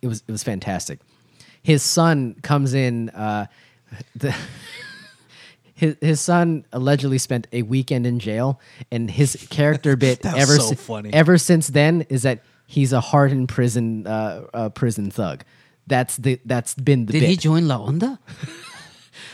Speaker 1: It was it was fantastic. His son comes in. Uh, [LAUGHS] the, his his son allegedly spent a weekend in jail, and his character bit
Speaker 2: That was
Speaker 1: ever
Speaker 2: so
Speaker 1: si-
Speaker 2: funny.
Speaker 1: ever since then is that he's a hardened prison uh, uh, prison thug. That's the that's been the
Speaker 3: Did
Speaker 1: bit.
Speaker 3: he join La Onda?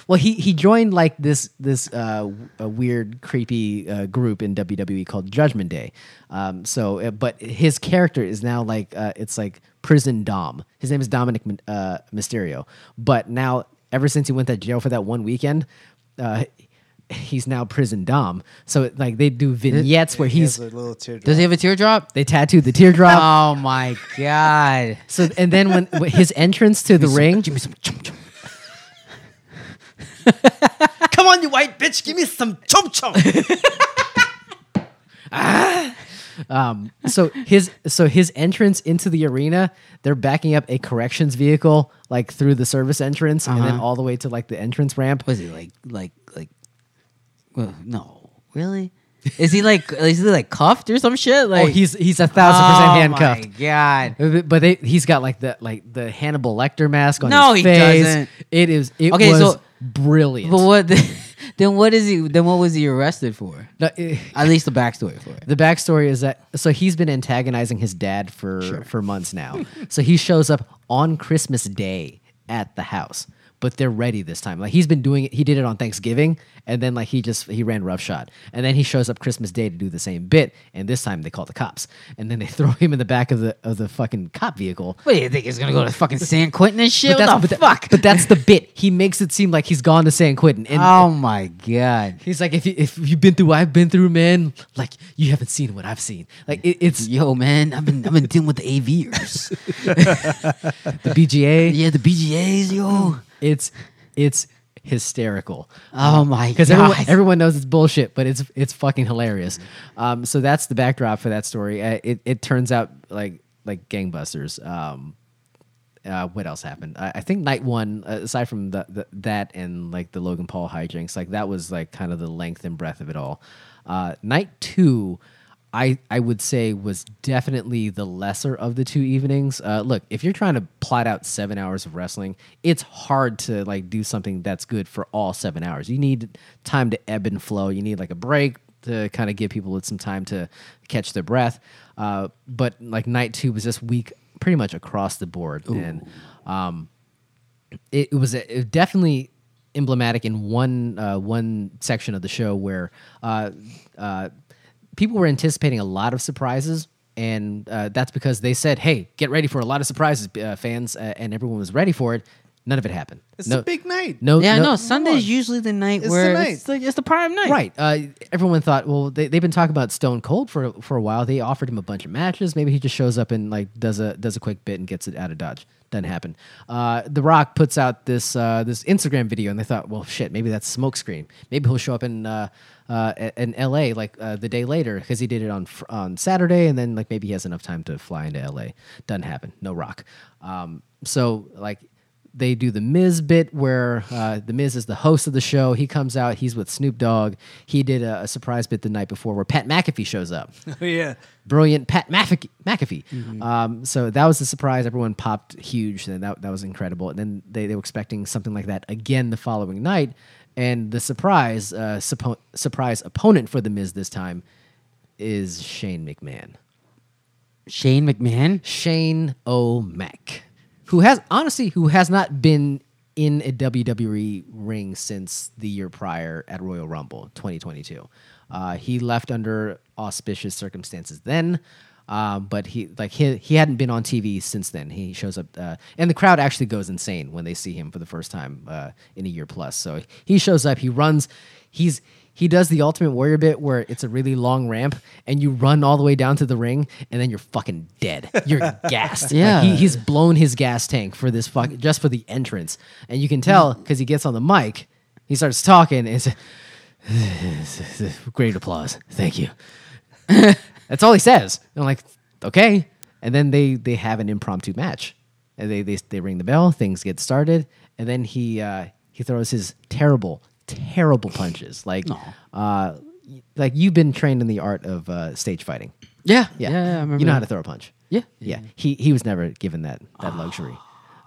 Speaker 1: Well, he he joined like this this uh, w- a weird, creepy uh, group in WWE called Judgment Day. Um, so, uh, but his character is now like uh, it's like prison Dom. His name is Dominic Mi- uh, Mysterio. But now, ever since he went to jail for that one weekend. Uh, He's now prison dom, so it, like they do vignettes where
Speaker 2: He has
Speaker 1: he's
Speaker 2: a little teardrop.
Speaker 3: Does he have a teardrop?
Speaker 1: they tattoo the teardrop.
Speaker 2: [LAUGHS]
Speaker 3: Oh my god.
Speaker 1: So and then when, when his entrance to the ring,
Speaker 3: [LAUGHS] Give me some chum chum.
Speaker 1: Come on, you white bitch, give me some chum chum. um, so his so his entrance into the arena, they're backing up a corrections vehicle like through the service entrance and then
Speaker 3: Uh-huh.
Speaker 1: all the way to like the entrance ramp.
Speaker 3: Was he like like like? Well, no, really. Is he like is he like cuffed or some shit? Like
Speaker 1: oh, he's he's a thousand
Speaker 3: Oh
Speaker 1: percent handcuffed.
Speaker 3: My God.
Speaker 1: But but they, he's got like the like the Hannibal Lecter mask on
Speaker 3: No,
Speaker 1: his
Speaker 3: he
Speaker 1: face.
Speaker 3: doesn't.
Speaker 1: It is it
Speaker 3: Okay,
Speaker 1: was
Speaker 3: so-
Speaker 1: brilliant.
Speaker 3: But what? [LAUGHS] then what is he? Then what was he arrested for?
Speaker 1: No, it-
Speaker 3: At least the backstory for it.
Speaker 1: The backstory is that so he's been antagonizing his dad [LAUGHS] for for months now. so he shows up on Christmas Day at the house, but they're ready this time. Like he's been doing it. He did it on Thanksgiving, and then like he just he ran roughshod, and then he shows up Christmas Day to do the same bit, and this time they call the cops, and then they [LAUGHS] throw him in the back of the of the fucking cop vehicle.
Speaker 3: What do you think? He's gonna go to fucking San Quentin and shit?
Speaker 1: But
Speaker 3: What
Speaker 1: that's,
Speaker 3: the
Speaker 1: but that-
Speaker 3: fuck?
Speaker 1: but that's the bit. He makes it seem like he's gone to San Quentin, and
Speaker 3: oh my god.
Speaker 1: He's like, if you, if you've been through what I've been through, man, like you haven't seen what I've seen. Like it, it's
Speaker 3: Yo, man, I've been I've been dealing with the [LAUGHS] AVers.
Speaker 1: the BGA.
Speaker 3: yeah, the BGAs, yo.
Speaker 1: It's it's hysterical
Speaker 3: Oh my god.
Speaker 1: because everyone, everyone knows it's bullshit, but it's it's fucking hilarious. Um, so that's the backdrop for that story. Uh, it it turns out like like gangbusters. Um, uh, what else happened? I, I think night one, uh, aside from the, the, that and like the Logan Paul hijinks, like that was like kind of the length and breadth of it all. Uh, night two, I I would say was definitely the lesser of the two evenings. Uh, look, if you're trying to plot out seven hours of wrestling, it's hard to like do something that's good for all seven hours. You need time to ebb and flow. You need like a break to kind of give people some time to catch their breath. Uh, but like night two was just weak pretty much across the board, and um, it, it was a, it definitely emblematic in one uh, one section of the show where uh, uh, people were anticipating a lot of surprises. And uh, that's because they said, "Hey, get ready for a lot of surprises, uh, fans," uh, and everyone was ready for it. None of it happened.
Speaker 2: It's a big night.
Speaker 1: No,
Speaker 3: yeah, no,
Speaker 1: no,
Speaker 3: Sunday's usually the night
Speaker 2: It's the
Speaker 3: where
Speaker 2: night.
Speaker 3: It's, the, it's the prime night.
Speaker 1: Right. Uh, everyone thought, well, they, they've been talking about Stone Cold for for a while. They offered him a bunch of matches. Maybe he just shows up and like does a does a quick bit and gets it out of dodge. Doesn't happen. Uh, the Rock puts out this uh, this Instagram video, and they thought, well, shit, maybe that's smokescreen. Maybe he'll show up in uh, uh, in L.A. like uh, the day later because he did it on fr- on Saturday, and then like maybe he has enough time to fly into L.A. Doesn't happen. No Rock. Um, so like they do the Miz bit where uh, the Miz is the host of the show. He comes out. He's with Snoop Dogg. He did a, a surprise bit the night before where Pat McAfee shows up.
Speaker 2: [LAUGHS] yeah.
Speaker 1: Brilliant Pat McAfee. McAfee. Um, so that was the surprise. Everyone popped huge. And that, that was incredible. And then they, they were expecting something like that again the following night. And the surprise uh, suppo- surprise opponent for the Miz this time is Shane McMahon.
Speaker 3: Shane McMahon.
Speaker 1: Shane O'Mac, who has honestly who has not been in a WWE ring since the year prior at Royal Rumble 2022. Uh, he left under auspicious circumstances then. Um, but he like he, he hadn't been on TV since then. He shows up, uh, and the crowd actually goes insane when they see him for the first time uh, in a year plus. So he shows up, he runs, he's he does the Ultimate Warrior bit where it's a really long ramp and you run all the way down to the ring and then you're fucking dead. You're gassed. Like,
Speaker 3: Yeah.
Speaker 1: he, he's blown his gas tank for this fuck just for the entrance. And you can tell because he gets on the mic, he starts talking and it's [SIGHS] great applause. Thank you. That's all he says. And I'm like, okay. And then they they have an impromptu match. And they they they ring the bell, things get started, and then he uh he throws his terrible, terrible punches. Like uh y- like you've been trained in the art of uh stage fighting.
Speaker 3: Yeah.
Speaker 1: Yeah.
Speaker 3: yeah I remember
Speaker 1: you know how
Speaker 3: that.
Speaker 1: to throw a punch.
Speaker 3: Yeah. Ah.
Speaker 1: Yeah. He he was never given that that luxury.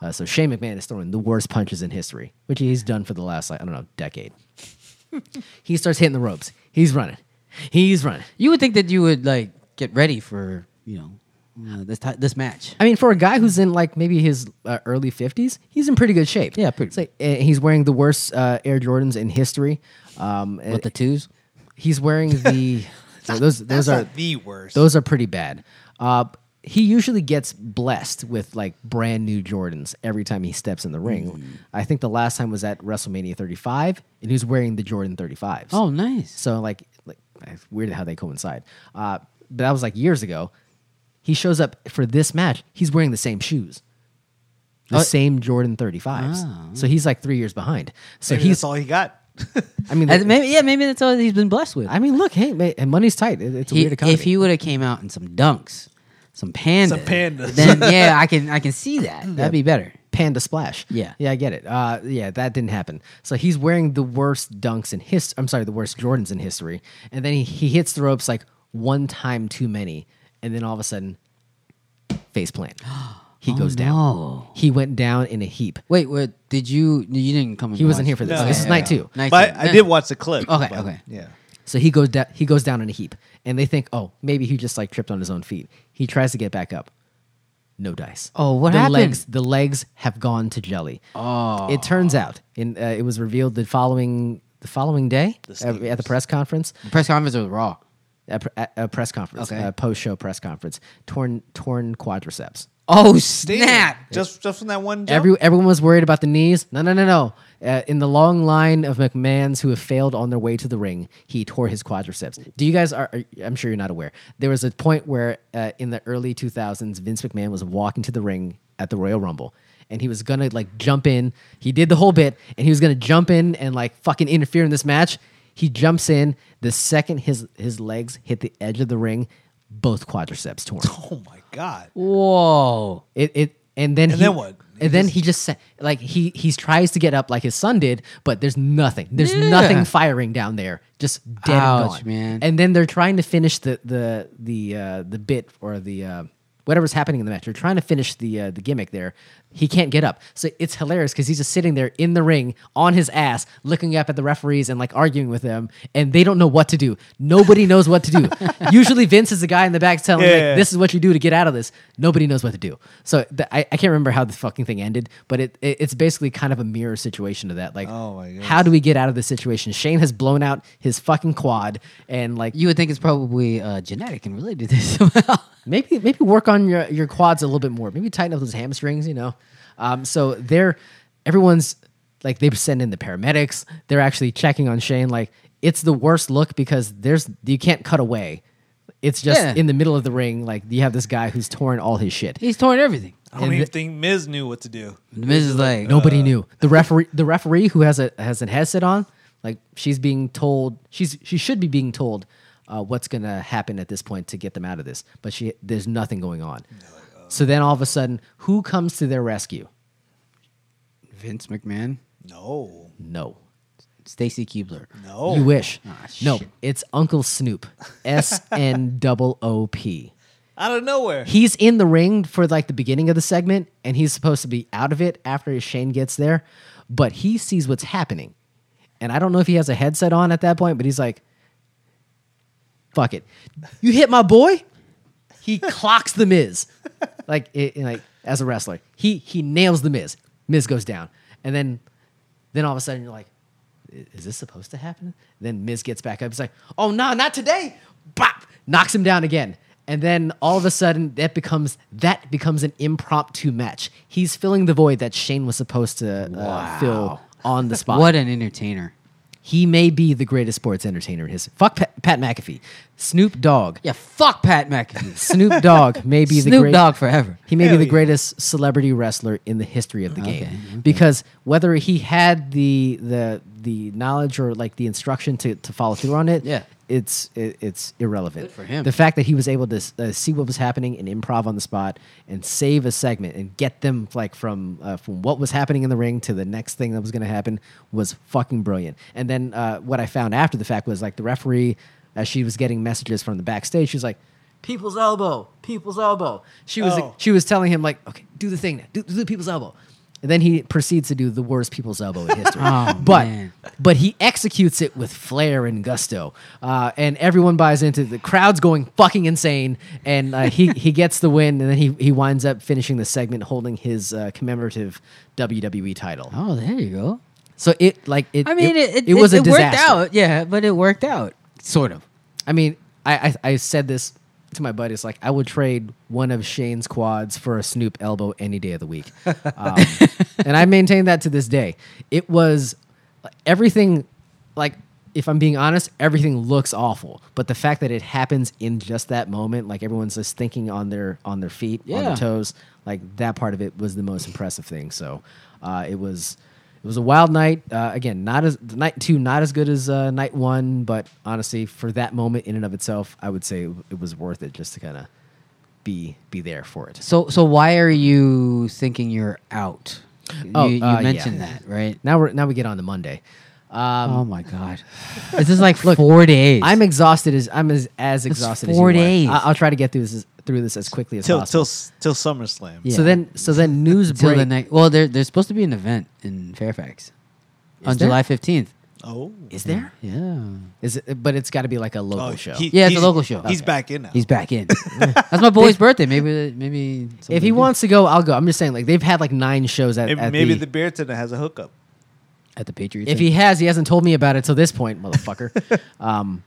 Speaker 1: Uh, so Shane McMahon is throwing the worst punches in history, which he's done for the last like I don't know, decade. [LAUGHS] he starts hitting the ropes. He's running. He's running.
Speaker 3: You would think that you would like get ready for you know uh, this ti this match.
Speaker 1: I mean, for a guy who's in like maybe his uh, early fifties, he's in pretty good shape.
Speaker 3: Yeah, pretty-
Speaker 1: It's like, uh, he's wearing the worst uh, Air Jordans in history. Um,
Speaker 3: With the twos.
Speaker 1: he's wearing
Speaker 3: [LAUGHS]
Speaker 1: the so those those
Speaker 2: Those
Speaker 1: are
Speaker 2: are the worst.
Speaker 1: those are pretty bad. Uh, he usually gets blessed with like brand new Jordans every time he steps in the ring.
Speaker 3: Mm.
Speaker 1: I think the last time was at WrestleMania 35, and he was wearing the Jordan 35s.
Speaker 3: Oh, nice.
Speaker 1: So like, like it's weird how they coincide. Uh, but that was like years ago. He shows up for this match. He's wearing the same shoes, the
Speaker 3: Oh. Ah.
Speaker 1: same Jordan 35s. So he's like three years behind. So
Speaker 2: Maybe
Speaker 1: he's.
Speaker 2: that's all he got.
Speaker 1: I mean,
Speaker 3: And maybe yeah, maybe that's all he's been blessed with.
Speaker 1: I mean, look, hey, ma- and money's tight. It- It's a
Speaker 3: He-
Speaker 1: weird economy.
Speaker 3: if he would have came out in some dunks, some pandas,
Speaker 2: Some pandas. [LAUGHS]
Speaker 3: then yeah, I can I can see that. That'd be better.
Speaker 1: Panda Splash.
Speaker 3: Yeah.
Speaker 1: yeah, I get it. Uh, yeah, that didn't happen. So he's wearing the worst dunks in his. I'm sorry, the worst Jordans in history. And then he, he hits the ropes like one time too many, and then all of a sudden, face
Speaker 3: [GASPS]
Speaker 1: plant. He goes down.
Speaker 3: Oh, no.
Speaker 1: He went down in a heap.
Speaker 3: Wait, what? Did you? You didn't come. and
Speaker 1: He wasn't
Speaker 3: watch-
Speaker 1: here for this.
Speaker 2: No,
Speaker 1: this is
Speaker 2: yeah,
Speaker 1: night
Speaker 2: yeah.
Speaker 1: two.
Speaker 3: Night
Speaker 2: But
Speaker 3: two.
Speaker 2: I did watch the clip.
Speaker 3: Okay,
Speaker 2: but,
Speaker 3: okay.
Speaker 2: Yeah.
Speaker 1: So he goes down. He goes down in a heap, and they think, oh, maybe he just like tripped on his own feet. He tries to get back up. no dice.
Speaker 3: Oh, what
Speaker 1: the
Speaker 3: happened?
Speaker 1: Legs, the legs have gone to jelly. Oh. It turns out, in, uh, it was revealed the following the following day uh, at, at the press conference.
Speaker 3: The press conference was raw.
Speaker 1: At, pr- at a press conference,
Speaker 3: Okay.
Speaker 1: a post-show press conference, torn torn quadriceps.
Speaker 3: Oh snap!
Speaker 2: Just just from that one jump.
Speaker 1: Every, everyone was worried about the knees. No, no, no, no. Uh, in the long line of McMahons who have failed on their way to the ring, he tore his quadriceps. Do you guys are? are- I'm sure you're not aware. There was a point where uh, in the early 2000s, Vince McMahon was walking to the ring at the Royal Rumble, and he was gonna like jump in. He did the whole bit, and he was gonna jump in and like fucking interfere in this match. He jumps in the second his his legs hit the edge of the ring, both quadriceps torn.
Speaker 2: oh my god.
Speaker 3: Whoa!
Speaker 1: It it and then
Speaker 2: And
Speaker 1: he,
Speaker 2: then what?
Speaker 1: And then he just sa- like he he tries to get up like his son did, but there's nothing. There's
Speaker 3: Yeah.
Speaker 1: nothing firing down there. Just dead
Speaker 3: Ouch,
Speaker 1: and gone.
Speaker 3: man.
Speaker 1: And then they're trying to finish the the the uh, the bit or the uh, whatever's happening in the match. They're trying to finish the uh, the gimmick there. He can't get up, so it's hilarious because he's just sitting there in the ring on his ass, looking up at the referees and like arguing with them, and they don't know what to do. Nobody knows what to
Speaker 2: [LAUGHS]
Speaker 1: do. Usually Vince is the guy in the back telling
Speaker 2: Yeah,
Speaker 1: like,
Speaker 2: yeah,
Speaker 1: this is what you do to get out of this. Nobody knows what to do. So the, I, I can't remember how the fucking thing ended, but it, it it's basically kind of a mirror situation to that. Like,
Speaker 2: Oh my goodness.
Speaker 1: how do we get out of this situation? Shane has blown out his fucking quad, and like
Speaker 3: You would think it's probably uh, genetic and related to this [LAUGHS] somehow.
Speaker 1: maybe maybe work on your, your quads a little bit more. Maybe tighten up those hamstrings, you know. Um, so they're everyone's like they send in the paramedics. They're actually checking on Shane. Like it's the worst look because there's you can't cut away. It's just
Speaker 3: Yeah.
Speaker 1: in the middle of the ring. Like you have this guy who's torn all his shit.
Speaker 3: He's torn everything.
Speaker 2: I don't even think Miz knew what to do.
Speaker 3: The Miz is like,
Speaker 1: Nobody knew. The referee the referee who has a has an headset on, like she's being told she's she should be being told uh, what's gonna happen at this point to get them out of this. But she there's nothing going on. So then all of a sudden, who comes to their rescue?
Speaker 3: Vince McMahon,
Speaker 2: No.
Speaker 1: No.
Speaker 3: Stacy Keebler.
Speaker 2: No.
Speaker 1: You wish. no,
Speaker 3: shit.
Speaker 1: it's Uncle Snoop. S N double O P.
Speaker 2: Out of nowhere.
Speaker 1: he's in the ring for like the beginning of the segment and he's supposed to be out of it after Shane gets there, but he sees what's happening. And I don't know if he has a headset on at that point, but he's like, fuck it. You hit my boy? He clocks the Miz. Like it, like as a wrestler. He he nails the Miz. Miz goes down. And then then all of a sudden you're like, "I- is this supposed to happen? Then Miz gets back up. He's like, oh no, not today. Bop! Knocks him down again. And then all of a sudden that becomes that becomes an impromptu match. He's filling the void that Shane was supposed to uh, fill on the spot.
Speaker 3: What an entertainer.
Speaker 1: He may be the greatest sports entertainer in his fuck Pat, Pat McAfee. Snoop Dogg.
Speaker 3: Yeah, fuck
Speaker 2: [LAUGHS]
Speaker 3: Pat McAfee.
Speaker 1: Snoop Dogg may be the
Speaker 3: Snoop
Speaker 1: great,
Speaker 3: Dogg forever.
Speaker 1: He may
Speaker 2: Hell
Speaker 1: be the
Speaker 2: yeah.
Speaker 1: greatest celebrity wrestler in the history of the game. Because whether he had the the the knowledge or like the instruction to, to follow through on it,
Speaker 3: Yeah.
Speaker 1: it's it, it's irrelevant.
Speaker 3: for him.
Speaker 1: The fact that he was able to uh, see what was happening and improv on the spot and save a segment and get them like from uh, from what was happening in the ring to the next thing that was going to happen was fucking brilliant. And then uh, what I found after the fact was like the referee, as she was getting messages from the backstage, she was like, "People's elbow, people's elbow." She was
Speaker 2: Oh.
Speaker 1: she was telling him like, "Okay, do the thing now, do, do the people's elbow." And then he proceeds to do the worst people's elbow in history.
Speaker 3: [LAUGHS] Oh,
Speaker 1: but
Speaker 3: man.
Speaker 1: but he executes it with flair and gusto, uh, and everyone buys into it. the crowd's going fucking insane, and uh, he he gets the win, and then he he winds up finishing the segment holding his uh, commemorative WWE title.
Speaker 3: Oh, there you go.
Speaker 1: So it like it.
Speaker 3: I mean, it, it,
Speaker 1: was a
Speaker 3: it
Speaker 1: disaster.
Speaker 3: worked out. Yeah, but it worked out. Sort of.
Speaker 1: I mean, I, I I said this to my buddies like I would trade one of Shane's quads for a Snoop elbow any day of the week, um, and I maintain that to this day. It was everything, like if I'm being honest, everything looks awful, but the fact that it happens in just that moment, like everyone's just thinking on their on their feet, on
Speaker 3: Yeah.
Speaker 1: their toes, like that part of it was the most impressive thing. So uh, it was. It was a wild night. Uh, again, not as night two, not as good as uh, night one, but honestly, for that moment in and of itself, I would say it was worth it just to kind of be be there for it.
Speaker 3: So, so why are you thinking you're out?
Speaker 1: Oh,
Speaker 3: you, you
Speaker 1: uh, yeah.
Speaker 3: mentioned that, right?
Speaker 1: Now we're now we get on to Monday. Um,
Speaker 3: oh
Speaker 1: [LAUGHS]
Speaker 3: my god, this is like four days.
Speaker 1: I'm exhausted as I'm as, as exhausted as
Speaker 3: four
Speaker 1: you are.
Speaker 3: days.
Speaker 1: I, will try to get through this as, through this as quickly as
Speaker 2: Till
Speaker 1: possible.
Speaker 2: till s- till SummerSlam.
Speaker 3: Yeah.
Speaker 1: So then so then news
Speaker 3: until
Speaker 1: break.
Speaker 3: the next. Well, there, there's supposed to be an event in Fairfax on
Speaker 1: there?
Speaker 3: July 15th.
Speaker 2: Oh,
Speaker 1: Is there?
Speaker 3: Yeah.
Speaker 1: Is it? But it's got to be like a local
Speaker 2: oh,
Speaker 1: show.
Speaker 2: he-
Speaker 3: Yeah, it's a
Speaker 2: he's-
Speaker 3: local show.
Speaker 2: He's
Speaker 3: Okay.
Speaker 2: back in now.
Speaker 3: He's
Speaker 1: [LAUGHS]
Speaker 3: back in. That's my boy's birthday. Maybe maybe
Speaker 1: if he
Speaker 3: something-
Speaker 1: wants to go, I'll go. I'm just saying, like they've had like nine shows at,
Speaker 2: Maybe,
Speaker 1: at
Speaker 2: maybe
Speaker 1: the,
Speaker 2: the beer tender has a hookup.
Speaker 3: at the Patriots.
Speaker 1: If he has, he hasn't told me about it till this point,
Speaker 2: [LAUGHS]
Speaker 1: motherfucker. um,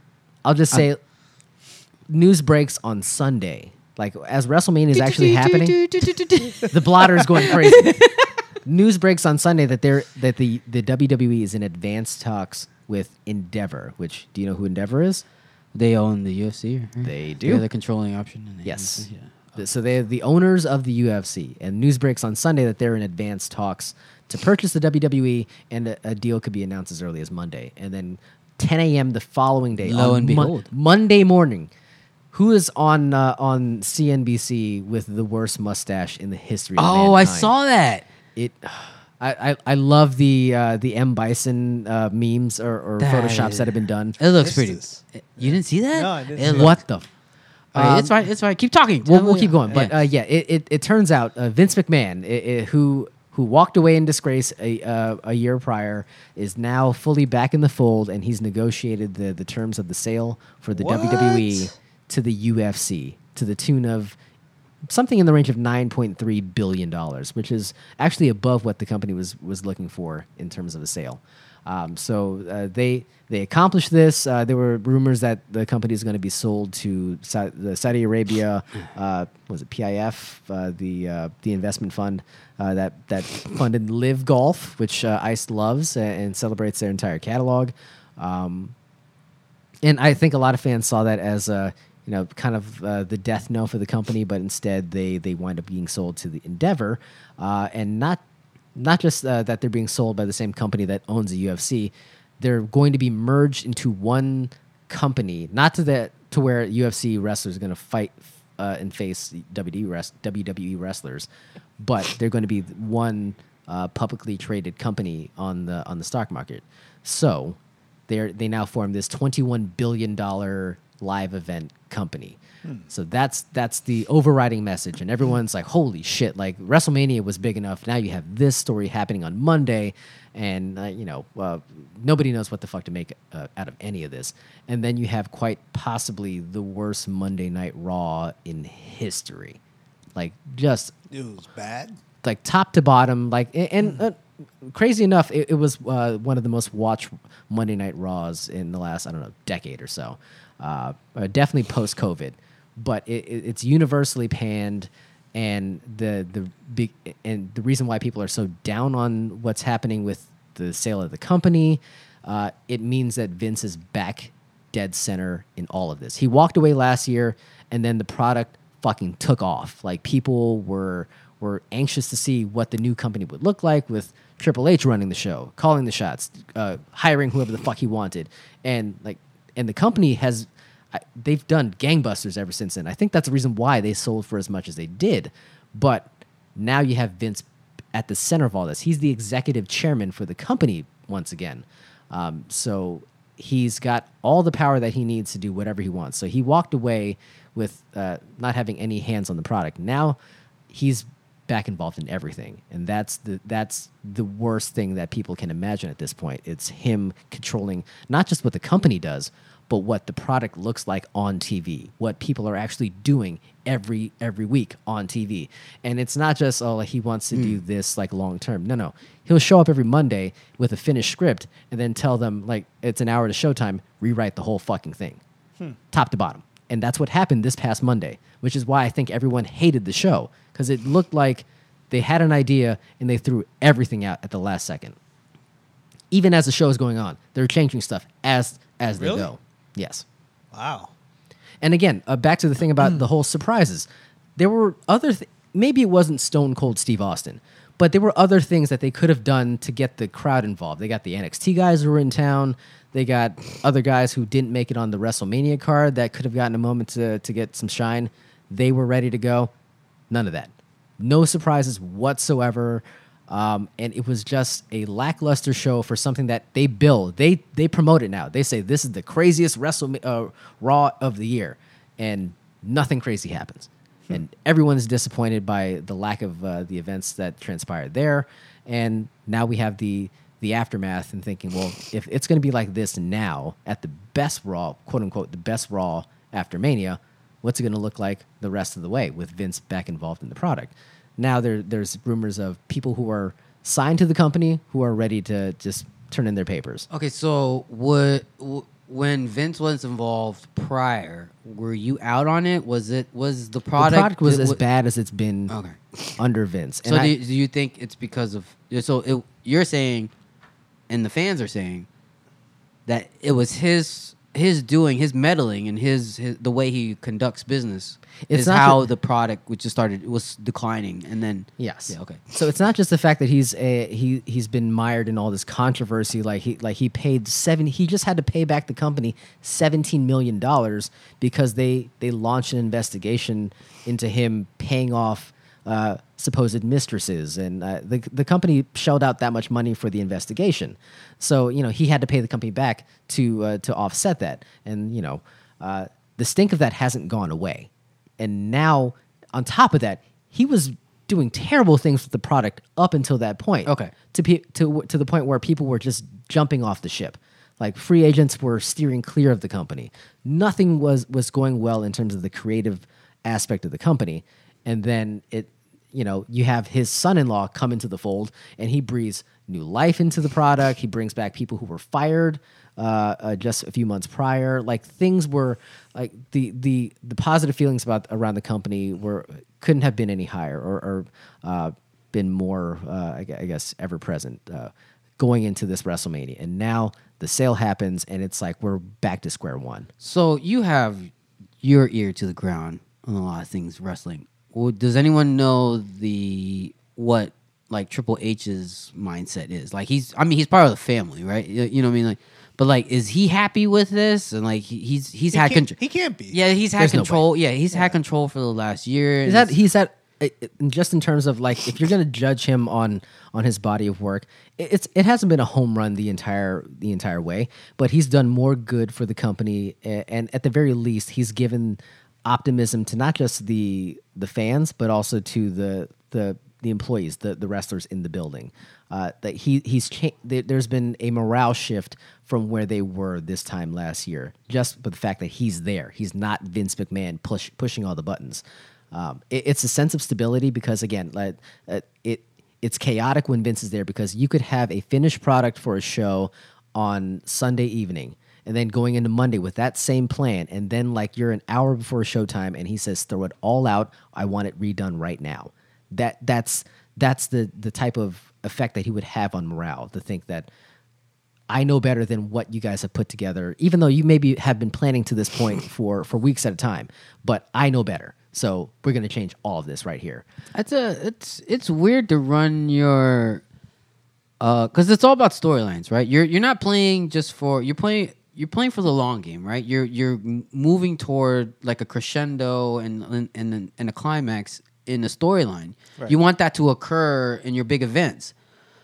Speaker 1: I'll just say, news breaks on Sunday. Like as WrestleMania is actually happening, the blotter is going crazy. news breaks on Sunday that they're that the the WWE is in advanced talks with Endeavor. Which do you know who Endeavor is?
Speaker 3: they own the UFC. right?
Speaker 1: They
Speaker 3: They're
Speaker 1: do.
Speaker 3: the controlling option. in the
Speaker 1: Yes.
Speaker 3: UFC, yeah.
Speaker 1: The- So they're the owners of the UFC, and news breaks on Sunday that they're in advanced talks to purchase the WWE, and a, a deal could be announced as early as Monday. And then 10 a.m. the following day,
Speaker 3: Lo
Speaker 1: on
Speaker 3: and
Speaker 1: Mon-
Speaker 3: behold.
Speaker 1: Monday morning, who is on uh, on CNBC with the worst mustache in the history? Of
Speaker 3: Oh, I
Speaker 1: mankind?
Speaker 3: saw that.
Speaker 1: it. I, I, I love the uh, the M Bison uh, memes or, or
Speaker 3: That
Speaker 1: photoshops
Speaker 3: is-
Speaker 1: that have been done.
Speaker 3: It
Speaker 2: Missed
Speaker 3: looks pretty. Eh,
Speaker 2: this.
Speaker 3: You didn't see that?
Speaker 2: No, I didn't
Speaker 3: It
Speaker 2: see
Speaker 3: looked-
Speaker 1: What the?
Speaker 3: All right,
Speaker 1: Um,
Speaker 3: it's fine. It's fine. Keep talking.
Speaker 1: We'll, we'll keep going. But uh, yeah, it, it, it turns out uh, Vince McMahon, i i who who walked away in disgrace a, uh, a year prior, is now fully back in the fold, and he's negotiated the, the terms of the sale for the E WWE
Speaker 2: What?
Speaker 1: to the UFC to the tune of something in the range of nine point three billion dollars, which is actually above what the company was was looking for in terms of a sale. Um, so uh, they they accomplished this. Uh, there were rumors that the company is going to be sold to Sa- the Saudi Arabia, uh, was it PIF, uh, the uh, the investment fund uh, that that funded Live Golf, which uh, ICE loves and, and celebrates their entire catalog. Um, and I think a lot of fans saw that as a you know kind of uh, the death knell for the company, but instead they they wind up being sold to the Endeavor, uh, and not not just uh, that they're being sold by the same company that owns the UFC, they're going to be merged into one company, not to the to where UFC wrestlers are going to fight. Uh, and face E WWE, wrest- WWE wrestlers, but they're going to be one uh, publicly traded company on the on the stock market. So they they now form this twenty one billion dollar live event company. So that's that's the overriding message, and everyone's like, "Holy shit!" Like WrestleMania was big enough. Now you have this story happening on Monday, and uh, you know uh, nobody knows what the fuck to make uh, out of any of this. And then you have quite possibly the worst Monday Night Raw in history, like just
Speaker 2: It was bad.
Speaker 1: like top to bottom like a- and, uh, crazy enough it, it was uh, one of the most watched monday night raws in the last i don't know decade or so uh, uh, definitely post covid but it, it, it's universally panned and the the big and the reason why people are so down on what's happening with the sale of the company uh, it means that vince is back dead center in all of this. He walked away last year, and then the product fucking took off. Like people were were anxious to see what the new company would look like with Triple H running the show, calling the shots, uh, hiring whoever the fuck he wanted, and like and the company has. I, they've done gangbusters ever since then. I think that's the reason why they sold for as much as they did. But now you have Vince at the center of all this. He's the executive chairman for the company once again. Um, so he's got all the power that he needs to do whatever he wants. So he walked away with uh, not having any hands on the product. Now he's back involved in everything, and that's the that's the worst thing that people can imagine at this point. It's him controlling not just what the company does, but what the product looks like on TV, what people are actually doing every every week on TV. And it's not just oh like, he wants to do this like long term. No, no. He'll show up every Monday with a finished script and then tell them like it's an hour to showtime, rewrite the whole fucking thing. Top to bottom. And that's what happened this past Monday, which is why I think everyone hated the show cuz it looked like they had an idea and they threw everything out at the last second even as the show is going on. They're changing stuff as as
Speaker 2: Really?
Speaker 1: they go. Yes.
Speaker 2: Wow.
Speaker 1: And again, uh, back to the thing about the whole surprises. There were other th- maybe it wasn't Stone Cold Steve Austin, but there were other things that they could have done to get the crowd involved. They got the NXT guys who were in town. They got other guys who didn't make it on the WrestleMania card that could have gotten a moment to to get some shine. They were ready to go. None of that. No surprises whatsoever. Um, and it was just a lackluster show for something that they build. They they promote it now. They say this is the craziest Wrestle uh, Raw of the year, and nothing crazy happens. And everyone is disappointed by the lack of uh, the events that transpired there. And now we have the the aftermath and thinking, well, if it's going to be like this now at the best Raw, quote unquote, the best Raw after Mania, what's it going to look like the rest of the way with Vince back involved in the product? Now there, there's rumors of people who are signed to the company who are ready to just turn in their papers.
Speaker 3: Okay, so would w- when Vince was involved prior, were you out on it? Was it was the product,
Speaker 1: the product was
Speaker 3: that
Speaker 1: as
Speaker 3: wa-
Speaker 1: bad as it's been
Speaker 3: Okay.
Speaker 1: under Vince.
Speaker 3: So
Speaker 1: And
Speaker 3: do,
Speaker 1: I-
Speaker 3: you, do you think it's because of so it, you're saying, and the fans are saying that it was his his doing, his meddling, and his, his the way he conducts business
Speaker 1: It's
Speaker 3: is
Speaker 1: not
Speaker 3: how
Speaker 1: that-
Speaker 3: the product which just started was declining, and then
Speaker 1: Yes.
Speaker 3: yeah, okay.
Speaker 1: So it's not just the fact that he's a, he he's been mired in all this controversy. Like he like he paid seven. He just had to pay back the company seventeen million dollars because they they launched an investigation into him paying off uh, supposed mistresses, and uh, the the company shelled out that much money for the investigation. So you know he had to pay the company back to uh, to offset that, and you know uh, the stink of that hasn't gone away. And now, on top of that, he was doing terrible things with the product up until that point.
Speaker 3: Okay.
Speaker 1: To pe- to to the point where people were just jumping off the ship. Like free agents were steering clear of the company. Nothing was was going well in terms of the creative aspect of the company. And then it you know, you have his son-in-law come into the fold and he breathes new life into the product. He brings back people who were fired uh, uh, just a few months prior. Like things were like the the the positive feelings about around the company were couldn't have been any higher or, or uh, been more uh, I, gue- I guess ever present uh, going into this WrestleMania. And now the sale happens and it's like we're back to square one.
Speaker 3: So you have your ear to the ground on a lot of things wrestling. Well, does anyone know the what like Triple H's mindset is? Like he's, I mean, he's part of the family, right? You, you know what I mean? Like, but like, is he happy with this? And like, he, he's he's
Speaker 2: He
Speaker 3: had
Speaker 2: can't-
Speaker 3: control.
Speaker 2: he can't be.
Speaker 3: Yeah, he's had
Speaker 1: There's no way.
Speaker 3: control. yeah, he's had control for the last year.
Speaker 1: Is
Speaker 3: and
Speaker 1: that
Speaker 3: it's-
Speaker 1: he's at i- i- uh, just in terms of like if you're going to judge him on on his body of work, i- it's it hasn't been a home run the entire the entire way, but he's done more good for the company, a- and at the very least, he's given optimism to not just the the fans but also to the the the employees, the the wrestlers in the building. Uh, that he he's cha- there- there's been a morale shift from where they were this time last year, just by the fact that he's there. He's not Vince McMahon push, pushing all the buttons. Um, it- it's a sense of stability because again, like, uh, it it's chaotic when Vince is there because you could have a finished product for a show on Sunday evening and then going into Monday with that same plan and then like you're an hour before showtime and he says throw it all out I want it redone right now that that's that's the the type of effect that he would have on morale to think that I know better than what you guys have put together, even though you maybe have been planning to this
Speaker 3: [LAUGHS]
Speaker 1: point for for weeks at a time. But I know better, so we're going to change all of this right here.
Speaker 3: That's a it's it's weird to run your uh cuz it's all about storylines, right? You're you're not playing just for you're playing you're playing for the long game, right? You're you're m- moving toward like a crescendo and and and, and a climax in a storyline. You want that to occur in your big events.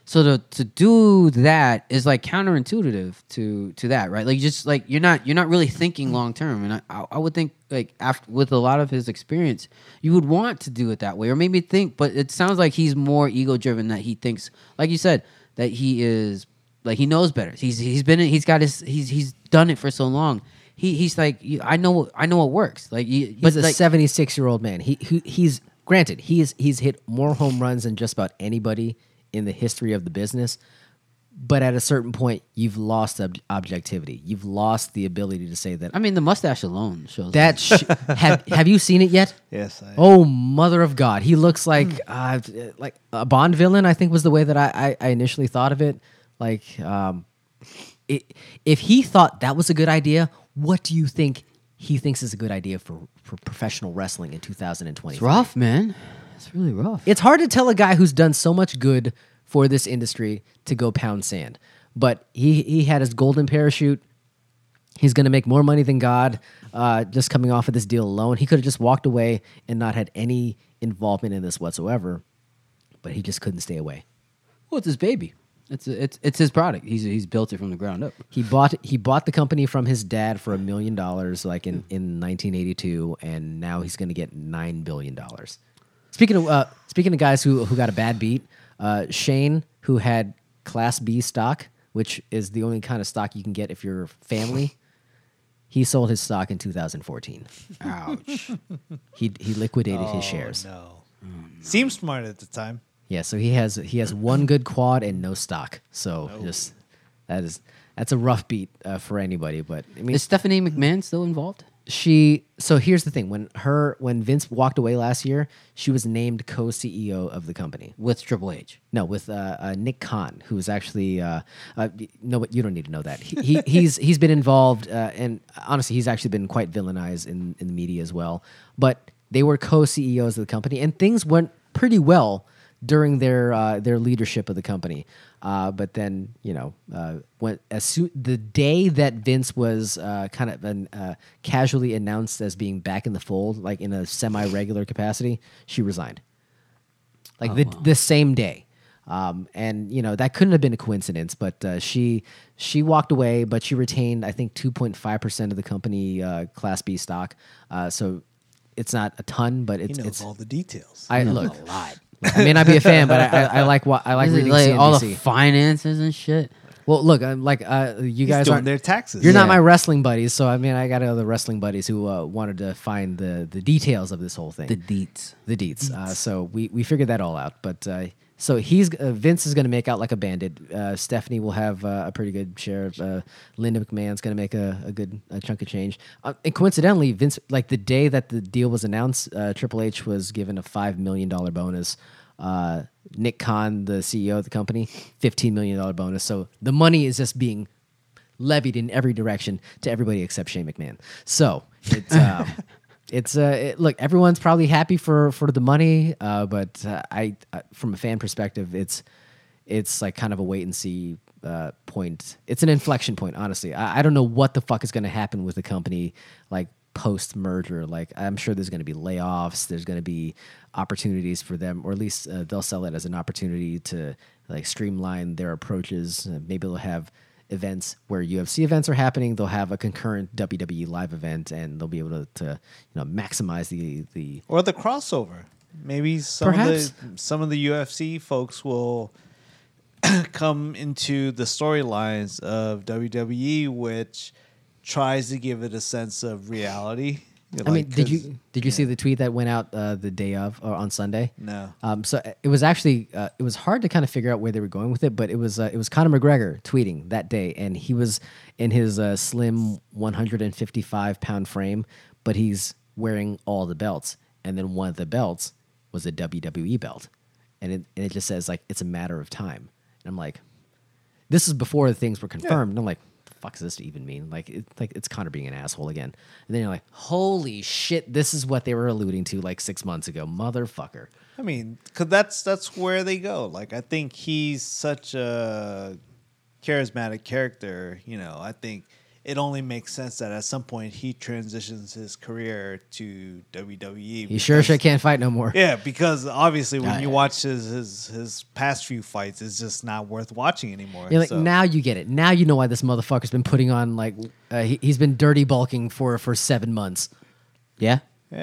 Speaker 3: So to to do that is like counterintuitive to to that, right? Like just like you're not you're not really thinking long term, and I- I I would think like after with a lot of his experience, you would want to do it that way, or maybe think. But it sounds like he's more ego driven that he thinks, like you said, that he is like he knows better. He's he's been in- he's got his he's he's done it for so long. He he's like you- I know I know what works. Like you,
Speaker 1: He's
Speaker 3: he's
Speaker 1: a
Speaker 3: like,
Speaker 1: 76 year old man. He, he he's granted he is he's hit more home runs than just about anybody in the history of the business. But at a certain point, you've lost ob- objectivity. You've lost the ability to
Speaker 3: [LAUGHS]
Speaker 1: say that
Speaker 3: I mean the mustache alone shows
Speaker 1: That sh- have have you seen it
Speaker 3: [LAUGHS]
Speaker 1: yet?
Speaker 2: Yes, I-
Speaker 1: oh, mother of God! He looks like uh, like a Bond villain. I think was the way that I I, I initially thought of it. Like, um, it, if he thought that was a good idea, what do you think he thinks is a good idea for for professional wrestling in 2020?
Speaker 3: It's rough, man. It's really rough.
Speaker 1: It's hard to tell a guy who's done so much good for this industry to go pound sand. But he he had his golden parachute. He's going to make more money than God uh, just coming off of this deal alone. He could have just walked away and not had any involvement in this whatsoever, but he just couldn't stay away.
Speaker 3: Well, it's his baby. It's it's it's his product. He's he's built it from the ground up.
Speaker 1: He bought he bought the company from his dad for a million dollars, like in, in 1982, and now he's going to get nine billion dollars. Speaking of uh, speaking of guys who who got a bad beat, uh, Shane, who had Class B stock, which is the only kind of stock you can get if you're family. [LAUGHS] he sold his stock in 2014.
Speaker 3: Ouch.
Speaker 1: [LAUGHS] He he liquidated his shares.
Speaker 2: No. Seemed Mm. smart at the time.
Speaker 1: Yeah, so he has he has one good quad and no stock. So just that is that's a rough beat uh, for anybody. But I mean,
Speaker 3: Is Stephanie McMahon still involved?
Speaker 1: she so here's the thing when her when Vince walked away last year, she was named co CEO of the company.
Speaker 3: With Triple H.
Speaker 1: No, with uh, uh, Nick Khan, who is actually uh, uh, y- no, but you don't need to know that. He, he he's he's been involved, uh, and honestly, he's actually been quite villainized in in the media as well. But they were co CEOs of the company, and things went pretty well during their uh, their leadership of the company. Uh, but then you know, uh, when as soon the day that Vince was uh, kind of an, uh, casually announced as being back in the fold, like in a semi regular capacity, she resigned like
Speaker 2: Oh,
Speaker 1: the, the same day. Um, and you know that couldn't have been a coincidence, but uh, she she walked away, but she retained I think 2.5 percent of the company uh, Class B stock. Uh, so it's not a ton, but
Speaker 2: He
Speaker 1: it's
Speaker 2: knows
Speaker 1: it's
Speaker 2: all the details.
Speaker 1: I look. I may not be a fan, but I, I, [LAUGHS] I like what I like
Speaker 3: Is it
Speaker 1: reading
Speaker 3: like all the
Speaker 1: CNBC.
Speaker 3: finances and shit?
Speaker 1: well, look, I'm like uh, you guys
Speaker 2: doing
Speaker 1: aren't
Speaker 2: their taxes.
Speaker 1: You're not
Speaker 3: Yeah.
Speaker 1: my wrestling buddies, so I mean I got other wrestling buddies who uh, wanted to find the the details of this whole thing.
Speaker 3: The deets.
Speaker 1: the deets. Uh, so we, we figured that all out. But uh, so he's uh, Vince is going to make out like a bandit. Uh, Stephanie will have uh, a pretty good share. Of, uh, Linda McMahon's going to make a, a good a chunk of change. Uh, and coincidentally, Vince like the day that the deal was announced, uh, Triple H was given a five million dollar bonus. Uh, Nick Khan, the CEO of the company, fifteen million dollar bonus. So the money is just being levied in every direction to everybody except Shane McMahon. So it's um, it's uh, it, look, everyone's probably happy for for the money, uh, but uh, I, uh, from a fan perspective, it's it's like kind of a wait and see uh, point. It's an inflection point, honestly. I, I don't know what the fuck is going to happen with the company, like post merger. Like I'm sure there's going to be layoffs. There's going to be opportunities for them, or at least uh, they'll sell it as an opportunity to like streamline their approaches. Uh, maybe they'll have events where UFC events are happening. They'll have a concurrent WWE live event, and they'll be able to, to you know maximize the the
Speaker 2: or the crossover. Maybe some
Speaker 1: Perhaps.
Speaker 2: of the some of the UFC folks will [COUGHS] come into the storylines of WWE, which tries to give it a sense of reality.
Speaker 1: I mean,
Speaker 2: Like,
Speaker 1: did
Speaker 2: 'cause-
Speaker 1: you did you see the tweet that went out uh, the day of or on Sunday?
Speaker 2: No.
Speaker 1: Um, so it was actually uh, it was hard to kind of figure out where they were going with it, but it was uh, it was Conor McGregor tweeting that day, and he was in his uh, slim 155 pound frame, but he's wearing all the belts, and then one of the belts was a WWE belt, and it and it just says like it's a matter of time, and I'm like, this is before the things were confirmed. And I'm like, the fuck does this even mean? Like, it, like it's Connor being an asshole again. And then you're like, holy shit, this is what they were alluding to like six months ago, motherfucker.
Speaker 2: I mean, cause that's that's where they go. Like, I think he's such a charismatic character. You know, I think it only makes sense that at some point he transitions his career to WWE.
Speaker 1: He sure
Speaker 2: because-
Speaker 1: shit can't fight no more.
Speaker 2: Yeah, because obviously when
Speaker 1: Yeah,
Speaker 2: you
Speaker 1: yeah.
Speaker 2: watch his, his his past few fights, it's just not worth watching anymore.
Speaker 1: You're like,
Speaker 2: so.
Speaker 1: now you get it. Now you know why this motherfucker's been putting on like uh, he, he's been dirty bulking for for seven months.
Speaker 2: yeah.
Speaker 3: Yeah.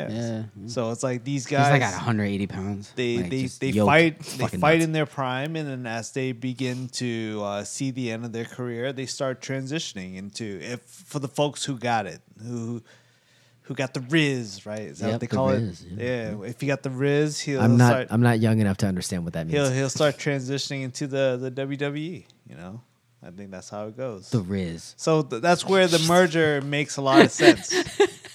Speaker 3: Yeah.
Speaker 2: So it's like these
Speaker 3: He's
Speaker 2: guys.
Speaker 3: like at 180 pounds.
Speaker 2: they
Speaker 3: Like,
Speaker 2: they,
Speaker 3: just
Speaker 2: they
Speaker 3: yoked.
Speaker 2: fight
Speaker 3: It's
Speaker 2: they
Speaker 3: fucking
Speaker 2: fight
Speaker 3: nuts.
Speaker 2: in their prime and then as they begin to uh, see the end of their career they start transitioning into if for the folks who got it who who got the Riz right is that
Speaker 3: Yep,
Speaker 2: what they
Speaker 3: the
Speaker 2: call
Speaker 3: Riz,
Speaker 2: it yeah. if you got the Riz he'll
Speaker 1: I'm not
Speaker 2: start
Speaker 1: I'm not young enough to understand what that means.
Speaker 2: he'll he'll start transitioning into the the WWE you know I think that's how it goes
Speaker 3: The Riz.
Speaker 2: so th- that's where the merger makes a lot
Speaker 1: [LAUGHS]
Speaker 2: of sense.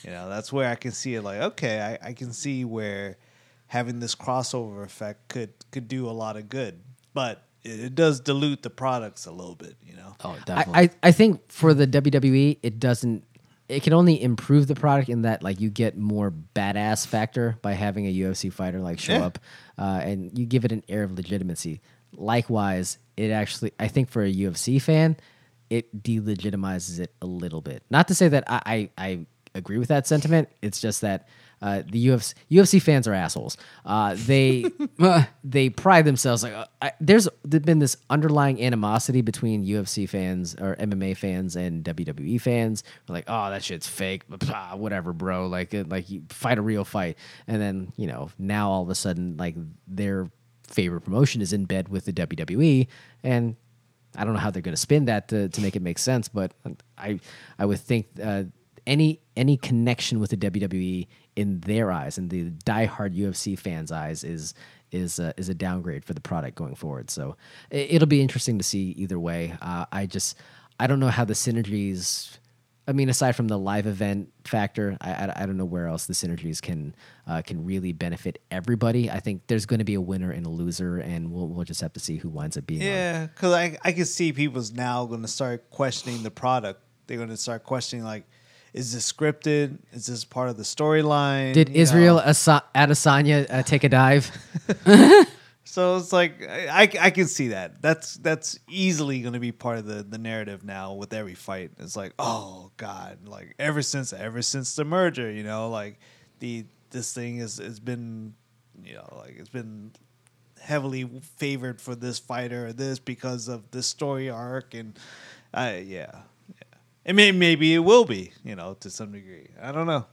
Speaker 2: you know, that's where I can see it. Like, okay, I, I can see where having this crossover effect could could do a lot of good, but it, it does dilute the products a little bit. You know,
Speaker 3: Oh,
Speaker 1: I, I, I think for the WWE, it doesn't. It can only improve the product in that like you get more badass factor by having a UFC fighter like show
Speaker 2: Yeah.
Speaker 1: up, uh, and you give it an air of legitimacy. Likewise, it actually I think for a UFC fan, it delegitimizes it a little bit. Not to say that I I, I agree with that sentiment. It's just that. Uh, the UFC, UFC fans are assholes. Uh, they uh, they pride themselves like uh, I, there's been this underlying animosity between UFC fans or MMA fans and WWE fans. We're like, oh, that shit's fake, blah, blah, whatever, bro. Like, uh, like you fight a real fight, and then you know now all of a sudden like their favorite promotion is in bed with the WWE, E. and I don't know how they're going to spin that to, to make it make sense, but I I would think uh, any any connection with the WWE in their eyes, in the diehard UFC fans' eyes, is is uh, is a downgrade for the product going forward. So it, it'll be interesting to see either way. Uh, I just I don't know how the synergies. I mean, aside from the live event factor, I, I, I don't know where else the synergies can uh, can really benefit everybody. I think there's going to be a winner and a loser, and we'll we'll just have to see who winds up being. on
Speaker 2: Yeah, because I I can see people's now going to start questioning the product. They're going to start questioning like, is this scripted? Is this part of the storyline?
Speaker 1: Did
Speaker 2: You know?
Speaker 1: Israel Asa- Adesanya uh, take a dive? [LAUGHS]
Speaker 2: So it's like I, I I can see that. That's that's easily going to be part of the the narrative now with every fight. It's like oh god, like ever since ever since the merger, you know, like the this thing is has been you know like it's been heavily favored for this fighter or this because of this story arc and uh, yeah, yeah. And may, maybe it will be you know to some degree. I don't know.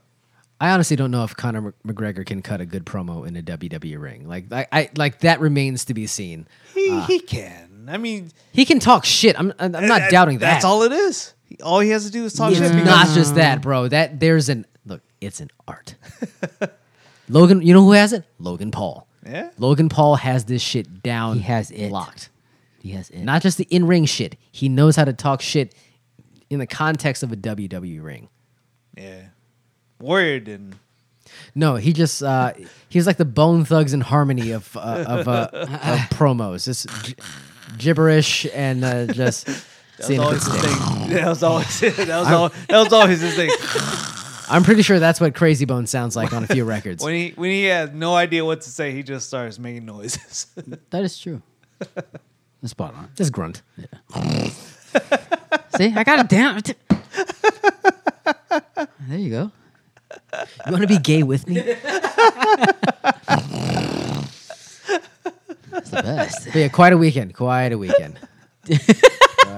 Speaker 1: I honestly don't know if Conor Mc- McGregor can cut a good promo in a WWE ring. Like I, I like that remains to be seen.
Speaker 2: He he can. I mean,
Speaker 1: He can talk shit. I'm I'm I'm not
Speaker 2: that-
Speaker 1: doubting that.
Speaker 2: That's all it is. All he has to do is talk
Speaker 1: It's
Speaker 2: shit. because-
Speaker 1: not just that, bro. That there's an look. It's an art. [LAUGHS] Logan, you know who has it? Logan Paul.
Speaker 2: Yeah.
Speaker 1: Logan Paul has this shit down.
Speaker 3: He has it.
Speaker 1: locked.
Speaker 3: He has it.
Speaker 1: Not just the in ring shit. He knows how to talk shit in the context of a WWE ring.
Speaker 2: Yeah. Warrior didn't.
Speaker 1: No, he just uh, he was like the Bone Thugs and Harmony of uh, of, uh, of promos, just gi- gibberish and uh, just
Speaker 2: [LAUGHS] That
Speaker 1: seeing
Speaker 2: was
Speaker 1: if it
Speaker 2: always his
Speaker 1: sticks.
Speaker 2: thing. [LAUGHS] That was always that was, al that was always his thing.
Speaker 1: I'm pretty sure that's what Crazy Bone sounds like on a few records.
Speaker 2: When he when he has no idea what to say, he just starts making noises. [LAUGHS]
Speaker 3: That is true. That's spot on.
Speaker 1: [LAUGHS] Just grunt.
Speaker 3: See, I got it down. [LAUGHS] there you go.
Speaker 1: You want to be gay with me?
Speaker 3: That's the best.
Speaker 1: [LAUGHS] But yeah, quite a weekend. Quite a [LAUGHS] weekend. quite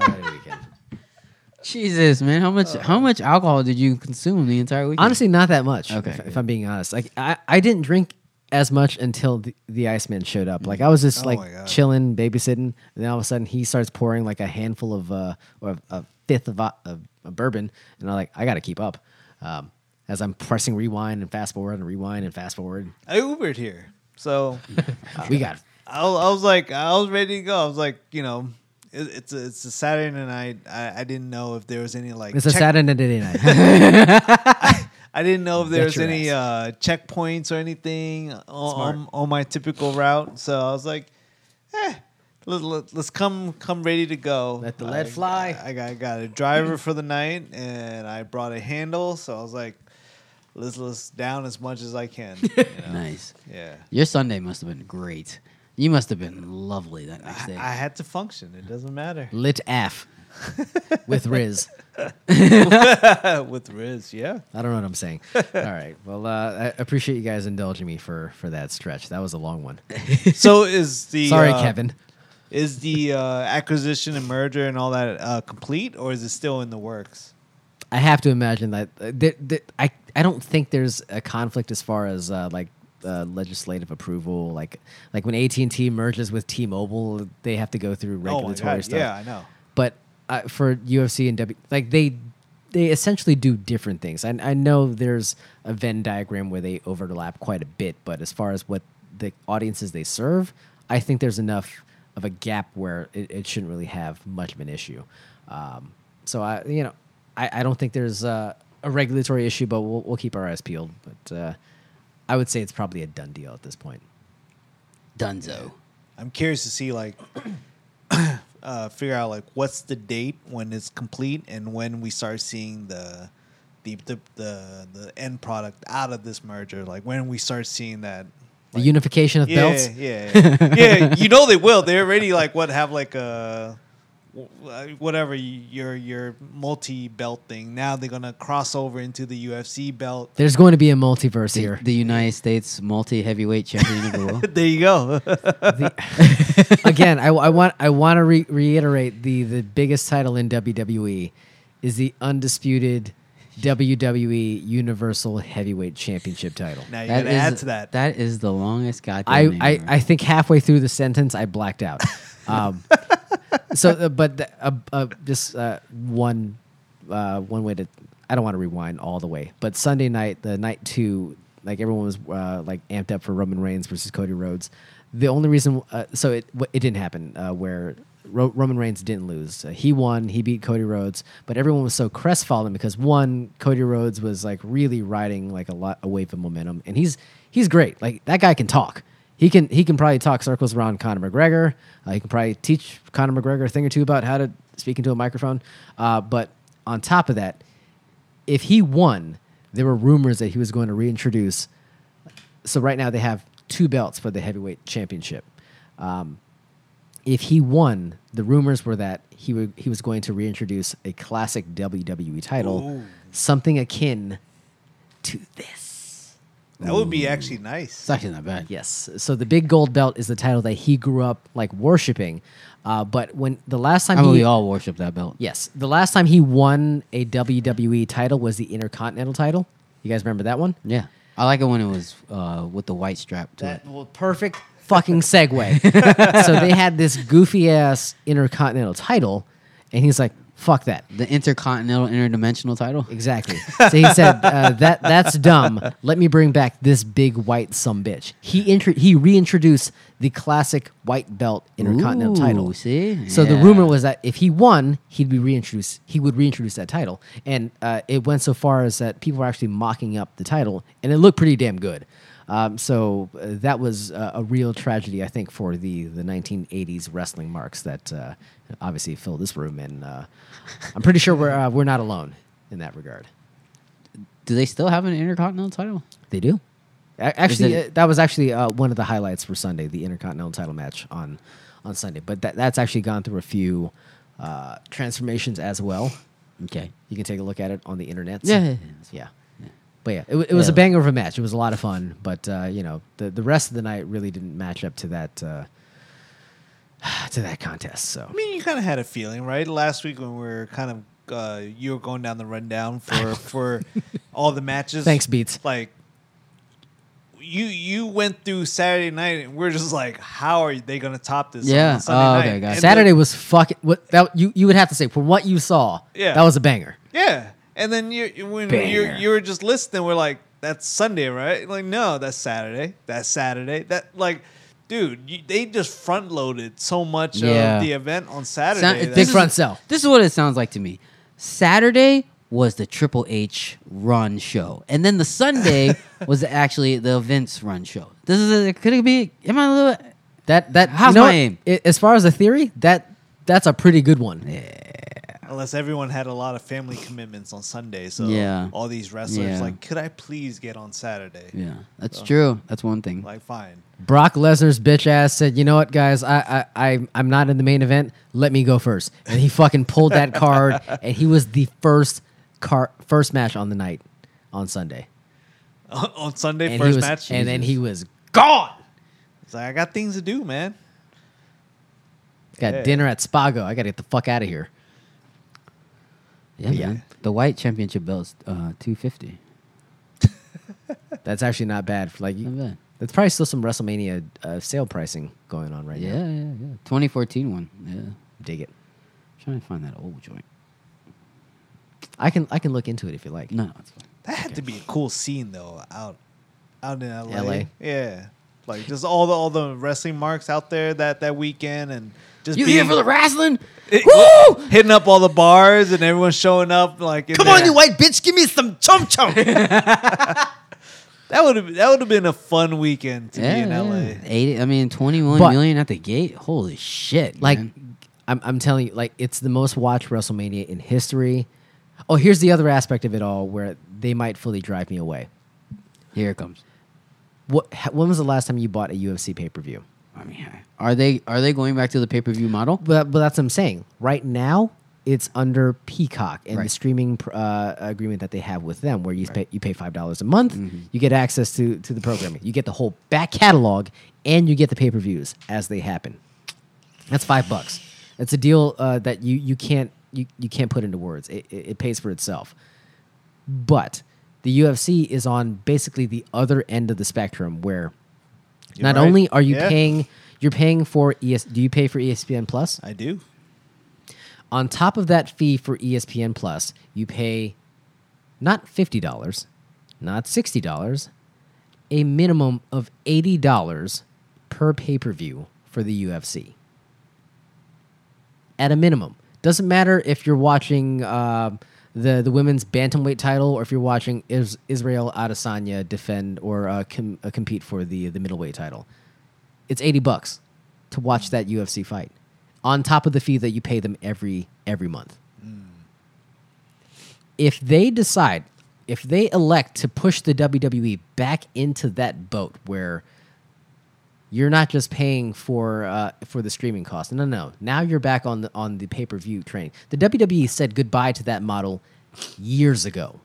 Speaker 1: a weekend.
Speaker 3: Jesus, man, how much how much alcohol did you consume the entire week?
Speaker 1: Honestly, not that much.
Speaker 3: Okay,
Speaker 1: If,
Speaker 3: good.
Speaker 1: if I'm being honest, like I, I didn't drink as much until the, the Iceman showed up. Like I was just
Speaker 2: Oh my
Speaker 1: like
Speaker 2: God.
Speaker 1: chilling, babysitting, and then all of a sudden he starts pouring like a handful of uh or a fifth of, uh, of, of bourbon, and I'm like, I got to keep up. Um, as I'm pressing rewind and fast forward and rewind and fast forward,
Speaker 2: I Ubered here, so
Speaker 1: we
Speaker 3: [LAUGHS]
Speaker 1: got
Speaker 2: I, was- I was like, I was ready to go. I was like, you know, it, it's a, it's a Saturday night. I, I didn't know if there was any like
Speaker 1: it's a
Speaker 2: check-
Speaker 1: Saturday
Speaker 3: [LAUGHS]
Speaker 1: night.
Speaker 2: I didn't know if there
Speaker 1: Bet
Speaker 2: was
Speaker 1: your
Speaker 2: any uh, checkpoints or anything on, on, on my typical route. So I was like, eh, let, let, us come come ready to go.
Speaker 1: Let the
Speaker 2: I-
Speaker 1: lead fly.
Speaker 2: I, got, I got a driver for the night, and I brought a handle. So I was like, let's let's down as much as
Speaker 1: [LAUGHS]
Speaker 2: I can. you know?
Speaker 3: nice.
Speaker 2: Yeah.
Speaker 3: Your Sunday must have been great. You must have been lovely that next
Speaker 2: I,
Speaker 3: day.
Speaker 2: I had to function. It
Speaker 1: [LAUGHS]
Speaker 2: doesn't matter.
Speaker 1: Lit F with Riz.
Speaker 2: With
Speaker 1: [LAUGHS]
Speaker 2: Riz, yeah.
Speaker 1: I don't know what I'm saying. All right. Well, uh, I appreciate you guys indulging me for for that stretch. That was a long one.
Speaker 2: So is the
Speaker 1: Sorry,
Speaker 2: uh,
Speaker 1: Kevin.
Speaker 2: Is the uh, acquisition and merger and all that uh, complete, or is it still in the works?
Speaker 1: I have to imagine that uh, th- th- I I don't think there's a conflict as far as uh, like uh, legislative approval. Like like when AT and T merges with T-Mobile, they have to go through
Speaker 2: Oh my
Speaker 1: regulatory
Speaker 2: God,
Speaker 1: stuff.
Speaker 2: Yeah, I know.
Speaker 1: But uh, for UFC and W, like they they essentially do different things. I I know there's a Venn diagram where they overlap quite a bit, but as far as what the audiences they serve, I think there's enough of a gap where it, it shouldn't really have much of an issue. Um, so I you know I, I don't think there's uh, a regulatory issue, but we'll we'll keep our eyes peeled. But uh, I would say it's probably a done deal at this point.
Speaker 3: Dunzo.
Speaker 2: I'm curious to see like [COUGHS] uh, figure out like what's the date when it's complete and when we start seeing the the the the, the end product out of this merger. Like when we start seeing that.
Speaker 1: The unification of
Speaker 2: Yeah,
Speaker 1: belts.
Speaker 2: yeah, yeah, yeah. You know they will. They already like what have like a wh- uh, whatever y- your your multi belt thing. Now they're gonna cross over into the UFC belt.
Speaker 1: There's going to be a multiverse
Speaker 3: The,
Speaker 1: here.
Speaker 3: the United States multi heavyweight champion of the world.
Speaker 2: There [LAUGHS] you go.
Speaker 1: again, I, I want I want to re- reiterate the the biggest title in WWE is the undisputed WWE Universal Heavyweight Championship title.
Speaker 2: now you
Speaker 3: That
Speaker 2: gotta add
Speaker 3: is-
Speaker 2: to that.
Speaker 3: That is the longest goddamn.
Speaker 1: I,
Speaker 3: name
Speaker 1: I
Speaker 3: ever.
Speaker 1: I think halfway through the sentence I blacked out. Um, so, uh, but the, uh, uh, just uh, one uh, one way to I don't want to rewind all the way, but Sunday night, the night two, like everyone was uh, like amped up for Roman Reigns versus Cody Rhodes. The only reason, uh, so it wh- it didn't happen uh, where. Ro- Roman Reigns didn't lose. Uh, he won. He beat Cody Rhodes, but everyone was so crestfallen because one, Cody Rhodes was like really riding like a lot a wave of momentum, and he's he's great. Like that guy can talk he can he can probably talk circles around Conor McGregor. Uh, he can probably teach Conor McGregor a thing or two about how to speak into a microphone. Uh, but on top of that, if he won, there were rumors that he was going to reintroduce. So right now they have two belts for the heavyweight championship. Um, if he won, the rumors were that he would he was going to reintroduce a classic WWE title, something akin to this.
Speaker 2: That would be actually nice.
Speaker 6: It's actually not bad.
Speaker 1: Yes. So the big gold belt is the title that he grew up like worshiping. Uh, but when the last time
Speaker 3: I mean,
Speaker 1: he,
Speaker 3: we all worship that belt.
Speaker 1: yes, the last time he won a WWE title was the Intercontinental title. You guys remember that one?
Speaker 3: Yeah. I like it when it was uh, with the white strap to it.
Speaker 1: Well, perfect fucking [LAUGHS] segue. so they had this goofy ass Intercontinental title, and he's like, "Fuck that."
Speaker 3: The intercontinental interdimensional title.
Speaker 1: Exactly. So he said uh, that that's dumb. Let me bring back this big white some bitch. He intro- he reintroduced the classic white belt intercontinental
Speaker 3: Ooh,
Speaker 1: title.
Speaker 3: see?
Speaker 1: So the
Speaker 3: Yeah.
Speaker 1: rumor was that if he won, he'd be reintroduced. He would reintroduce that title, and uh, it went so far as that people were actually mocking up the title, and it looked pretty damn good. Um, so uh, that was uh, a real tragedy, I think, for the, the 1980s wrestling marks that uh, obviously fill this room, and uh, I'm pretty sure we're uh, we're not alone in that regard.
Speaker 3: Do they still have an intercontinental title?
Speaker 1: They do. A- Actually,
Speaker 3: it-
Speaker 1: uh, that was actually uh, one of the highlights for Sunday, the Intercontinental title match on, on Sunday. But that, that's actually gone through a few uh, transformations as well.
Speaker 3: Okay.
Speaker 1: You can take a look at it on the internet.
Speaker 3: Yeah, yeah, yeah.
Speaker 1: yeah. But yeah, it, wa- it was
Speaker 3: Yeah.
Speaker 1: a banger of a match. It was a lot of fun. But uh, you know, the, the rest of the night really didn't match up to that uh, [SIGHS] to that contest. So
Speaker 2: I mean, you kind of had a feeling, right? Last week when we were kind of uh, you were going down the rundown for
Speaker 3: [LAUGHS]
Speaker 2: for all the matches.
Speaker 1: Thanks, Beats.
Speaker 2: Like you you went through Saturday night, and we're just like, how are they going to top this? on
Speaker 3: Yeah.
Speaker 2: Sunday
Speaker 3: Oh,
Speaker 2: night?
Speaker 3: okay, got it.
Speaker 2: And
Speaker 1: Saturday
Speaker 2: then-
Speaker 1: was fucking. What that you you would have to say from what you saw.
Speaker 2: Yeah.
Speaker 1: that was a banger.
Speaker 2: yeah, and then you you- when you
Speaker 1: Banger.
Speaker 2: you were just listening, we're like, that's Sunday, right? Like, no, that's Saturday. That's Saturday. That like. Dude, you, they just front loaded so much
Speaker 3: Yeah.
Speaker 2: of the event on
Speaker 3: Sound-
Speaker 2: Saturday.
Speaker 3: this
Speaker 1: Big
Speaker 3: is-
Speaker 1: front cell.
Speaker 3: This is what it sounds like to me. Saturday was the Triple H run show, and then the Sunday
Speaker 1: [LAUGHS]
Speaker 3: was actually the Vince run show. This is a, could it be? Am I a little?
Speaker 1: That that
Speaker 3: How's
Speaker 1: you know
Speaker 3: my
Speaker 1: what?
Speaker 3: aim?
Speaker 1: I- as far as a theory, that that's a pretty good one.
Speaker 2: Unless everyone had a lot of family commitments on Sunday, so
Speaker 3: Yeah.
Speaker 2: all these wrestlers
Speaker 3: Yeah.
Speaker 2: like, could I please get on Saturday?
Speaker 3: Yeah, that's true. That's one thing.
Speaker 2: Like, fine. [LAUGHS]
Speaker 1: Brock Lesnar's bitch ass said, "You know what, guys? I I I I'm not in the main event. Let me go first. And he fucking pulled
Speaker 2: [LAUGHS]
Speaker 1: that card, and he was the first car first match on the night on Sunday.
Speaker 2: on on Sunday
Speaker 1: And he
Speaker 2: first
Speaker 1: was-
Speaker 2: match,
Speaker 1: and then he was
Speaker 2: gone. It's like I got things to do, man.
Speaker 1: got
Speaker 2: Yeah.
Speaker 1: dinner at Spago. I got to get the fuck out of here.
Speaker 3: Yeah,
Speaker 1: Yeah.
Speaker 3: man. The white championship belt's uh, two fifty.
Speaker 1: That's actually not bad. For like,
Speaker 3: Not bad.
Speaker 1: that's probably still some WrestleMania uh, sale pricing going on right
Speaker 3: Yeah,
Speaker 1: now.
Speaker 3: yeah, yeah. Twenty fourteen one. Yeah, I'm
Speaker 1: Dig it.
Speaker 3: trying to find that old joint.
Speaker 1: I can I can look into it if you like.
Speaker 3: No, no, it's fine.
Speaker 2: That had to be a cool scene though, out out in LA.
Speaker 1: LA.
Speaker 2: Yeah, like just all the all the wrestling marks out there that that weekend, and just
Speaker 3: You
Speaker 2: being-
Speaker 3: here for the wrestling?
Speaker 2: It- hitting up all the bars and everyone showing up. Like, come on, you white bitch, give me some chum chum. [LAUGHS] that would have that would have been a fun weekend to be in LA.
Speaker 3: Eighty. I mean, twenty one
Speaker 1: But-
Speaker 3: million at the gate. Holy shit!
Speaker 1: Like,
Speaker 3: man.
Speaker 1: I'm, I'm telling you, like, it's the most watched WrestleMania in history. Oh, here's the other aspect of it all where they might fully drive me away.
Speaker 3: here it comes.
Speaker 1: What, h- when was the last time you bought a UFC pay per view?
Speaker 3: I mean, are they are they going back to the pay per view model?
Speaker 1: But, but that's what I'm saying. Right now, it's under Peacock and the
Speaker 3: Right.
Speaker 1: streaming pr- uh, agreement that they have with them, where you pay you pay five dollars a month,
Speaker 2: Mm-hmm.
Speaker 1: you get access to to the programming, you get the whole back catalog, and you get the pay per views as they happen. That's five bucks. That's a deal uh, that you you can't you, you can't put into words. It, it, it pays for itself. But the UFC is on basically the other end of the spectrum where not
Speaker 2: right.
Speaker 1: only are you
Speaker 2: Yeah.
Speaker 1: E paying you're paying for ES do you pay for ESPN Plus?
Speaker 2: I do.
Speaker 1: On top of that fee for E ESPN Plus, you pay not $50, not $60, a minimum of $80 per pay per view for the UFC. At a minimum. Doesn't matter if you're watching uh, the, the women's bantamweight title or if you're watching is- Israel Adesanya defend or uh, com- uh, compete for the, the middleweight title. It's 80 bucks to watch that UFC fight on top of the fee that you pay them every every month if they decide, if they elect to push the WWE back into that boat where you're not just paying for uh, for the streaming cost. No, no, now you're back on the on the pay per view train. The WWE said goodbye to that model years ago.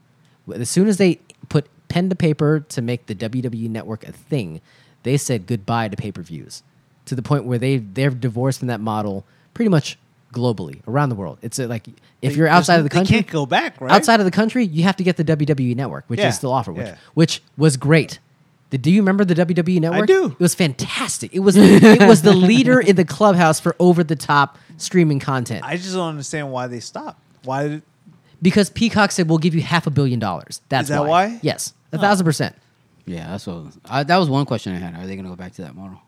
Speaker 1: As soon as they put pen to paper to make the WWE network a thing, they said goodbye to pay per views to the point where they they're divorced from that model pretty much globally around the world. It's uh, like if
Speaker 2: They-
Speaker 1: you're
Speaker 2: there's
Speaker 1: outside of
Speaker 2: no-
Speaker 1: the
Speaker 2: they
Speaker 1: country,
Speaker 2: can't go back, right?
Speaker 1: Outside of the country, you have to get the WWE network, which
Speaker 2: Yeah,
Speaker 1: is still offered, which,
Speaker 2: yeah.
Speaker 1: which was great. The- do you remember the WWE network?
Speaker 2: do.
Speaker 1: It was fantastic. It was it was the leader in the clubhouse for over the top streaming content
Speaker 2: I just don't understand why they stopped. Why?
Speaker 1: because Peacock said we'll give you half a billion dollars. That's
Speaker 2: that why?
Speaker 1: Yes, a thousand percent.
Speaker 6: Yeah, that's what I, that was one question I had. Are they going to go back to that model?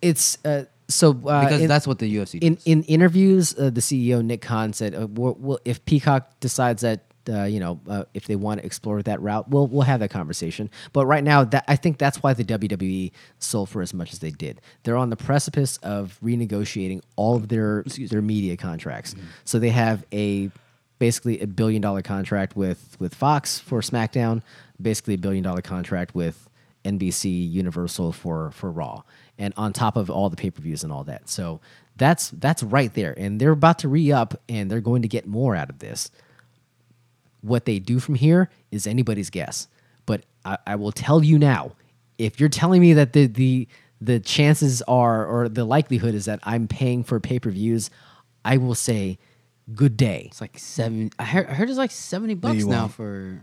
Speaker 1: It's uh, so uh,
Speaker 6: Because
Speaker 1: in-
Speaker 6: that's what the UFC
Speaker 1: in
Speaker 6: does.
Speaker 1: in interviews, uh, the CEO Nick Khan said, uh, we'll, we'll, "If Peacock decides that uh, you know uh, if they want to explore that route, we'll we'll have that conversation." But right now, that I think that's why the WWE sold for as much as they did. They're on the precipice of renegotiating all of their their media contracts, so they have a basically a billion dollar contract with with Fox for SmackDown, basically a billion dollar contract with NBC Universal for for Raw, and on top of all the pay per views and all that. So that's that's right there, and they're about to re up, and they're going to get more out of this. What they do from here is anybody's guess, but I, I will tell you now: if you're telling me that the the the chances are or the likelihood is that I'm paying for pay per views, I will say, good day.
Speaker 6: It's like seven. I heard, I heard it's like seventy bucks
Speaker 2: you
Speaker 6: now
Speaker 2: won't.
Speaker 6: for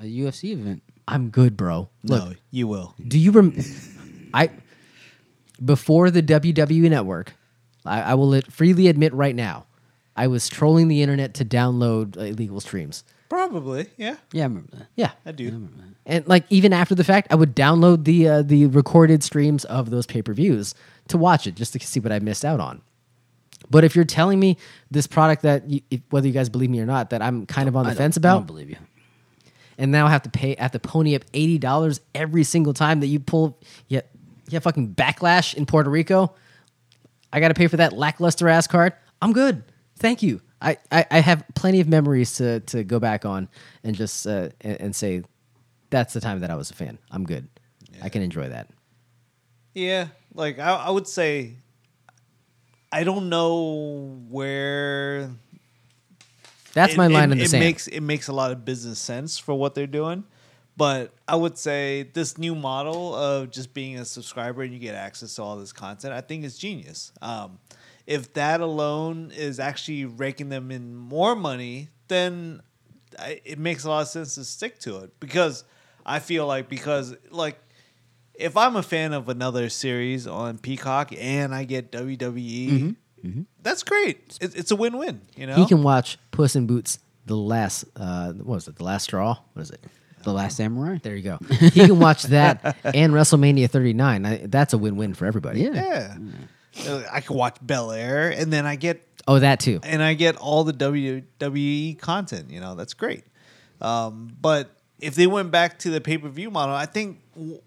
Speaker 6: a UFC event.
Speaker 1: I'm good, bro. Look,
Speaker 2: no, you will.
Speaker 1: Do you rem? I before the WWE Network, I, I will ad- freely admit right now, I was trolling the internet to download uh, illegal streams.
Speaker 2: Probably, yeah.
Speaker 6: Yeah, I remember that.
Speaker 1: Yeah,
Speaker 2: I do.
Speaker 1: and like even after the fact, I would download the uh, the recorded streams of those pay per views to watch it just to see what I missed out on. But if you're telling me this product that you, if, whether you guys believe me or not, that I'm kind of on the
Speaker 6: I don't-
Speaker 1: fence
Speaker 6: I
Speaker 1: about,
Speaker 6: don't believe you.
Speaker 1: and now I have to pay I have to pony up eighty dollars every single time that you pull yeah yeah fucking backlash in Puerto Rico. I gotta pay for that lackluster ass card. I'm good. Thank you. I, I, I have plenty of memories to, to go back on and just uh, and, and say that's the time that I was a fan. I'm good. I can enjoy that.
Speaker 2: Yeah, like I, I would say, I don't know where.
Speaker 1: That's
Speaker 2: it-
Speaker 1: my line
Speaker 2: it,
Speaker 1: in the
Speaker 2: it
Speaker 1: sand.
Speaker 2: Makes, it makes a lot of business sense for what they're doing, but I would say this new model of just being a subscriber and you get access to all this content, I think is genius. Um, if that alone is actually raking them in more money, then I, it makes a lot of sense to stick to it because I feel like because like if I'm a fan of another series on Peacock and I get WWE,
Speaker 1: Mm-hmm.
Speaker 2: that's great. It's, it's a win-win, you know.
Speaker 1: He can watch Puss in Boots the last uh, what was it? The last straw? What is it?
Speaker 6: The Last Samurai.
Speaker 1: There you go. He can watch
Speaker 2: [LAUGHS]
Speaker 1: that and WrestleMania 39. I, that's a win-win for everybody.
Speaker 2: Yeah. Uh, I can watch Bel Air, and then I get
Speaker 1: Oh, that too.
Speaker 2: and I get all the WWE content. You know, that's great. Um, but if they went back to the pay per view model, I think w-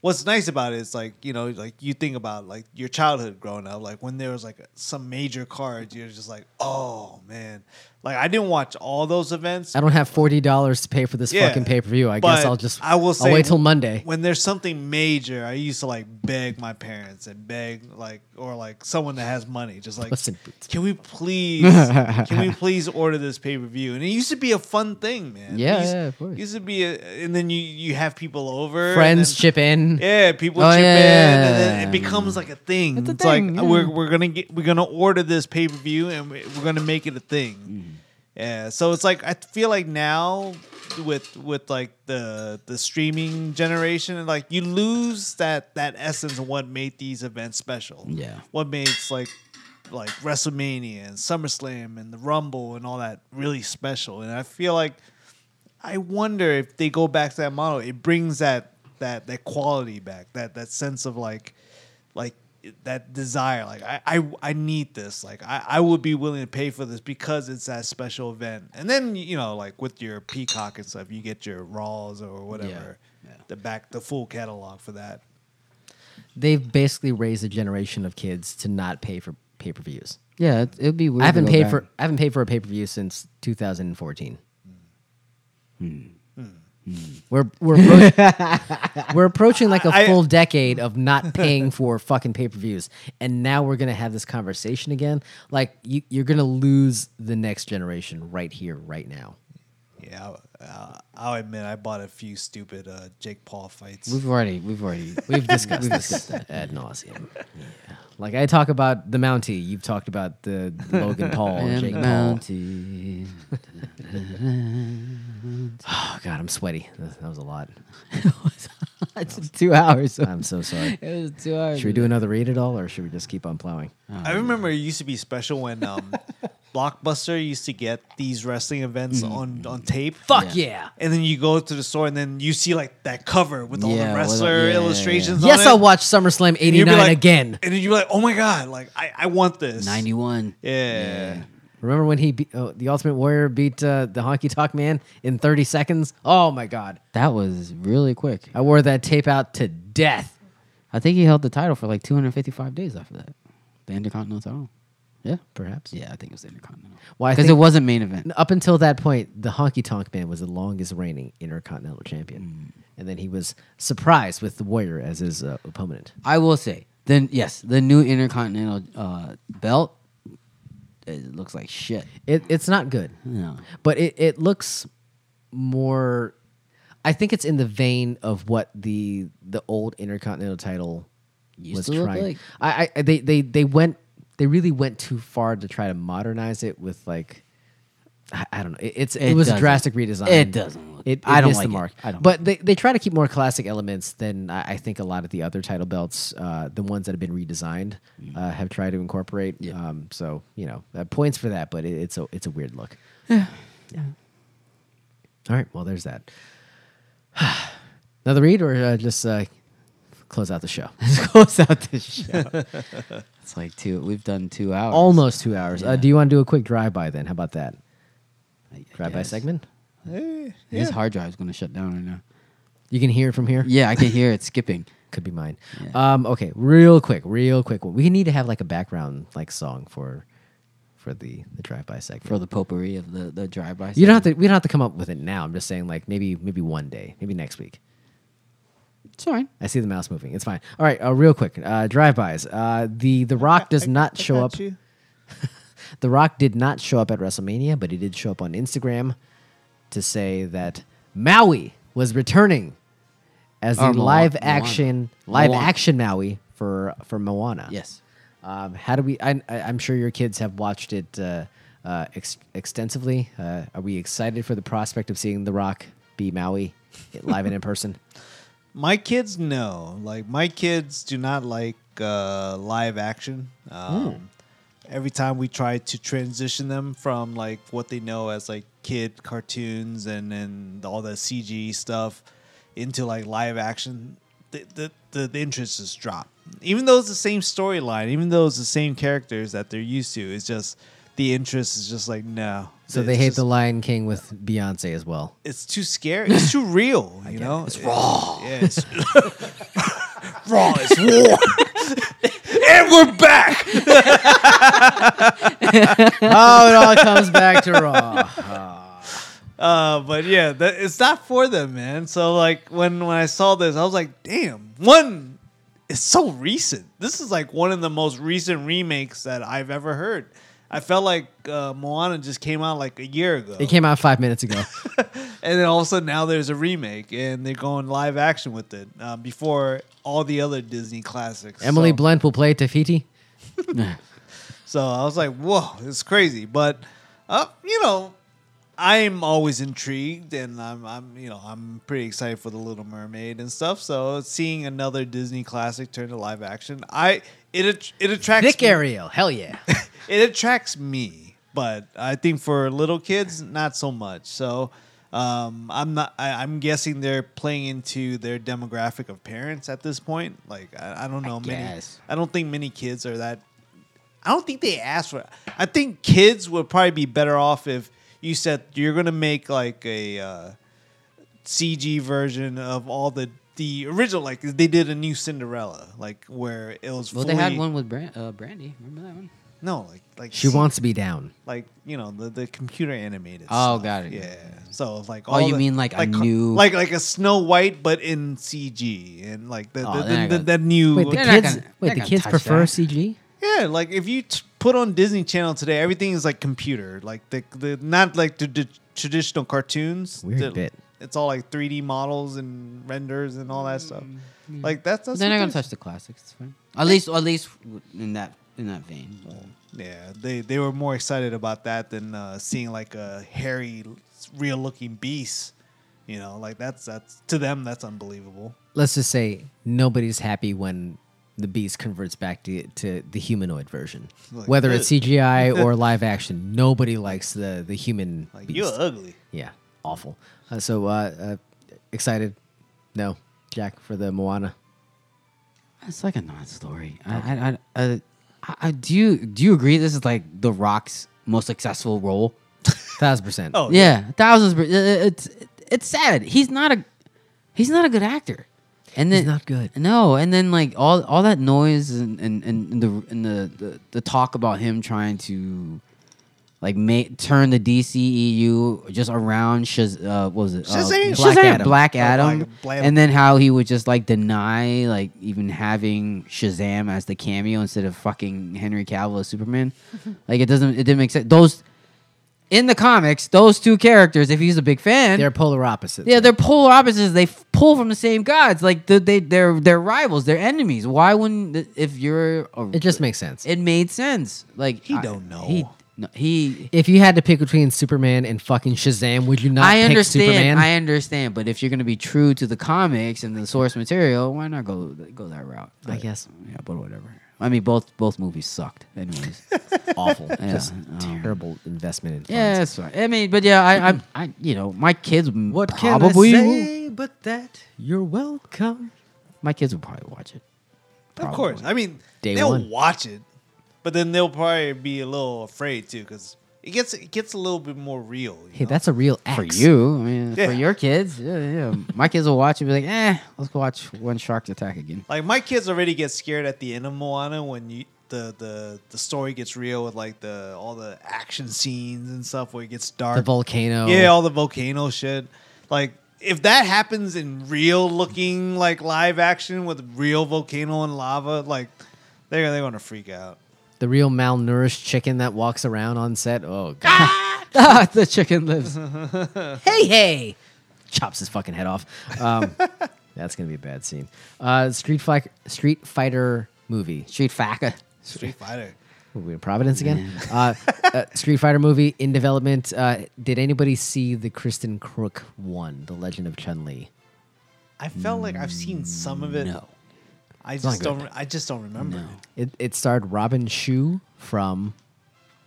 Speaker 2: what's nice about it is like you know, like you think about like your childhood growing up, like when there was like some major cards, you're just like, oh man, like I didn't watch all those events.
Speaker 1: I don't have forty dollars to pay for this
Speaker 2: Yeah,
Speaker 1: fucking pay per view. I
Speaker 2: but
Speaker 1: guess I'll just
Speaker 2: I will say
Speaker 1: I'll wait till Monday.
Speaker 2: When there's something major, I used to like beg my parents and beg like or like someone that has money, just like
Speaker 1: Puss in Boots.
Speaker 2: can we please
Speaker 1: [LAUGHS]
Speaker 2: can we please order this pay per view? And it used to be a fun thing, man. It
Speaker 1: Yeah,
Speaker 2: used,
Speaker 1: yeah, of course.
Speaker 2: Used to be, a, and then you you have people over, and
Speaker 1: Friends
Speaker 2: then-
Speaker 1: chip in.
Speaker 2: yeah, people
Speaker 1: Oh,
Speaker 2: chip
Speaker 1: yeah,
Speaker 2: in,
Speaker 1: yeah,
Speaker 2: and
Speaker 1: yeah,
Speaker 2: then
Speaker 1: yeah.
Speaker 2: it becomes like a thing. It's,
Speaker 1: a
Speaker 2: like
Speaker 1: thing, yeah.
Speaker 2: we're we're gonna get we're gonna order this pay per view, and we- we're gonna make it a thing. Yeah, so it's like I feel like now with with like the the streaming generation, and like you lose that that essence of what made these events special.
Speaker 6: Yeah.
Speaker 2: what makes like like WrestleMania and SummerSlam and the Rumble and all that really special. And I feel like I wonder if they go back to that model, it brings that that that quality back, that that sense of like like that desire. Like I I, I need this. Like I, I would be willing to pay for this because it's that special event. And then you know, like with your peacock and stuff, you get your Raws or whatever.
Speaker 6: yeah.
Speaker 2: The back the full catalog for that.
Speaker 1: They've basically raised a generation of kids to not pay for pay per views.
Speaker 3: Yeah, it, it'd be weird.
Speaker 1: I haven't
Speaker 3: to go
Speaker 1: paid
Speaker 3: back.
Speaker 1: for I haven't paid for a pay per view since 2014. Hmm. We're we're
Speaker 3: [LAUGHS]
Speaker 1: appro- we're approaching like a
Speaker 2: I-
Speaker 1: full decade of not paying for fucking pay per views, and now we're gonna have this conversation again. Like you, you're gonna lose the next generation right here, right now.
Speaker 2: Yeah, uh, I'll admit I bought a few stupid uh, Jake Paul fights.
Speaker 3: We've already, we've already,
Speaker 1: We've discussed this ad nauseum. Yeah. Like I talk about the Mountie, you've talked about the [LAUGHS] Logan Paul,
Speaker 6: And
Speaker 1: Jake
Speaker 6: the
Speaker 1: Paul.
Speaker 6: Mountie.
Speaker 1: Oh God, I'm sweaty. That that was a [LAUGHS] lot.
Speaker 3: it's two hours.
Speaker 1: I'm so sorry.
Speaker 3: It was two hours.
Speaker 1: Should we do another read at all, or should we just keep on plowing?
Speaker 2: I remember it used to be special
Speaker 6: [LAUGHS]
Speaker 2: when um, Blockbuster used to get these wrestling events
Speaker 6: Mm-hmm.
Speaker 2: on on tape.
Speaker 1: Fuck yeah.
Speaker 2: And then you go to the store and then you see like that cover with all
Speaker 6: Yeah,
Speaker 2: the
Speaker 6: with-
Speaker 2: wrestler
Speaker 6: yeah, yeah,
Speaker 2: illustrations.
Speaker 1: Yes,
Speaker 2: on it.
Speaker 1: I'll watch SummerSlam
Speaker 2: And you'd be
Speaker 1: '89
Speaker 2: like-
Speaker 1: again.
Speaker 2: And then you're like, oh my god, like I, I want this.
Speaker 6: 91.
Speaker 2: Yeah.
Speaker 1: Remember when he beat, oh, the Ultimate Warrior beat uh, the Honky Tonk Man in 30 seconds? Oh my God,
Speaker 3: That was really quick.
Speaker 1: I wore that tape out to death.
Speaker 3: I think he held the title for like 255
Speaker 6: Five days after that. The Intercontinental title. Yeah.
Speaker 1: Perhaps.
Speaker 6: Yeah, I think it was the Intercontinental.
Speaker 1: Why?
Speaker 6: Because it wasn't main event.
Speaker 1: up until that point, the Honky Tonk Man was the longest reigning Intercontinental Champion,
Speaker 6: Mm.
Speaker 1: and then he was surprised with the Warrior as his uh, opponent.
Speaker 6: I will say, then yes, the new Intercontinental uh, belt, it looks like shit.
Speaker 1: It, it's not good.
Speaker 6: No.
Speaker 1: But it, it looks more I think it's in the vein of what the the old Intercontinental title
Speaker 6: Used
Speaker 1: was
Speaker 6: to look
Speaker 1: trying.
Speaker 6: like.
Speaker 1: I, I they, they they went they really went too far to try to modernize it with like I, I don't know. It, it's it,
Speaker 6: It
Speaker 1: was a
Speaker 6: doesn't.
Speaker 1: drastic redesign.
Speaker 6: It doesn't look-
Speaker 1: It,
Speaker 6: I don't
Speaker 1: missed
Speaker 6: like it.
Speaker 1: the mark.
Speaker 6: I don't
Speaker 1: But they, they try to keep more classic elements than I, I think a lot of the other title belts, uh, the ones that have been redesigned, uh, have tried to incorporate. Um, so you know, uh, points for that. But it, it's a it's a weird look. All right. Well, there's that. [SIGHS] Another read, or uh, just uh, close out the show. [LAUGHS]
Speaker 6: Close out this show. it's like two. We've done two hours.
Speaker 1: Almost two hours. Uh,
Speaker 6: Yeah.
Speaker 1: do you want to do a quick drive by then? How about that?
Speaker 6: I- I
Speaker 1: Drive by
Speaker 6: guess.
Speaker 1: segment.
Speaker 6: His hard drive's going to shut down right now.
Speaker 1: You can hear it from here.
Speaker 6: Yeah, I can hear it skipping.
Speaker 1: Could be mine.
Speaker 6: Yeah.
Speaker 1: Um, okay, real quick, real quick. We need to have like a background like song for for the the drive by segment.
Speaker 6: for the potpourri of the, the drive by.
Speaker 1: you don't have to. We don't have to come up with it now. I'm just saying like maybe maybe one day, maybe next week.
Speaker 6: It's fine.
Speaker 1: I see the mouse moving. It's fine. All right, uh, real quick. Uh, drive bys. Uh, the The Rock does not
Speaker 2: I
Speaker 1: show
Speaker 2: got
Speaker 1: up.
Speaker 2: you.
Speaker 1: The Rock did not show up at WrestleMania, but he did show up on Instagram to say that Maui was returning as the
Speaker 6: Or Moa-
Speaker 1: live action
Speaker 6: Moana.
Speaker 1: live
Speaker 6: Moana.
Speaker 1: action Maui for for Moana.
Speaker 6: Yes.
Speaker 1: Um, how do we? I, I, I'm sure your kids have watched it uh, uh, ex- extensively. Uh, are we excited for the prospect of seeing The Rock be Maui live and in [LAUGHS] person?
Speaker 2: My kids no. Like my kids do not like uh, live action.
Speaker 1: Hmm.
Speaker 2: Um, every time we try to transition them from like what they know as like kid cartoons and and all the CG stuff into like live action, the the, the, the interest is dropped. Even though it's the same storyline, even though it's the same characters that they're used to, it's just the interest is just like no.
Speaker 1: So
Speaker 2: It's
Speaker 1: they hate
Speaker 2: just-
Speaker 1: The Lion King with Beyonce as well.
Speaker 2: it's too scary. It's
Speaker 1: [LAUGHS]
Speaker 2: too real. You know, it's raw. Yeah, it's [LAUGHS] raw. It's war. and we're back.
Speaker 1: oh, it all comes back to Raw.
Speaker 2: Uh, but yeah, that, it's not for them, man. So like when when I saw this, I was like, damn, one. It's so recent. This is like one of the most recent remakes that I've ever heard. I felt like uh, Moana just came out like a year ago.
Speaker 1: [LAUGHS] It came out five minutes [LAUGHS] ago.
Speaker 2: and then all of a sudden now there's a remake and they're going live action with it uh, before all the other Disney classics.
Speaker 1: Emily
Speaker 2: So-
Speaker 1: Blunt will play Tafiti.
Speaker 2: So I was like, whoa, it's crazy. But, uh, you know, I'm always intrigued, and I'm, I'm, you know, I'm pretty excited for the Little Mermaid and stuff. So seeing another Disney classic turn to live action, I it att- it attracts
Speaker 1: Thick Ariel, hell yeah.
Speaker 2: it attracts me, but I think for little kids, not so much. So um, I'm not. I, I'm guessing they're playing into their demographic of parents at this point. Like I, I don't know many.
Speaker 3: guess.
Speaker 2: I don't think many kids are that. I don't think they ask for. I think kids would probably be better off if you said you're gonna make like a. Uh, CG version of all the the original. Like they did a new Cinderella, like where it was.
Speaker 3: Well, they had
Speaker 2: fully-
Speaker 3: one with Bran- uh, Brandy. Remember that one?
Speaker 2: No, like like
Speaker 1: She
Speaker 2: C-
Speaker 1: wants to be down.
Speaker 2: like you know the, the computer animated.
Speaker 3: Oh,
Speaker 2: stuff.
Speaker 3: got it.
Speaker 2: Yeah. So like
Speaker 3: Oh, you mean like a
Speaker 2: co-
Speaker 3: new-
Speaker 2: like like a Snow White but in CG and like the
Speaker 3: Oh,
Speaker 2: the,
Speaker 3: then I
Speaker 2: the,
Speaker 3: got-
Speaker 2: the, new
Speaker 1: Wait, the
Speaker 3: They're not
Speaker 1: kids,
Speaker 3: gonna-
Speaker 1: wait,
Speaker 3: they're
Speaker 1: the
Speaker 3: gonna
Speaker 1: kids
Speaker 3: touch
Speaker 1: prefer
Speaker 3: that.
Speaker 1: CG?
Speaker 2: yeah like if you t- put on Disney Channel today everything is like computer like the the not like the, the traditional cartoons
Speaker 1: Weird
Speaker 2: They're-
Speaker 1: bit.
Speaker 2: It's all like 3D models and renders and all that stuff. Like that's that's
Speaker 3: They're
Speaker 2: what
Speaker 3: not gonna
Speaker 2: this-
Speaker 3: touch the classics. It's fine. At least, at least in that in that vein.
Speaker 2: Yeah, they they were more excited about that than uh, seeing like a hairy, real looking beast. You know, like that's that's to them that's unbelievable.
Speaker 1: Let's just say nobody's happy when the beast converts back to, to the humanoid version.
Speaker 2: Like,
Speaker 1: Whether it's
Speaker 2: "Ugh." [LAUGHS]
Speaker 1: CGI or live action, nobody likes the, the human
Speaker 2: Like
Speaker 1: beast.
Speaker 2: you're ugly.
Speaker 1: Yeah, awful. Uh, so uh, uh, excited? No, Jack for the Moana.
Speaker 3: It's like a non-story. I, I, I, I, I, do you do you agree? This is like The Rock's most successful role.
Speaker 1: Thousand percent.
Speaker 2: Oh yeah,
Speaker 3: yeah, thousands. per- it- it- It's it's sad. He's not a he's not a good actor. And then
Speaker 1: He's not good.
Speaker 3: No, and then like all all that noise and and, and the and the, the the talk about him trying to like make turn the DCEU just around Shaz uh what was it? Uh,
Speaker 2: Shazam!
Speaker 3: Black
Speaker 1: Shazam!
Speaker 3: Adam. Black
Speaker 2: Oh,
Speaker 3: Adam.
Speaker 2: like Black-
Speaker 3: and then how he would just like deny like even having Shazam as the cameo instead of fucking Henry Cavill
Speaker 1: [LAUGHS]
Speaker 3: as Superman. like it doesn't it didn't make sense. Those in the comics, those two characters, if he's a big fan,
Speaker 1: They're polar opposites.
Speaker 3: yeah, they're polar opposites. They f- pull from the same gods. Like the, they, they're they're rivals. They're enemies. Why wouldn't th- if you're a,
Speaker 1: It just makes sense.
Speaker 3: it made sense. Like
Speaker 2: He
Speaker 3: I-
Speaker 2: don't know.
Speaker 3: He no, he.
Speaker 1: if you had to pick between Superman and fucking Shazam, would you not
Speaker 3: I
Speaker 1: pick Superman?
Speaker 3: understand. I understand. But if you're gonna be true to the comics and the source material, why not go go that route?
Speaker 1: I
Speaker 3: But,
Speaker 1: guess.
Speaker 3: Yeah, but whatever. I mean, both both movies sucked.
Speaker 1: [LAUGHS]
Speaker 3: Anyways.
Speaker 1: Awful.
Speaker 3: [LAUGHS] Yeah,
Speaker 1: Just
Speaker 3: um,
Speaker 1: terrible investment in funds.
Speaker 3: yeah, that's fine. I mean, but yeah, I, I, I you know, my kids
Speaker 1: What can
Speaker 3: probably
Speaker 1: I say but that you're welcome?
Speaker 3: my kids would probably watch it.
Speaker 2: of course. I mean,
Speaker 1: Day
Speaker 2: they'll
Speaker 1: one.
Speaker 2: watch it, but then they'll probably be a little afraid too because it gets it gets a little bit more real. you
Speaker 1: Hey,
Speaker 2: know?
Speaker 1: that's a real axe.
Speaker 3: for you. I mean,
Speaker 2: Yeah.
Speaker 3: for your kids, yeah, yeah. My kids will watch it and be like, eh, let's go watch One Shark's Attack again.
Speaker 2: like my kids already get scared at the end of Moana when you. The, the, the story gets real with like the all the action scenes and stuff where it gets dark.
Speaker 1: The volcano.
Speaker 2: Yeah, all the volcano shit. Like if that happens in real looking like live action with real volcano and lava, like they're they're gonna freak out.
Speaker 1: the real malnourished chicken that walks around on set. Oh god. [LAUGHS]
Speaker 3: Ah, the chicken lives.
Speaker 1: hey, hey. Chops his fucking head off. Um, that's gonna be a bad scene. Uh, Street Fighter, Street Fighter movie.
Speaker 3: Street Faka.
Speaker 2: Street Fighter.
Speaker 1: Were we in Providence again? Uh, uh, Street Fighter movie in development. Uh, did anybody see the Kristen Crook one, The Legend of Chun Li?
Speaker 2: I felt like I've seen some of it. No. I
Speaker 1: not
Speaker 2: just
Speaker 1: good.
Speaker 2: don't. I just don't remember.
Speaker 1: It, it starred Robin Shu from.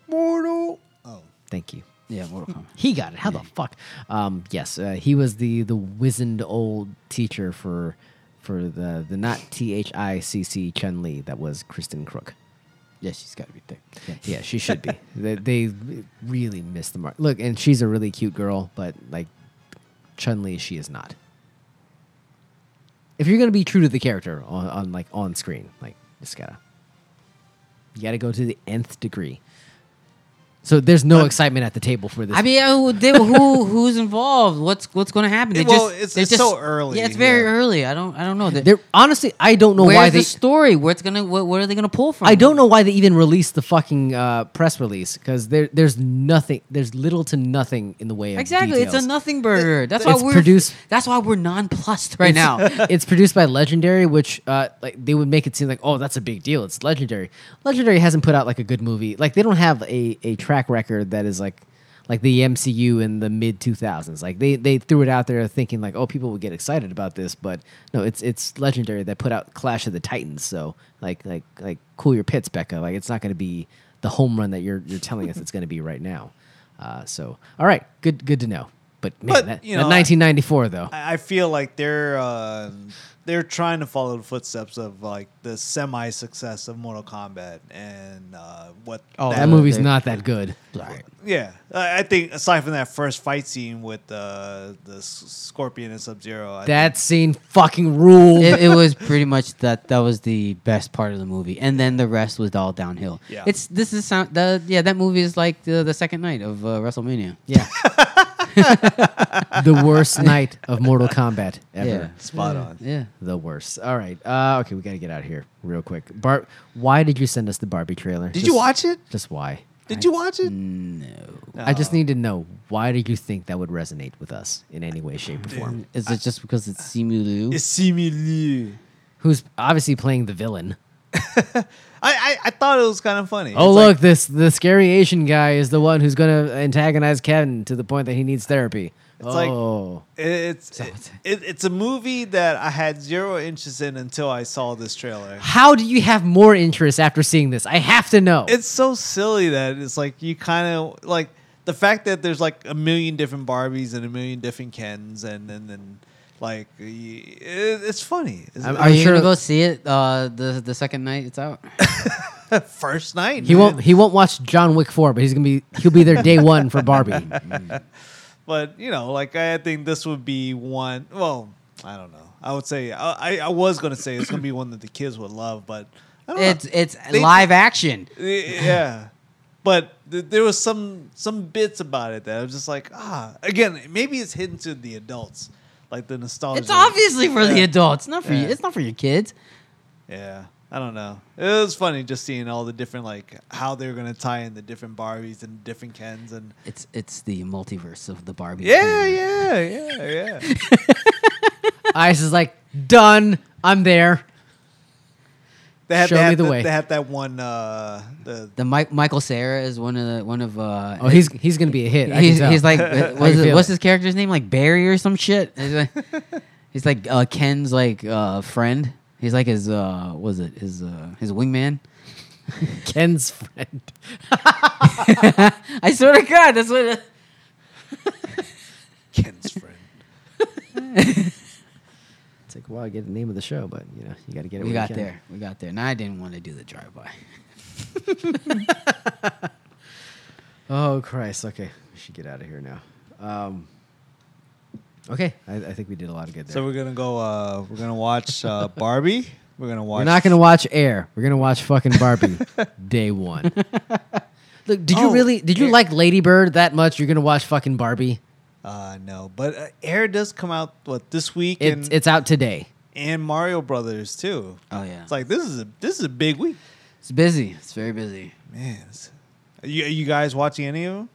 Speaker 2: Mortal. Oh,
Speaker 1: Thank you.
Speaker 3: Yeah, Mortal Kombat.
Speaker 1: He got it. How the fuck? Um, yes, uh, he was the the wizened old teacher for for the the not T H I C C Chun Li that was Kristen Crook.
Speaker 3: Yeah, she's got to be thick.
Speaker 1: Yeah, she should
Speaker 3: [LAUGHS]
Speaker 1: be. they, they really missed the mark. Look, and she's a really cute girl, but like Chun Li, she is not. If you're gonna be true to the character on, on like on screen, like just gotta you gotta go to the nth degree. So there's no excitement at the table for this.
Speaker 3: I mean, who, they, who who's involved? What's what's going to happen? They
Speaker 2: Well,
Speaker 3: just,
Speaker 2: it's-
Speaker 3: they
Speaker 2: it's
Speaker 3: just-
Speaker 2: so early,
Speaker 3: Yeah, it's very
Speaker 2: yeah.
Speaker 3: early. I don't I don't know. They,
Speaker 1: They're, honestly, I don't know
Speaker 3: where's
Speaker 1: why
Speaker 3: the
Speaker 1: they.
Speaker 3: story? Where it's gonna? What, what are they gonna pull from?
Speaker 1: I don't know why they even released the fucking uh, press release because there, there's nothing, there's little to nothing in the way of
Speaker 3: Exactly, it's a
Speaker 1: details.
Speaker 3: nothing burger. That's why
Speaker 1: It's
Speaker 3: we're
Speaker 1: produced-
Speaker 3: That's why we're nonplussed right
Speaker 1: It's-
Speaker 3: now.
Speaker 2: [LAUGHS]
Speaker 1: it's produced by Legendary, which uh, like they would make it seem like, oh, that's a big deal. It's Legendary. Legendary hasn't put out like a good movie. Like they don't have a, a track record that is like, like the MCU in the mid 2000s. Like they they threw it out there thinking like, oh, people would get excited about this, but no, it's it's legendary. They put out Clash of the Titans, so like like like cool your pits, Becca. Like it's not going to be the home run that you're you're telling us it's going to be right now. Uh, so all right, good good to know. But man,
Speaker 2: But,
Speaker 1: that,
Speaker 2: you
Speaker 1: that
Speaker 2: know, I-
Speaker 1: 1994 though.
Speaker 2: I I feel like they're uh, they're trying to follow the footsteps of like the semi success of Mortal Kombat and uh, what
Speaker 1: Oh, that, movie's not that good.
Speaker 2: Yeah, I I think aside from that first fight scene with uh, the S- Scorpion and Sub Zero,
Speaker 1: That scene fucking ruled.
Speaker 3: it,
Speaker 2: [LAUGHS]
Speaker 3: it was pretty much that that was the best part of the movie and then the rest was all downhill
Speaker 2: Yeah.
Speaker 3: it's this is sound the yeah that movie is like the, the second night of uh, wrestlemania
Speaker 1: yeah. the worst night of Mortal
Speaker 2: [LAUGHS]
Speaker 1: Kombat ever.
Speaker 3: yeah
Speaker 2: spot on.
Speaker 3: yeah
Speaker 1: The worst. All right. Uh, okay, we got to get out of here real quick. Bar, why did you send us the Barbie trailer?
Speaker 2: Did you watch it?
Speaker 1: Just why?
Speaker 2: Did you watch it?
Speaker 1: I just need to know why did you think that would resonate with us in any way, shape, or form?
Speaker 3: is it just because it's simu liu
Speaker 2: It's Simu Liu.
Speaker 1: Who's obviously playing the villain?
Speaker 2: I, I I thought it was kind of funny.
Speaker 1: Oh
Speaker 2: It's
Speaker 1: look,
Speaker 2: like-
Speaker 1: this the scary Asian guy is the one who's going to antagonize Kevin to the point that he needs therapy.
Speaker 2: like-
Speaker 1: oh.
Speaker 2: it's it, it's a movie that I had zero interest in until I saw this trailer. [SIGHS]
Speaker 1: How do you have more interest after seeing this? I have to know.
Speaker 2: it's so silly that it's like you kind of like the fact that there's like a million different Barbies and a million different Kens and and then like y- it, it's funny. It's
Speaker 1: I'm-
Speaker 3: are
Speaker 1: I'm
Speaker 3: you
Speaker 1: sure-
Speaker 3: gonna go see it uh, the the second night it's out?
Speaker 2: the first night.
Speaker 1: he won't. He won't watch John Wick four, but he's gonna be. He'll be there day one for [LAUGHS] Barbie.
Speaker 2: But you know, like I think this would be one. Well, I don't know. I would say I I, I was gonna say it's gonna be one that the kids would love, but I don't
Speaker 3: It's it's
Speaker 2: They-
Speaker 3: live action.
Speaker 2: know. Y- Yeah. But th- there was some some bits about it that I was just like, ah, again, maybe it's hidden to the adults, like the nostalgia.
Speaker 3: It's obviously for the
Speaker 2: Yeah.
Speaker 3: adults, not for you.
Speaker 2: Yeah.
Speaker 3: It's not for your kids.
Speaker 2: Yeah, I don't know. It was funny just seeing all the different like how they were gonna tie in the different Barbies and different Kens and
Speaker 3: It's it's the multiverse of the Barbie.
Speaker 2: yeah, yeah, yeah, yeah.
Speaker 1: Ice is like done. I'm there.
Speaker 2: They had,
Speaker 1: Show
Speaker 2: they
Speaker 1: me
Speaker 2: had
Speaker 1: the way.
Speaker 2: They had that one. Uh, the
Speaker 3: The Mike, Michael Sarah is one of the one of uh
Speaker 1: Oh, he's he's gonna be a hit. I can
Speaker 3: he's,
Speaker 1: tell.
Speaker 3: he's
Speaker 1: [LAUGHS]
Speaker 3: like uh, what's,
Speaker 1: feel
Speaker 3: his, what's
Speaker 1: it?
Speaker 3: his character's name like Barry or some shit.
Speaker 1: [LAUGHS]
Speaker 3: He's like, he's like uh, Ken's like uh, friend. He's like his uh was it his uh his wingman.
Speaker 1: Ken's friend.
Speaker 3: I swear to God, that's what.
Speaker 2: [LAUGHS] Ken's friend.
Speaker 1: It's like, well, I get the name of the show, but you know, you got to get it.
Speaker 3: We
Speaker 1: where
Speaker 3: got
Speaker 1: you can.
Speaker 3: there. We got there. Now I didn't want to do the drive by.
Speaker 1: Oh Christ. Okay, we should get out of here now. Um, okay, I, I think we did a lot of good there.
Speaker 2: So we're gonna go. Uh, we're gonna watch uh, Barbie. We're gonna watch.
Speaker 1: We're not gonna watch Air. We're gonna watch fucking [LAUGHS] Barbie day [LAUGHS] one. Look, did you
Speaker 2: Oh,
Speaker 1: really? Did you
Speaker 2: Air.
Speaker 1: like Lady Bird that much? You're gonna watch fucking Barbie.
Speaker 2: Uh, no, but uh, Air does come out what this week
Speaker 1: It's
Speaker 2: and
Speaker 1: it's out today.
Speaker 2: and Mario Brothers too.
Speaker 3: Oh yeah,
Speaker 2: It's like this is a this is a big week,
Speaker 3: it's busy. It's very busy.
Speaker 2: man. it's- Are you, are you guys watching any of them?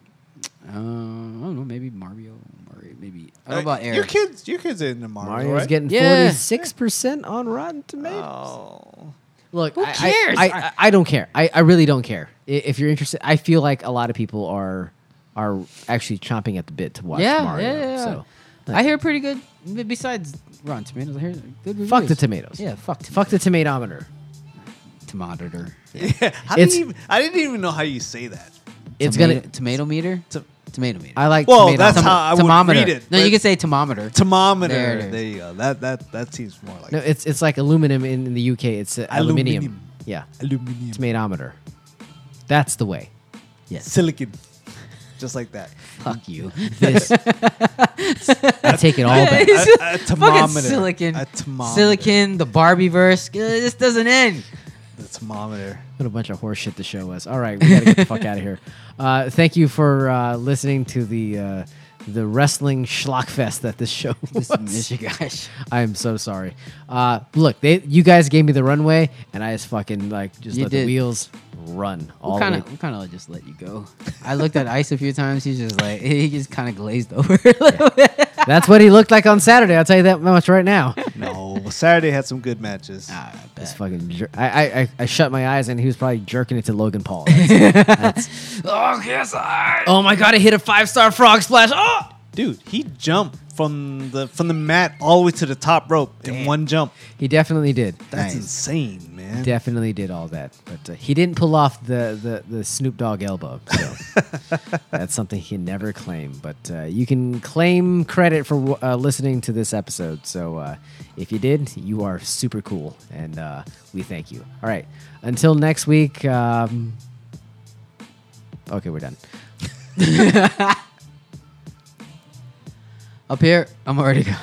Speaker 3: Uh, I don't know. Maybe Mario. Mario maybe. I
Speaker 2: Uh,
Speaker 3: don't know about Air.
Speaker 2: Your kids, your kids are into Mario,
Speaker 1: Mario's
Speaker 2: right?
Speaker 1: getting
Speaker 3: Yeah.
Speaker 1: forty six percent on Rotten Tomatoes.
Speaker 3: [LAUGHS]
Speaker 2: Oh. [LAUGHS]
Speaker 1: Look, I- I-
Speaker 3: cares?
Speaker 1: I, I, I don't care. I, I really don't care. I- If you're interested, I feel like a lot of people are are actually chomping at the bit to watch
Speaker 3: yeah,
Speaker 1: Mario.
Speaker 3: yeah, yeah.
Speaker 1: So
Speaker 3: I hear pretty good. b- Besides Rotten Tomatoes, I hear good reviews.
Speaker 1: fuck the tomatoes.
Speaker 3: Yeah, fuck t-
Speaker 1: fuck the tomatometer.
Speaker 2: How
Speaker 3: tomatometer.
Speaker 1: It's-
Speaker 2: did you even, I didn't even know how you say that.
Speaker 1: It's
Speaker 3: tomato,
Speaker 1: gonna.
Speaker 3: tomato meter.
Speaker 2: To-
Speaker 3: tomato meter.
Speaker 1: I like.
Speaker 2: Well,
Speaker 1: tomato-
Speaker 2: that's
Speaker 1: Tom-
Speaker 2: how I would
Speaker 3: thermometer.
Speaker 2: read it,
Speaker 3: No, you
Speaker 2: but-
Speaker 3: can say thermometer.
Speaker 2: Thermometer.
Speaker 3: There it
Speaker 2: There,
Speaker 3: is.
Speaker 2: you go. That that that seems more like
Speaker 1: No, it's it's like aluminum in, in the UK. It's uh, aluminium.
Speaker 2: Aluminium.
Speaker 1: Yeah,
Speaker 2: aluminum,
Speaker 1: tomatometer. That's the way.
Speaker 2: silicon, just like
Speaker 3: [LAUGHS]
Speaker 2: that.
Speaker 1: Fuck
Speaker 2: [LAUGHS]
Speaker 1: you. This. I take it all back.
Speaker 3: It's just
Speaker 2: a
Speaker 3: fucking
Speaker 2: thermometer.
Speaker 3: silicon.
Speaker 2: A thermometer.
Speaker 3: Silicon. The Barbie verse. This doesn't end.
Speaker 2: The thermometer.
Speaker 1: What a bunch of horseshit the show was. All right, we gotta get the fuck out of here. Uh, thank you for uh, listening to the uh, the wrestling schlockfest that this show was.
Speaker 3: [LAUGHS] Michigash.
Speaker 1: [LAUGHS] I am so sorry. Uh, look, they, you guys gave me the runway, and I just fucking like just
Speaker 3: You
Speaker 1: let the
Speaker 3: did.
Speaker 1: wheels run all
Speaker 3: We
Speaker 1: the
Speaker 3: kind
Speaker 1: way.
Speaker 3: of, we kind of just let you go. I looked at Ice a few times. He's just like, [LAUGHS] he just [LAUGHS] kind of glazed over. a little bit.
Speaker 1: That's what he looked like on Saturday. I'll tell you that much right now.
Speaker 2: No, Well, Saturday had some good matches.
Speaker 1: This fucking jer- I, I, I, I shut my eyes and he was probably jerking it to Logan Paul. That's-
Speaker 7: Oh my god, I hit a five star frog splash. Oh!
Speaker 2: Dude, he jumped from the from the mat all the way to the top rope in one jump.
Speaker 1: he definitely did. Nice.
Speaker 2: That's insane, man.
Speaker 1: Definitely did all that, but uh, he didn't pull off the, the, the Snoop Dogg elbow. So that's something he can never claim. But uh, you can claim credit for uh, listening to this episode. So uh, if you did, you are super cool, and uh, we thank you. All right, until next week. Um, okay, we're done.
Speaker 3: Up here, I'm already gone.